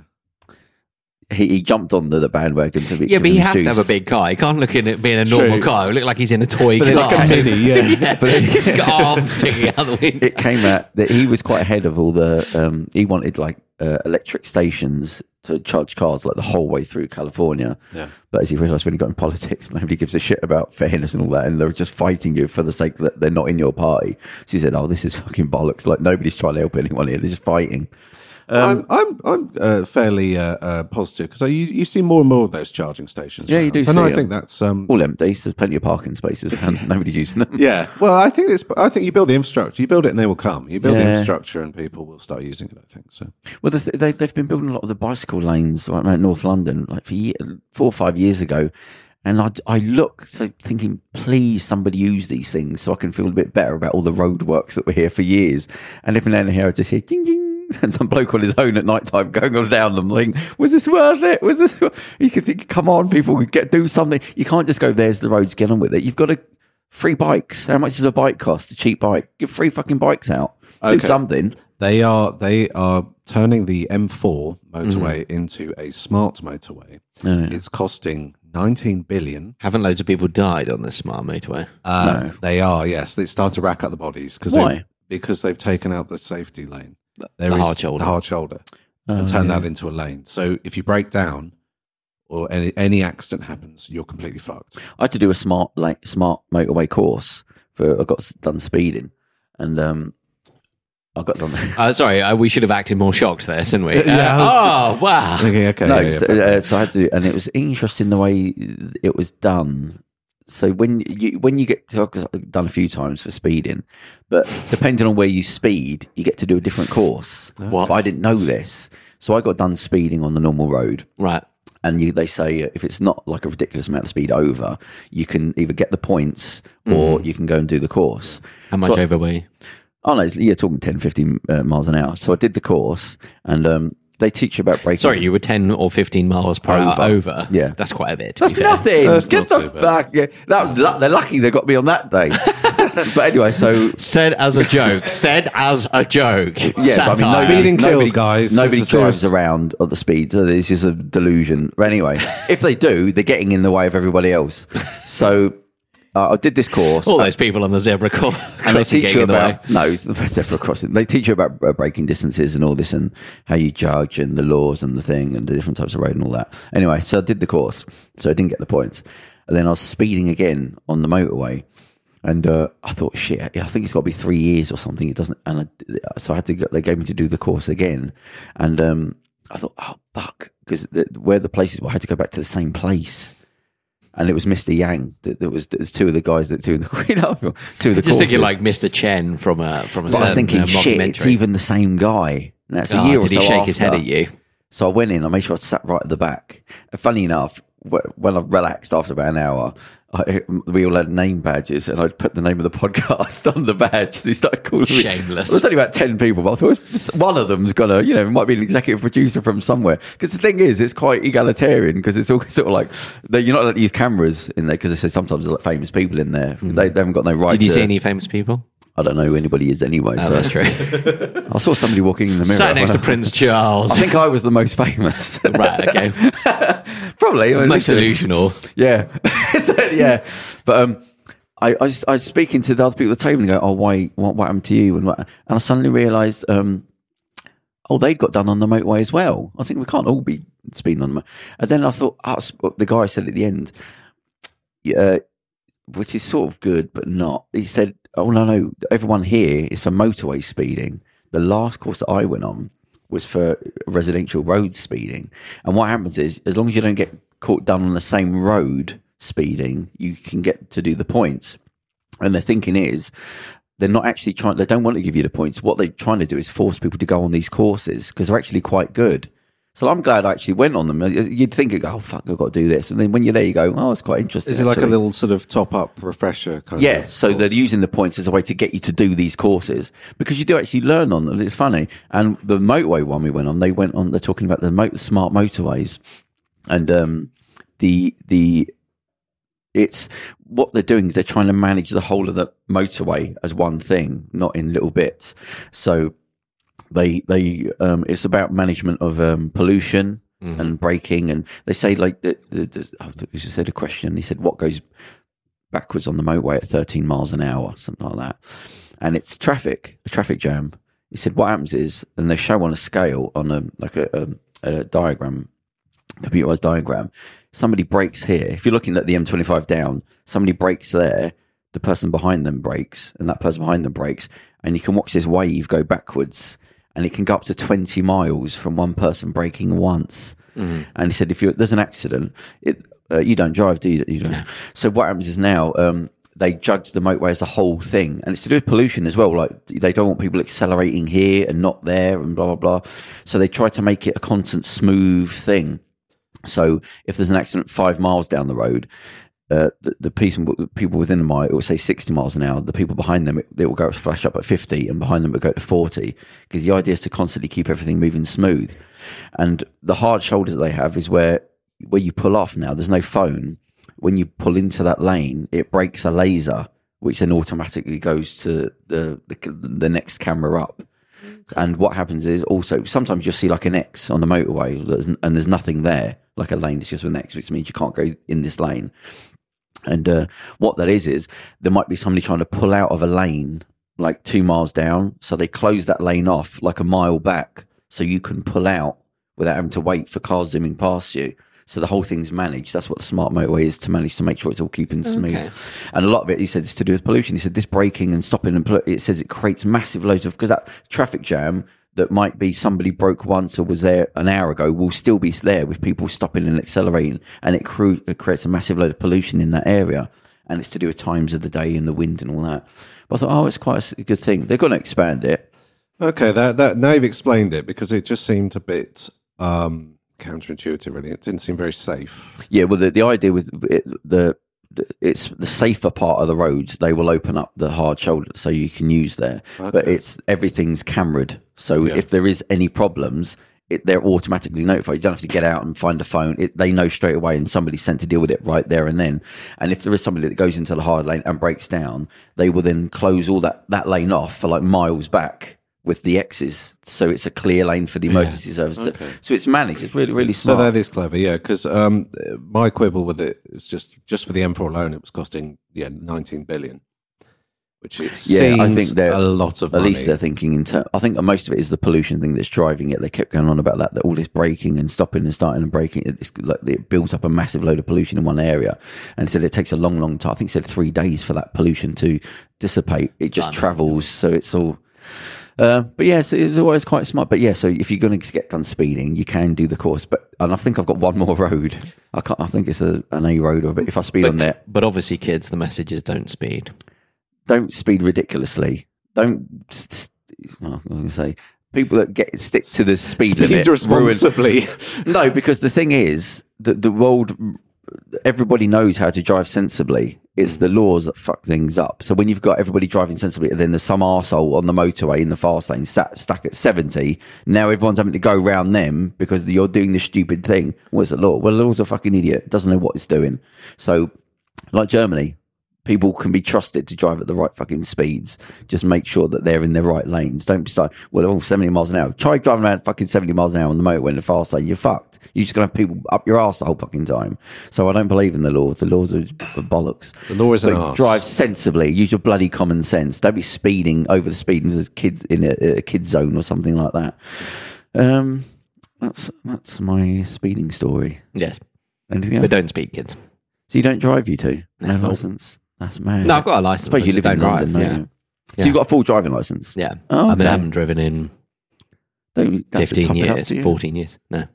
He, he jumped on the, the bandwagon to be.
Yeah, but he
given
has to
juice.
have a big car. He can't look in it being a normal
True.
car. It look like he's in a toy
But
car.
like a mini, yeah.
yeah, (laughs) he's got arms sticking out the window.
It came out that he was quite ahead of all the. Um, he wanted like uh, electric stations to charge cars like the whole way through California.
Yeah.
But as you realise when you got in politics, (laughs) nobody gives a shit about fairness and all that, and they're just fighting you for the sake that they're not in your party. So you said, "Oh, this is (laughs) fucking bollocks! Like nobody's trying to help anyone here; they're just fighting." Um,
I'm I'm, I'm uh, fairly uh, uh, positive because you you see more and more of those charging stations.
Yeah, you
around.
do
And
see
I
it.
think that's um,
All empty. So there's plenty of parking spaces, and (laughs) nobody's using them.
yeah. Well, I think it's I think you build the infrastructure, you build it, and they will come. You build the
Yeah.
infrastructure, and people will start using it. I think so.
Well, the th- they, they've been building a lot of the bicycle lanes right around North London, like for ye four or five years ago. And I, I look, so thinking, please somebody use these things so I can feel a bit better about all the roadworks that were here for years. And every now and then I just hear ding ding, (laughs) and some bloke on his own at night time going on down them, like, was this worth it? Was this? wor-" You could think, come on, people, get do something. You can't just go, there's the roads, get on with it. You've got to free bikes. How much does a bike cost? A cheap bike? Give free fucking bikes out. Do
Okay.
something.
They are they are turning the M4 motorway
Mm-hmm.
into a smart motorway.
Oh,
It's costing 19 billion.
Haven't loads of people died on this smart motorway?
Uh, They are yes. They start to rack up the bodies because
Why?
because they've taken out the safety lane. There
the
is
hard shoulder.
the hard shoulder, and turn that into a lane. So if you break down or any any accident happens, you're completely fucked.
I had to do a smart like smart motorway course for I got s- done speeding, and um, I got
(laughs)
done. (laughs)
Uh, sorry, uh, we should have acted more shocked there, shouldn't we?
Yeah, I
Uh,
was
oh, wow.
Okay, okay.
no,
yeah, yeah,
so,
fair.
uh, so I had to, do- and it was interesting the way it was done. So when you when you get to, 'cause I've done a few times for speeding, but depending on where you speed, you get to do a different course. Well, I didn't know this, so I got done speeding on the normal road.
Right.
and you, they say uh, if it's not like a ridiculous amount of speed over, you can either get the points or
Mm.
you can go and do the course.
How much over were you?
Oh no, it's- you're talking 10, 15 uh, miles an hour. So I did the course, and um, they teach you about braking.
Sorry, you were 10 or 15 miles per hour over.
Yeah.
That's quite a bit. to
That's
be fair.
nothing.
That's
Get
not
the
too bad.
back. Yeah, that was lu- they're lucky they got me on that
(laughs)
day. but anyway, so
Said as a joke. Said as a joke.
yeah, but I mean,
Satire.
nobody,
Speeding kills,
nobody-
guys.
Nobody
This is
drives
serious.
around at the speed. So this is a delusion. But anyway, if they do, they're getting in the way of everybody else. So uh, I did this
(laughs)
course.
All those people on the zebra
(laughs) and
cor-
they
crossing
teach
getting
you
in the way.
about no, it's the first zebra crossing. They teach you about uh, braking distances and all this, and how you judge and the laws and the thing and the different types of road and all that. Anyway, so I did the course, so I didn't get the points, and then I was speeding again on the motorway, and uh, I thought, shit, I think it's got to be three years or something. It doesn't, and I, so I had to. Go, they gave me to do the course again, and um, I thought, oh fuck, because the, where the places were, I had to go back to the same place. And it was Mr. Yang that, that was, that was two of the guys that two in the (laughs) Queen Army, two of the
Just
courses.
thinking like Mr. Chen from a from a
But I was
certain,
thinking,
uh,
shit, it's
mockumentary.
even the same guy. And that's
Ah,
a year or
did he
so
shake his head
after.
at you?
So I went in. I made sure I sat right at the back. And funny enough, wh- when I relaxed after about an hour, I, we all had name badges, and I'd put the name of the (laughs) podcast on the badge. So he started calling me.
Shameless.
There was only about ten people, but I thought "It's- one of them's gonna, you know, might be an executive producer from somewhere. Because the thing is, it's quite egalitarian because it's all (laughs) sort of like they- you're not allowed to use cameras in there because they say sometimes there's like famous people in there. They, they haven't got no right.
Hmm. Did you
to,
see any famous people?
I don't know who anybody is anyway. so
That's (laughs) true.
I saw somebody walking in the mirror.
Sat next to
I-
Prince
I
Charles.
think (laughs) I was the most famous.
(laughs)
(laughs)
right, okay.
Probably. I mean,
Most
literally.
delusional.
Yeah. (laughs) So, yeah. But um, I, I, was- I was speaking to the other people at the table and go, oh, why, what, what happened to you? And, what, and I suddenly realised, um, oh, they'd got done on the motorway as well. I think we can't all be speeding on the motorway. And then I thought, oh, s- what the guy said at the end, yeah, which is sort of good, but not. He said, oh, no, no, everyone here is for motorway speeding. The last course that I went on was for residential road speeding. And what happens is, as long as you don't get caught down on the same road speeding, you can get to do the points. And the thinking is, they're not actually trying, they don't want to give you the points. What they're trying to do is force people to go on these courses because they're actually quite good. So I'm glad I actually went on them. You'd think, oh, fuck, I've got to do this. And then when you're there, you go, oh, it's quite interesting.
Is it like a
actually.
little sort of top up refresher kind of?
Yeah, so they're using the points as a way to get you to do these courses because you do actually learn on them. It's funny. And the motorway one we went on, they went on. They're talking about the mo- smart motorways, and um, the the it's what they're doing is they're trying to manage the whole of the motorway as one thing, not in little bits. So they they um, it's about management of um, pollution and braking, and they say like the, the, the oh, you said a question. He said what goes backwards on the motorway at 13 miles an hour, something like that. And it's traffic, a traffic jam. He said, what happens is, and they show on a scale, on a like a, a, a diagram, computerized diagram, somebody breaks here. If you're looking at the M25 down, somebody breaks there, the person behind them breaks, and that person behind them breaks, and you can watch this wave go backwards. And it can go up to 20 miles from one person breaking once. And he said, if you're, there's an accident, it, uh, you don't drive, do you? you don't. So what happens is now um, they judge the motorway as a whole thing, and it's to do with pollution as well. Like they don't want people accelerating here and not there, and blah blah blah. So they try to make it a constant smooth thing. So if there's an accident five miles down the road, uh, the, the people, the people within the mile, it will say 60 miles an hour. The people behind them, it, it will go flash up at 50, and behind them it will go to 40. Because the idea is to constantly keep everything moving smooth. And the hard shoulder that they have is where where you pull off now. There's no phone. When you pull into that lane, it breaks a laser, which then automatically goes to the the, the next camera up. And what happens is also sometimes you'll see like an X on the motorway that's- and there's nothing there, like a lane, it's just an X, which means you can't go in this lane. And uh, what that is, is there might be somebody trying to pull out of a lane like two miles down. So they close that lane off like a mile back so you can pull out without having to wait for cars zooming past you. So the whole thing's managed. That's what the smart motorway is to manage to make sure it's all keeping smooth. And a lot of it, he said, is to do with pollution. He said this braking and stopping and pol- it says it creates massive loads of because that traffic jam that might be somebody broke once or was there an hour ago will still be there with people stopping and accelerating, and it, cru- it creates a massive load of pollution in that area. And it's to do with times of the day and the wind and all that. But I thought, oh, it's quite a s- good thing. They're going to expand it.
Okay, that that now you've explained it because it just seemed a bit um, counterintuitive. Really, it didn't seem very safe.
Yeah, well, the, the idea with it, the, the it's the safer part of the roads. They will open up the hard shoulder so you can use there. But it's everything's cameraed, so if there is any problems, it, they're automatically notified. You don't have to get out and find a phone. It, they know straight away, and somebody's sent to deal with it right there and then. And if there is somebody that goes into the hard lane and breaks down, they will then close all that that lane off for like miles back. With the X's, so it's a clear lane for the emergency service. So- So it's managed. It's really, really
So
smart.
that is clever, yeah. Because um, my quibble with it is just just for the M4 alone, it was costing yeah 19 billion, which is
Yeah, I think they're
a lot of
at
money.
least they're thinking in terms. I think most of it is the pollution thing that's driving it. They kept going on about that. That all this braking and stopping and starting and braking, it's like it built up a massive load of pollution in one area, and said it takes a long, long time. I think it said three days for that pollution to dissipate. It just travels, so it's all. Uh, but yes, it was always quite smart. But yeah, so if you're going to get done speeding, you can do the course. But and I think I've got one more (laughs) road. I can't. I think it's a, an A road, or but if I speed on there,
But obviously, kids, the message is don't speed.
don't speed ridiculously. Don't. St- st- well, I'm going to say people that get stick to the speed limit.
responsibly.
(laughs) No, because the thing is that the world, everybody knows how to drive sensibly. It's the laws that fuck things up. So when you've got everybody driving sensibly, and then there's some arsehole on the motorway in the fast lane sat stuck at 70, now everyone's having to go round them because you're doing this stupid thing. What's the law? Well, the law's a fucking idiot. Doesn't know what it's doing. So, like Germany, people can be trusted to drive at the right fucking speeds. Just make sure that they're in the right lanes. Don't decide, well, they're all 70 miles an hour. Try driving around fucking 70 miles an hour on the motorway in the fast lane. You're fucked. You're just going to have people up your ass the whole fucking time. So I don't believe in the laws. The laws are bollocks.
The law is an
But
arse.
Drive sensibly. Use your bloody common sense. Don't be speeding over the speed and there's kids in a, a kid zone or something like that. Um, that's that's my speeding story.
Yes,
Anything else?
but don't speed, kids.
So you don't drive, you two? No license. That's mad.
No, I've got a
I
license.
suppose
I
you
just
live in
don't drive,
London, don't
yeah.
you?
Yeah.
So you've got a full driving license.
Yeah.
Oh,
I mean,
okay.
I haven't driven in
Don't have to
15
top it up,
years,
do you?
14 years. No.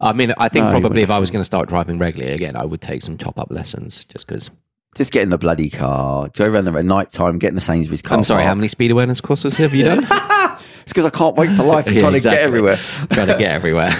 I mean, I think
No, you
probably if I was
wouldn't.
going to start driving regularly again, I would take some top up lessons just because.
Just get in the bloody car. Go around there at night time. Get in the Sainsbury's car.
I'm sorry,
park.
how many speed awareness courses have
(laughs)
you done?
It's because I can't wait
(laughs)
for life. I'm
Yeah,
trying to
exactly.
get everywhere. Um,
Trying to
(laughs)
get everywhere.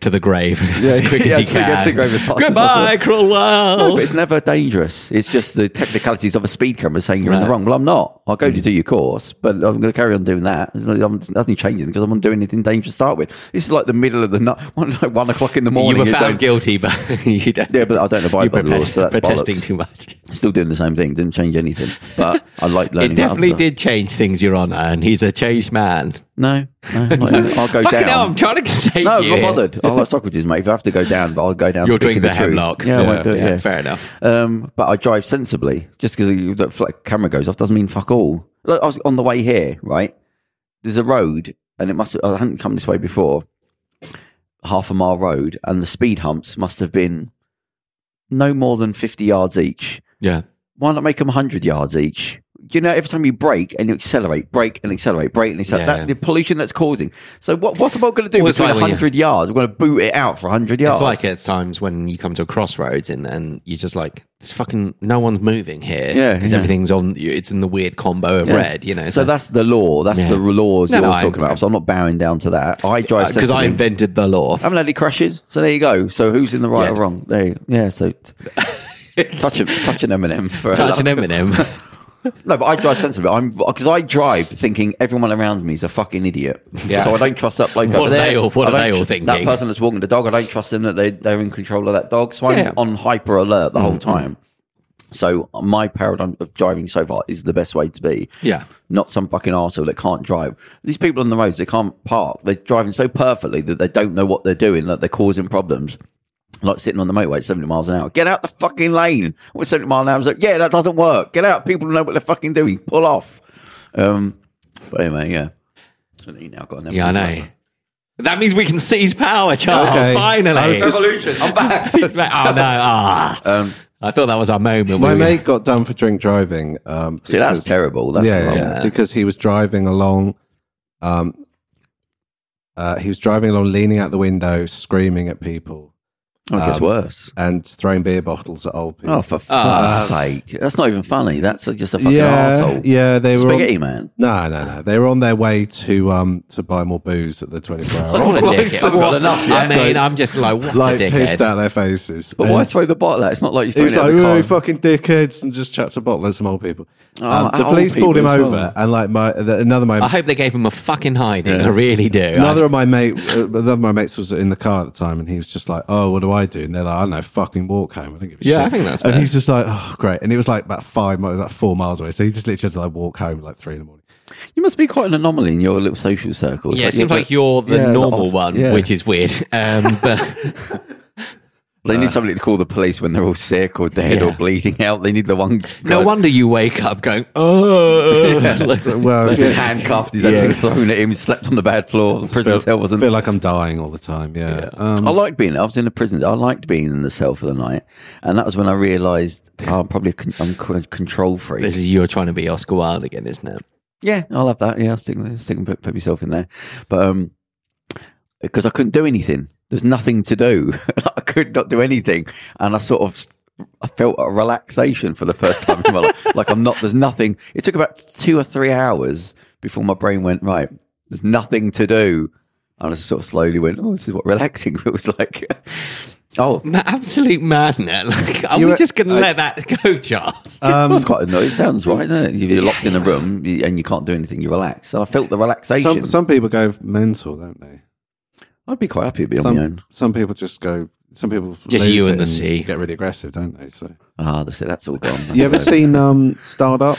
to the grave as
yeah,
quick
yeah,
as you
to get
can.
to the grave as fast as
Goodbye, cruel world.
No, but it's never dangerous. It's just the technicalities of a speed camera saying you're in the
Right.
wrong.
Mm.
Well, I'm not. I'll go to do your course, but I'm going to carry on doing that. There's no- I'm- nothing changing because I'm not doing anything dangerous to start with. This is like the middle of the night, (laughs) one, like one o'clock in the morning.
you were
and
found
don't-
guilty, but (laughs) you don't.
Yeah, but I don't abide by
you're
the law, so that's
protesting
bollocks.
too much.
Still doing the same thing. Didn't change anything. But I like learning.
(laughs) It
about
definitely
other-
did change things, Your Honour, and he's a changed man.
No, no, I'm not even- I'll go
Fucking
down.
hell, I'm trying to save
no,
you.
I'm
here.
not bothered. I like Socrates, mate. If I have to go down, but I'll go down.
You'll
speaking
drink the
truth.
hemlock.
Yeah, I won't do it. Yeah,
fair enough.
Um, but I drive sensibly. Just because the fl- camera goes off doesn't mean fuck all. Like, I was on the way here, right? There's a road, and it must. I hadn't come this way before. Half a mile road, and the speed humps must have been no more than fifty yards each
Yeah.
why not make them 100 yards each? You know, every time you brake and you accelerate, brake and accelerate, brake and accelerate,
Yeah.
that, the pollution that's causing. So what, what's the boat going to do
Well, it's
between
like when you-
100 yards? We're going to boot it out for 100 yards.
It's like at times when you come to a crossroads and, and you're just like, there's fucking no one's moving here.
Yeah,
Because
yeah.
everything's on, it's in the weird combo of
Yeah.
red, you know.
So that's the law. That's
Yeah.
the laws
No,
you're
no, I
talking
agree.
about. So I'm not bowing down to that. I drive
because Uh, I
sensibly.
invented the law.
I haven't had any crashes, so there you go. So who's in the right
Yeah.
or wrong? There, you, yeah.
(laughs)
So touch a, touch an Eminem for a
Touch an
laugh.
Eminem. (laughs)
No, but I drive sensibly. I'm because I drive thinking everyone around me is a fucking idiot. (laughs)
Yeah.
So I don't trust that bloke
What
over
are
there.
they all- what
I
are they
don't
all
tr- That
thinking?
person that's walking the dog, I don't trust them that they they're in control of that dog. So I'm
Yeah. Mm,
on hyper alert the whole time. So my paradigm of driving so far is the best way to be.
Yeah.
Not some fucking arsehole that can't drive. These people on the roads, they can't park. They're driving so perfectly that they don't know what they're doing, that they're causing problems like sitting on the motorway at 70 miles an hour. Get out the fucking lane. What's 70 miles an hour? It's like, yeah, that doesn't work. Get out. People know what they're fucking doing. Pull off. Um, but anyway, yeah. So you now got an
yeah, I know. That means we can seize power, Charles.
Okay.
Finally.
Revolution. I'm
(laughs)
back.
oh, no. Ah. I thought that was our moment.
My
We were-
mate got done for drink driving. Um,
See, that's
because-
terrible. That's
yeah,
wrong.
yeah, because he was driving along. Um, uh, he was driving along, leaning out the window, screaming at people,
Oh, it gets
Um,
worse.
and throwing beer bottles at old people.
Oh,
uh,
for fuck's sake. That's not even funny. That's just a fucking
yeah,
arsehole.
yeah, they were.
Spaghetti
On,
man.
no, no, no. They were on their way to um to buy more booze at the twenty four hour.
What a
Like,
dickhead.
(laughs) so-
What- I mean,
Like-
I'm just like, what
like
a
pissed
dickhead.
out their faces.
But
And
why throw the bottle out? It's not like you're
He was
throwing it at
like,
the car.
"Really fucking dickheads," and just chucked a bottle at some old people.
Oh,
Um, the
at old
police pulled him
people as
over,
well.
and like my the, another my
I hope they gave him a fucking hiding. I really do.
Another of my mate, uh, another of my mates was in the car at the time, and he was just like, "Oh, what do I do?" And they're like, "I don't know, fucking walk home." I don't give a
Yeah,
shit.
I think that's
And
fair.
he's just like, "Oh, great." And it was like about five, miles, like four miles away, so he just literally had to like walk home at like three in the morning.
You must be quite an anomaly in your little social circles.
Yeah, it
you're
seems like
just-
you're the
Yeah, the
normal
odd-
one,
yeah.
which is weird. Um, but
They need somebody to call the police when they're all sick or dead or
Yeah.
bleeding out. They need the one.
no wonder you wake up going, oh. (laughs) Like-
Well,
He's been
I
handcuffed. He's actually thrown at him. Slept on the bad floor. The prison cell wasn't.
feel like I'm dying all the time. Yeah, Um,
I liked being. I was in a prison. I liked being in the cell for the night, and that was when I "Ah, realised oh, I'm probably a con- I'm a control freak.
This is you're trying to be Oscar Wilde again, isn't it?
Yeah, I'll have that. Yeah, I'll stick, stick and put, put myself in there. But um, because I couldn't do anything, there's nothing to do. (laughs) I could not do anything, and I sort of I felt a relaxation for the first time in my life. (laughs) Like I'm not. There's nothing. It took about two or three hours before my brain went right. There's nothing to do, and I just sort of slowly went. Oh, this is what relaxing (laughs) feels like. oh,
Ma- absolute madness. (laughs) Like, are
You
we
were- uh,
just going to
I-
let that go, Charles?
Um,
well, it's quite annoying. It sounds right, doesn't it? You're locked in a room you- and you can't do anything. You relax. And I felt the relaxation.
Some some people go mental, don't they?
I'd be quite happy to be on my
Some
own.
some people just go. Some people
Just
lose
you
it
and the sea.
get really aggressive, don't they? So
Ah, that's it. That's all gone. That's
you ever
all over.
seen um, Startup?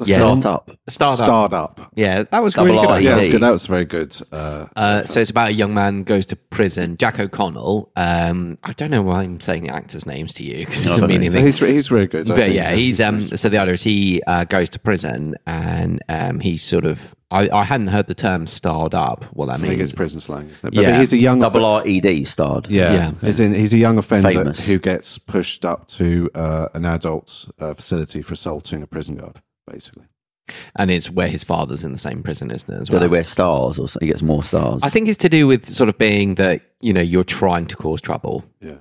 The
Yeah.
film?
Start up.
Start up.
Startup.
Yeah, that was
Double
really good.
R, E
idea.
Yeah, that's
Yeah.
good. That was very good. Uh,
Uh, so it's about a young man goes to prison. Jack O'Connell. Um, I don't know why I'm saying actors' names to you because it
I
doesn't
don't
mean
know.
anything.
he's he's very good. I
But
think.
yeah, he's um. So the idea is he uh, goes to prison, and um, he's sort of. I, I hadn't heard the term "starred up." Well, that
I think it's
means
prison slang, isn't it? But,
Yeah.
but he's a young
Double R E D starred.
Yeah,
Yeah, okay.
he's, in, he's a young offender
Famous.
who gets pushed up to uh, an adult uh, facility for assaulting a prison guard, basically.
and it's where his father's in the same prison, isn't it? As
Do
well?
they wear stars or so? He gets more stars.
I think it's to do with sort of being that you know you're trying to cause trouble.
Yeah,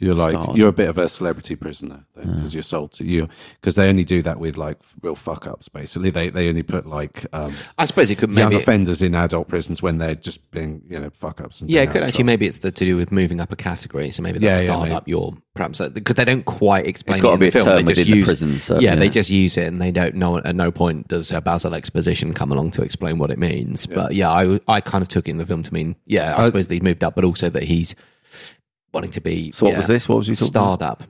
you're like
Starred.
you're a bit of a celebrity prisoner because you're assaulted. You because they only do that with like real fuck ups. Basically, they they only put like um,
I suppose it could
young
maybe.
offenders in adult prisons when they're just being you know fuck ups.
yeah, it could actually. Maybe it's the, to do with moving up a category. So maybe that's
Yeah, yeah,
starred
maybe.
up your perhaps uh, because they don't quite explain.
it's
it
got to
in
be
the
a
film.
term
they
within
just
the
use,
prison. So,
yeah, they just use it, and they don't know. At no point does uh, Basil exposition come along to explain what it means. But yeah, I I kind of took it in the film to mean, yeah, I
Uh,
suppose they moved up, but also that he's wanting to be.
So what
yeah,
was this? What was we talking
Starred up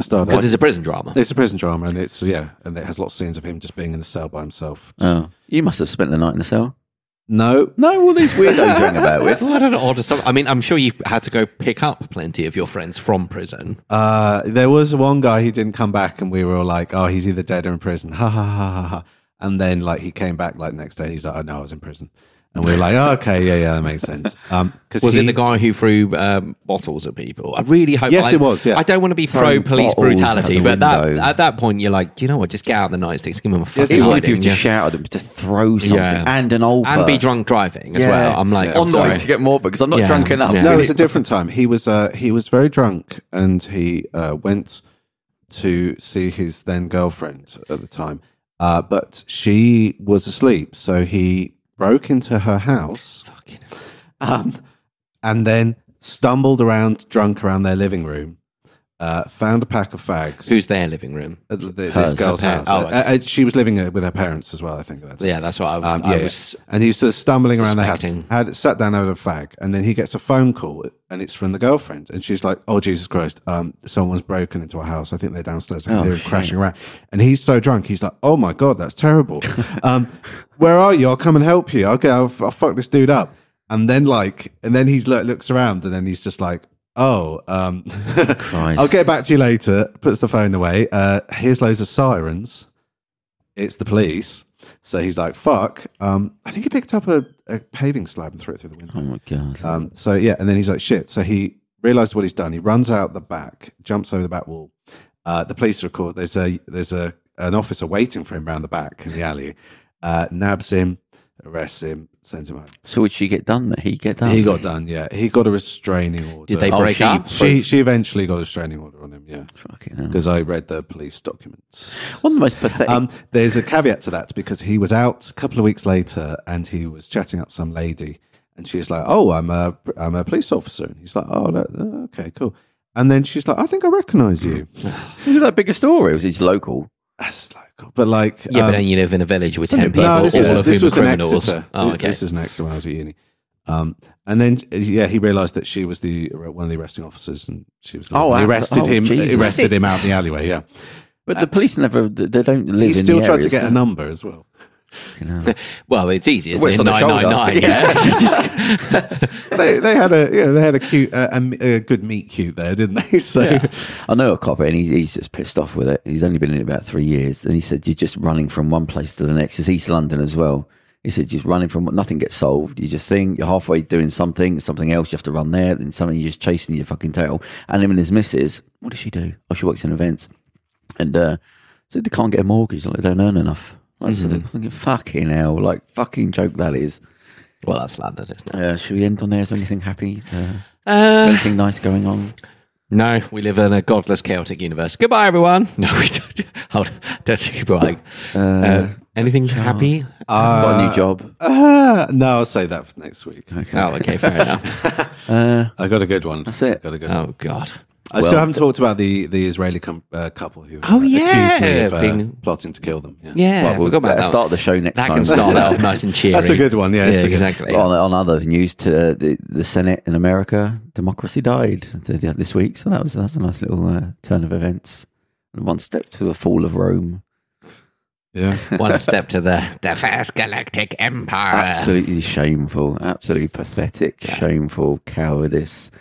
Starred
because
up.
it's a prison drama.
It's a prison drama, and it's yeah, and it has lots of scenes of him just being in the cell by himself. Just-
Oh, you must have spent the night in the cell.
No,
No, all these weirdos you hang about
(laughs)
with.
What an odd assumption. I mean, I'm sure you've had to go pick up plenty of your friends from prison.
Uh, there was one guy who didn't come back, and we were all like, "Oh, he's either dead or in prison." (laughs) Ha ha ha ha ha. And then like he came back like next day, and he's like, "Oh no, I was in prison." And we were like, oh, "Okay, yeah, yeah, that makes sense." Um, because
Was
he,
it the guy who threw um, bottles at people? I really hope.
Yes,
I,
it was, yeah.
I don't want to be pro
Throwing
police
bottles out
brutality,
the
but that,
window.
at that point, you're like, do you know what? Just get out of the nightsticks, give him a fucking
Even if
hiding,
you've just
yeah.
shouted but to throw something
Yeah.
and an old
and be
purse.
drunk driving as
Yeah.
well. I'm like,
Yeah.
I'm
On
the way
sorry.
to get more because I'm not
Yeah.
drunk enough.
Yeah.
No, it was a different time. He was uh, he was very drunk, and he uh, went to see his then girlfriend at the time, uh, but she was asleep, so he broke into her house. um, and then stumbled around drunk around their living room, uh, found a pack of fags.
Who's their living room?
at th- this
Hers.
girl's
Her
house?
parents. Oh,
Uh, uh, she was living uh, with her parents as well, I think. That's
Yeah, that's what I was.
um,
I
yeah,
was
yeah. and he's sort of stumbling around the house.
suspecting.
Had sat down over a fag, and then he gets a phone call, and it's from the girlfriend, and she's like, "Oh Jesus Christ, um, someone's broken into our house. I think they're downstairs. I can
Oh,
hear them
shit.
crashing around." And he's so drunk, he's like, "Oh my God, that's
(laughs)
terrible. um, where are you? I'll come and help you. Okay, I'll, I'll fuck this dude up." And then like, and then he lo- looks around, and then he's just like. Oh,
(laughs)
um, (laughs) I'll get back to you later. Puts the phone away. Uh, here's loads of sirens it's the police. So he's like, fuck. Um, I think he picked up a, a paving slab and threw it through the window.
Oh my god.
Um, so yeah, and then he's like, shit. So he realized what he's done. He runs out the back, jumps over the back wall. Uh, the police are called. There's a there's a an officer waiting for him round the back in the alley. Uh, nabs him, arrests him, sends him home.
so would she get done? That he get done?
He got done. Yeah, he got a restraining order.
Did they
Oh,
break
she-
up?
She she eventually got a restraining order on him. Yeah,
Fucking hell.
because I read the police documents.
One of the most pathetic.
Um, there's a caveat to that because he was out a couple of weeks later and he was chatting up some lady, and she's like, "Oh, I'm a I'm a police officer," and he's like, "Oh, no, no, okay, cool." And then she's like, "I think I recognise you." (laughs)
Isn't that big a story? It was he's local.
That's like, cool. but like,
Yeah, but
um,
then you live in a village with ten people,
no, this
all
was,
of
this
whom are
was an
criminals.
Exeter.
Oh, okay.
This is an Exeter when I was at uni. Um, and then yeah, he realised that she was the one of the arresting officers, and she was. The
Oh,
one. he
wow.
arrested
Oh,
him.
Jesus.
Arrested him out in the alleyway. Yeah,
But the police never. They don't live
he
in
uh, still
the
tried
areas,
to get
do
a number as well.
well, it's easy. Isn't
Well,
it?
it's on the
Nine
shoulder. (laughs)
nine nine. Yeah.
they they had a you know they had a cute uh, a, m- a good meet cute there, didn't they? (laughs) So
they? I know a cop, and he's, he's just pissed off with it. He's only been in it about three years, and he said you're just running from one place to the next. It's East London as well. He said just running from nothing gets solved. You just think you're halfway doing something, something else. You have to run there, then something you're just chasing your fucking tail. And him and his missus. What does she do? Oh, she works in events, and uh, so they can't get a mortgage. Like they don't earn enough. Like, so they're thinking, fucking hell, like, fucking joke that is.
(laughs) Well, that's London, isn't it?
Uh, should we end on there? Is there anything happy? Uh,
Uh,
anything nice going on?
no, we live in a godless, chaotic universe. Goodbye, everyone. (laughs) No, we don't. Hold on. Don't say goodbye. Uh, anything happy? Oh,
Got a new job.
Ah, no, I'll say that for next week.
Okay.
Oh, okay, fair enough.
I got a good one.
That's it.
Got a good one.
Oh, God.
Um, I still haven't talked about the the Israeli com- uh, couple who
Oh,
uh, accused me
yeah,
of uh,
being-
plotting to kill them.
Yeah,
Well, we'll
forgot about
start,
that.
start the show next
that
time.
can start that off nice and cheery.
That's a good one, yeah,
yeah
it's a good-
exactly.
on, on other news, to uh, the, the Senate in America, democracy died th- th- this week. So that was that's a nice little uh, turn of events. One step to the fall of Rome.
yeah.
One step to the, the first galactic empire.
Absolutely shameful. Absolutely pathetic. Shameful cowardice.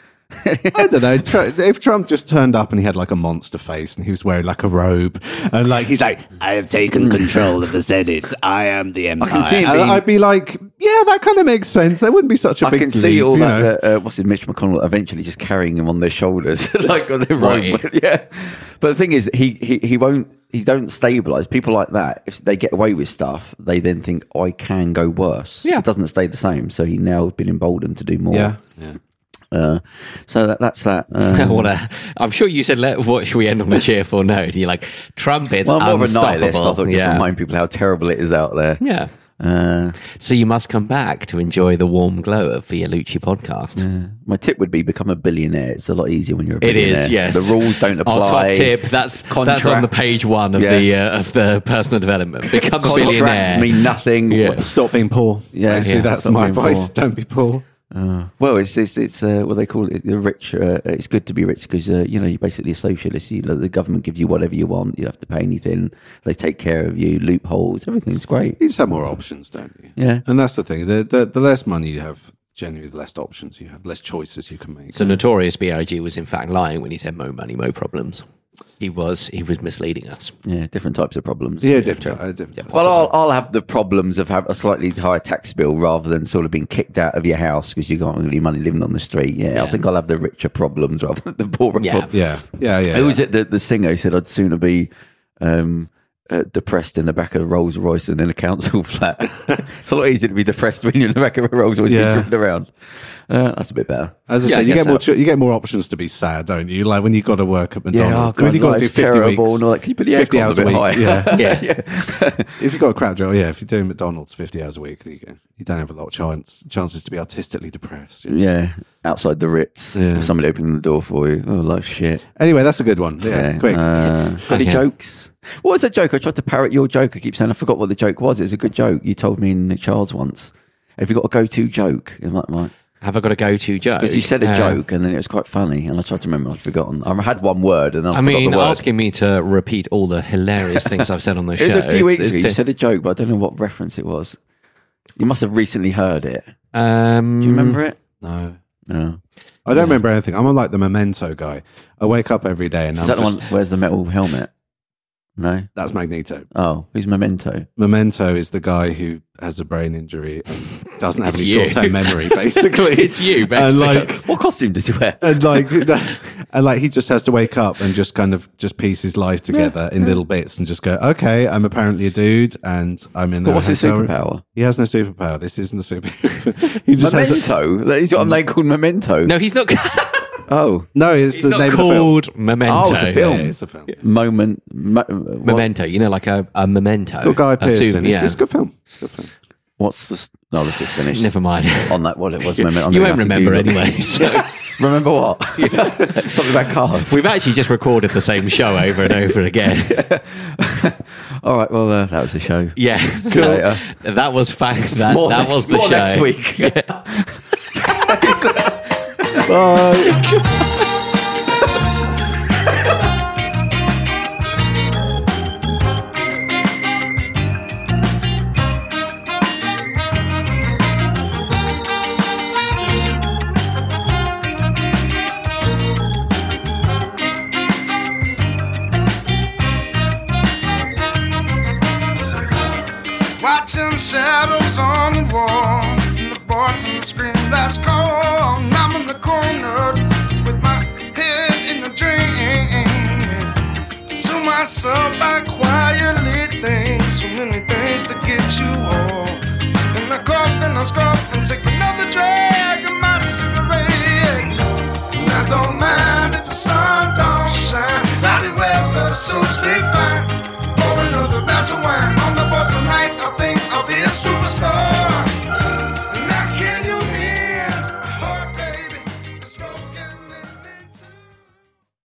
I don't know. Tr- If Trump just turned up and he had like a monster face and he was wearing like a robe and like he's like,
I have taken control of the Senate. I am the Empire.
see it
I- I'd be like, yeah, that kind of makes sense. There wouldn't be such a
I
big.
can see
leap,
all
you know.
that. Uh, uh, what's it, Mitch McConnell eventually just carrying him on their shoulders, (laughs) like on their right. (laughs) yeah. But the thing is, he he, he won't. He don't stabilize people like that. If they get away with stuff, they then think I can go worse.
Yeah.
it doesn't stay the same. So he now has been emboldened to do more.
Yeah.
Uh, so that, that's that. Um,
(laughs) what a, I'm sure you said, let, what should we end on a cheerful note? And you're like, Trump is
well, I'm more of a
unstoppable.
nihilist. I thought just
yeah.
remind people how terrible it is out there.
yeah.
Uh,
So you must come back to enjoy the warm glow of the Alucci podcast.
my tip would be become a billionaire. It's a lot easier when you're a
It
billionaire.
is, yes.
The rules don't apply.
Our top tip. That's that's on the
Contracts.
page one of
Yeah.
the uh, of the personal development. Become a
Contracts
billionaire.
mean nothing.
Yeah.
Stop being poor.
Yeah,
Basically,
yeah,
that's
stop
my
being
advice. (laughs)
poor.
Don't be poor.
Well, it's it's, it's uh, what they call it. The rich. Uh, it's good to be rich because uh, you know you're basically a socialist. You know, the government gives you whatever you want. You don't have to pay anything. They take care of you. Loopholes. Everything's great.
You just have more options, don't you?
Yeah.
And that's the thing. The the, the less money you have, generally, the less options you have, less choices you can make.
So notorious B.I.G. was in fact lying when he said "mo money, mo problems." He was he was misleading us.
Yeah, different types of problems.
yeah, different. uh, different.
Well, I'll, I'll have the problems of have a slightly higher tax bill rather than sort of being kicked out of your house because you got any money living on the street. Yeah, I think I'll have the richer problems rather than the poorer
Yeah.
problems.
yeah, yeah, yeah.
Who was it? The, the singer who said I'd sooner be um, uh, depressed in the back of a Rolls Royce than in a council (laughs) flat. it's a lot easier to be depressed when you're in the back of a Rolls Royce
Yeah.
being driven around. Uh, that's a bit better.
As I
Yeah,
said, you
guess
get more
so.
cho- you get more options to be sad, don't you? Like when you got to work at
Yeah,
McDonald's,
oh, God,
when you got to do
life's
fifty
terrible
weeks,
and all that. Can you put the
50
aircon
hours
a
a
bit
week.
higher? (laughs)
Yeah.
Yeah.
if you've got a crap job, yeah, if you're doing McDonald's fifty hours a week, you, go, you don't have a lot of chance chances to be artistically depressed. you know.
Yeah, outside the Ritz,
Yeah.
somebody opening the door for you. Oh, life's shit.
Anyway, that's a good one. Yeah, (laughs)
Yeah,
quick.
uh, got any
Okay.
jokes? What was that joke? I tried to parrot your joke. I keep saying I forgot what the joke was. It was a good joke you told me in Charles once. Have you got a go-to joke? Because
Have I got a go-to joke?
you said a
Uh,
joke and then it was quite funny, and I tried to remember. I'd forgotten. I had one word, and then I,
I
forgot
mean,
the word.
asking me to repeat all the hilarious things I've said on the
(laughs) it
show.
was a few
it's-
weeks
it's
ago. You
di-
said a joke, but I don't know what reference it was. You must have recently heard it.
um,
Do you
(laughs)
remember it?
no.
No.
I don't remember anything. I'm like the memento guy. I wake up every day and
Is
I'm
that
just,
the one? Where's the metal helmet? No.
that's Magneto.
Oh, who's Memento?
Memento is the guy who has a brain injury and doesn't have any
It's you.
short term
(laughs)
memory, basically.
It's
Uh,
you, basically.
And like,
What costume does he wear?
and like, (laughs) and like, he just has to wake up and just kind of just piece his life together in little bits and just go, okay, I'm apparently a dude and I'm in. a
But what's his
hotel room."
superpower?
He has no superpower. This isn't a superpower. he just has. A,
Memento. He's got a name called Memento. (laughs)
no, he's not.
Oh,
(laughs) no, it's
He's
the
not
name of
called Memento.
Oh, it's a
the film.
film.
Yeah, it's a film.
moment. Mo- what-
Memento, you know, like a, a memento.
Got Guy Pearson.
Assume-
It's,
yeah.
it's a good film. It's a good film.
what's the? s- No, let's just finish.
Never mind.
On that, what it was. Memento. I'm
you
gonna
won't
have to
remember
Google it.
anyway.
(laughs)
so-
remember what? (laughs)
(laughs)
Something about cars.
We've actually just recorded the same show over and over
(laughs)
again.
All right. Well, uh, that was the show.
Yeah,
you later.
That was fact. That,
More
that
next-
was the
more
show.
next week.
Watching shadows on the wall, and the boards on the screen that's cold. I'm in the corner with my head in a dream. To myself, I quietly think so many things ways to get you off. And I cough and I scoff and take another drag of my cigarette. And I don't mind if the sun don't shine. How the weather suits me fine.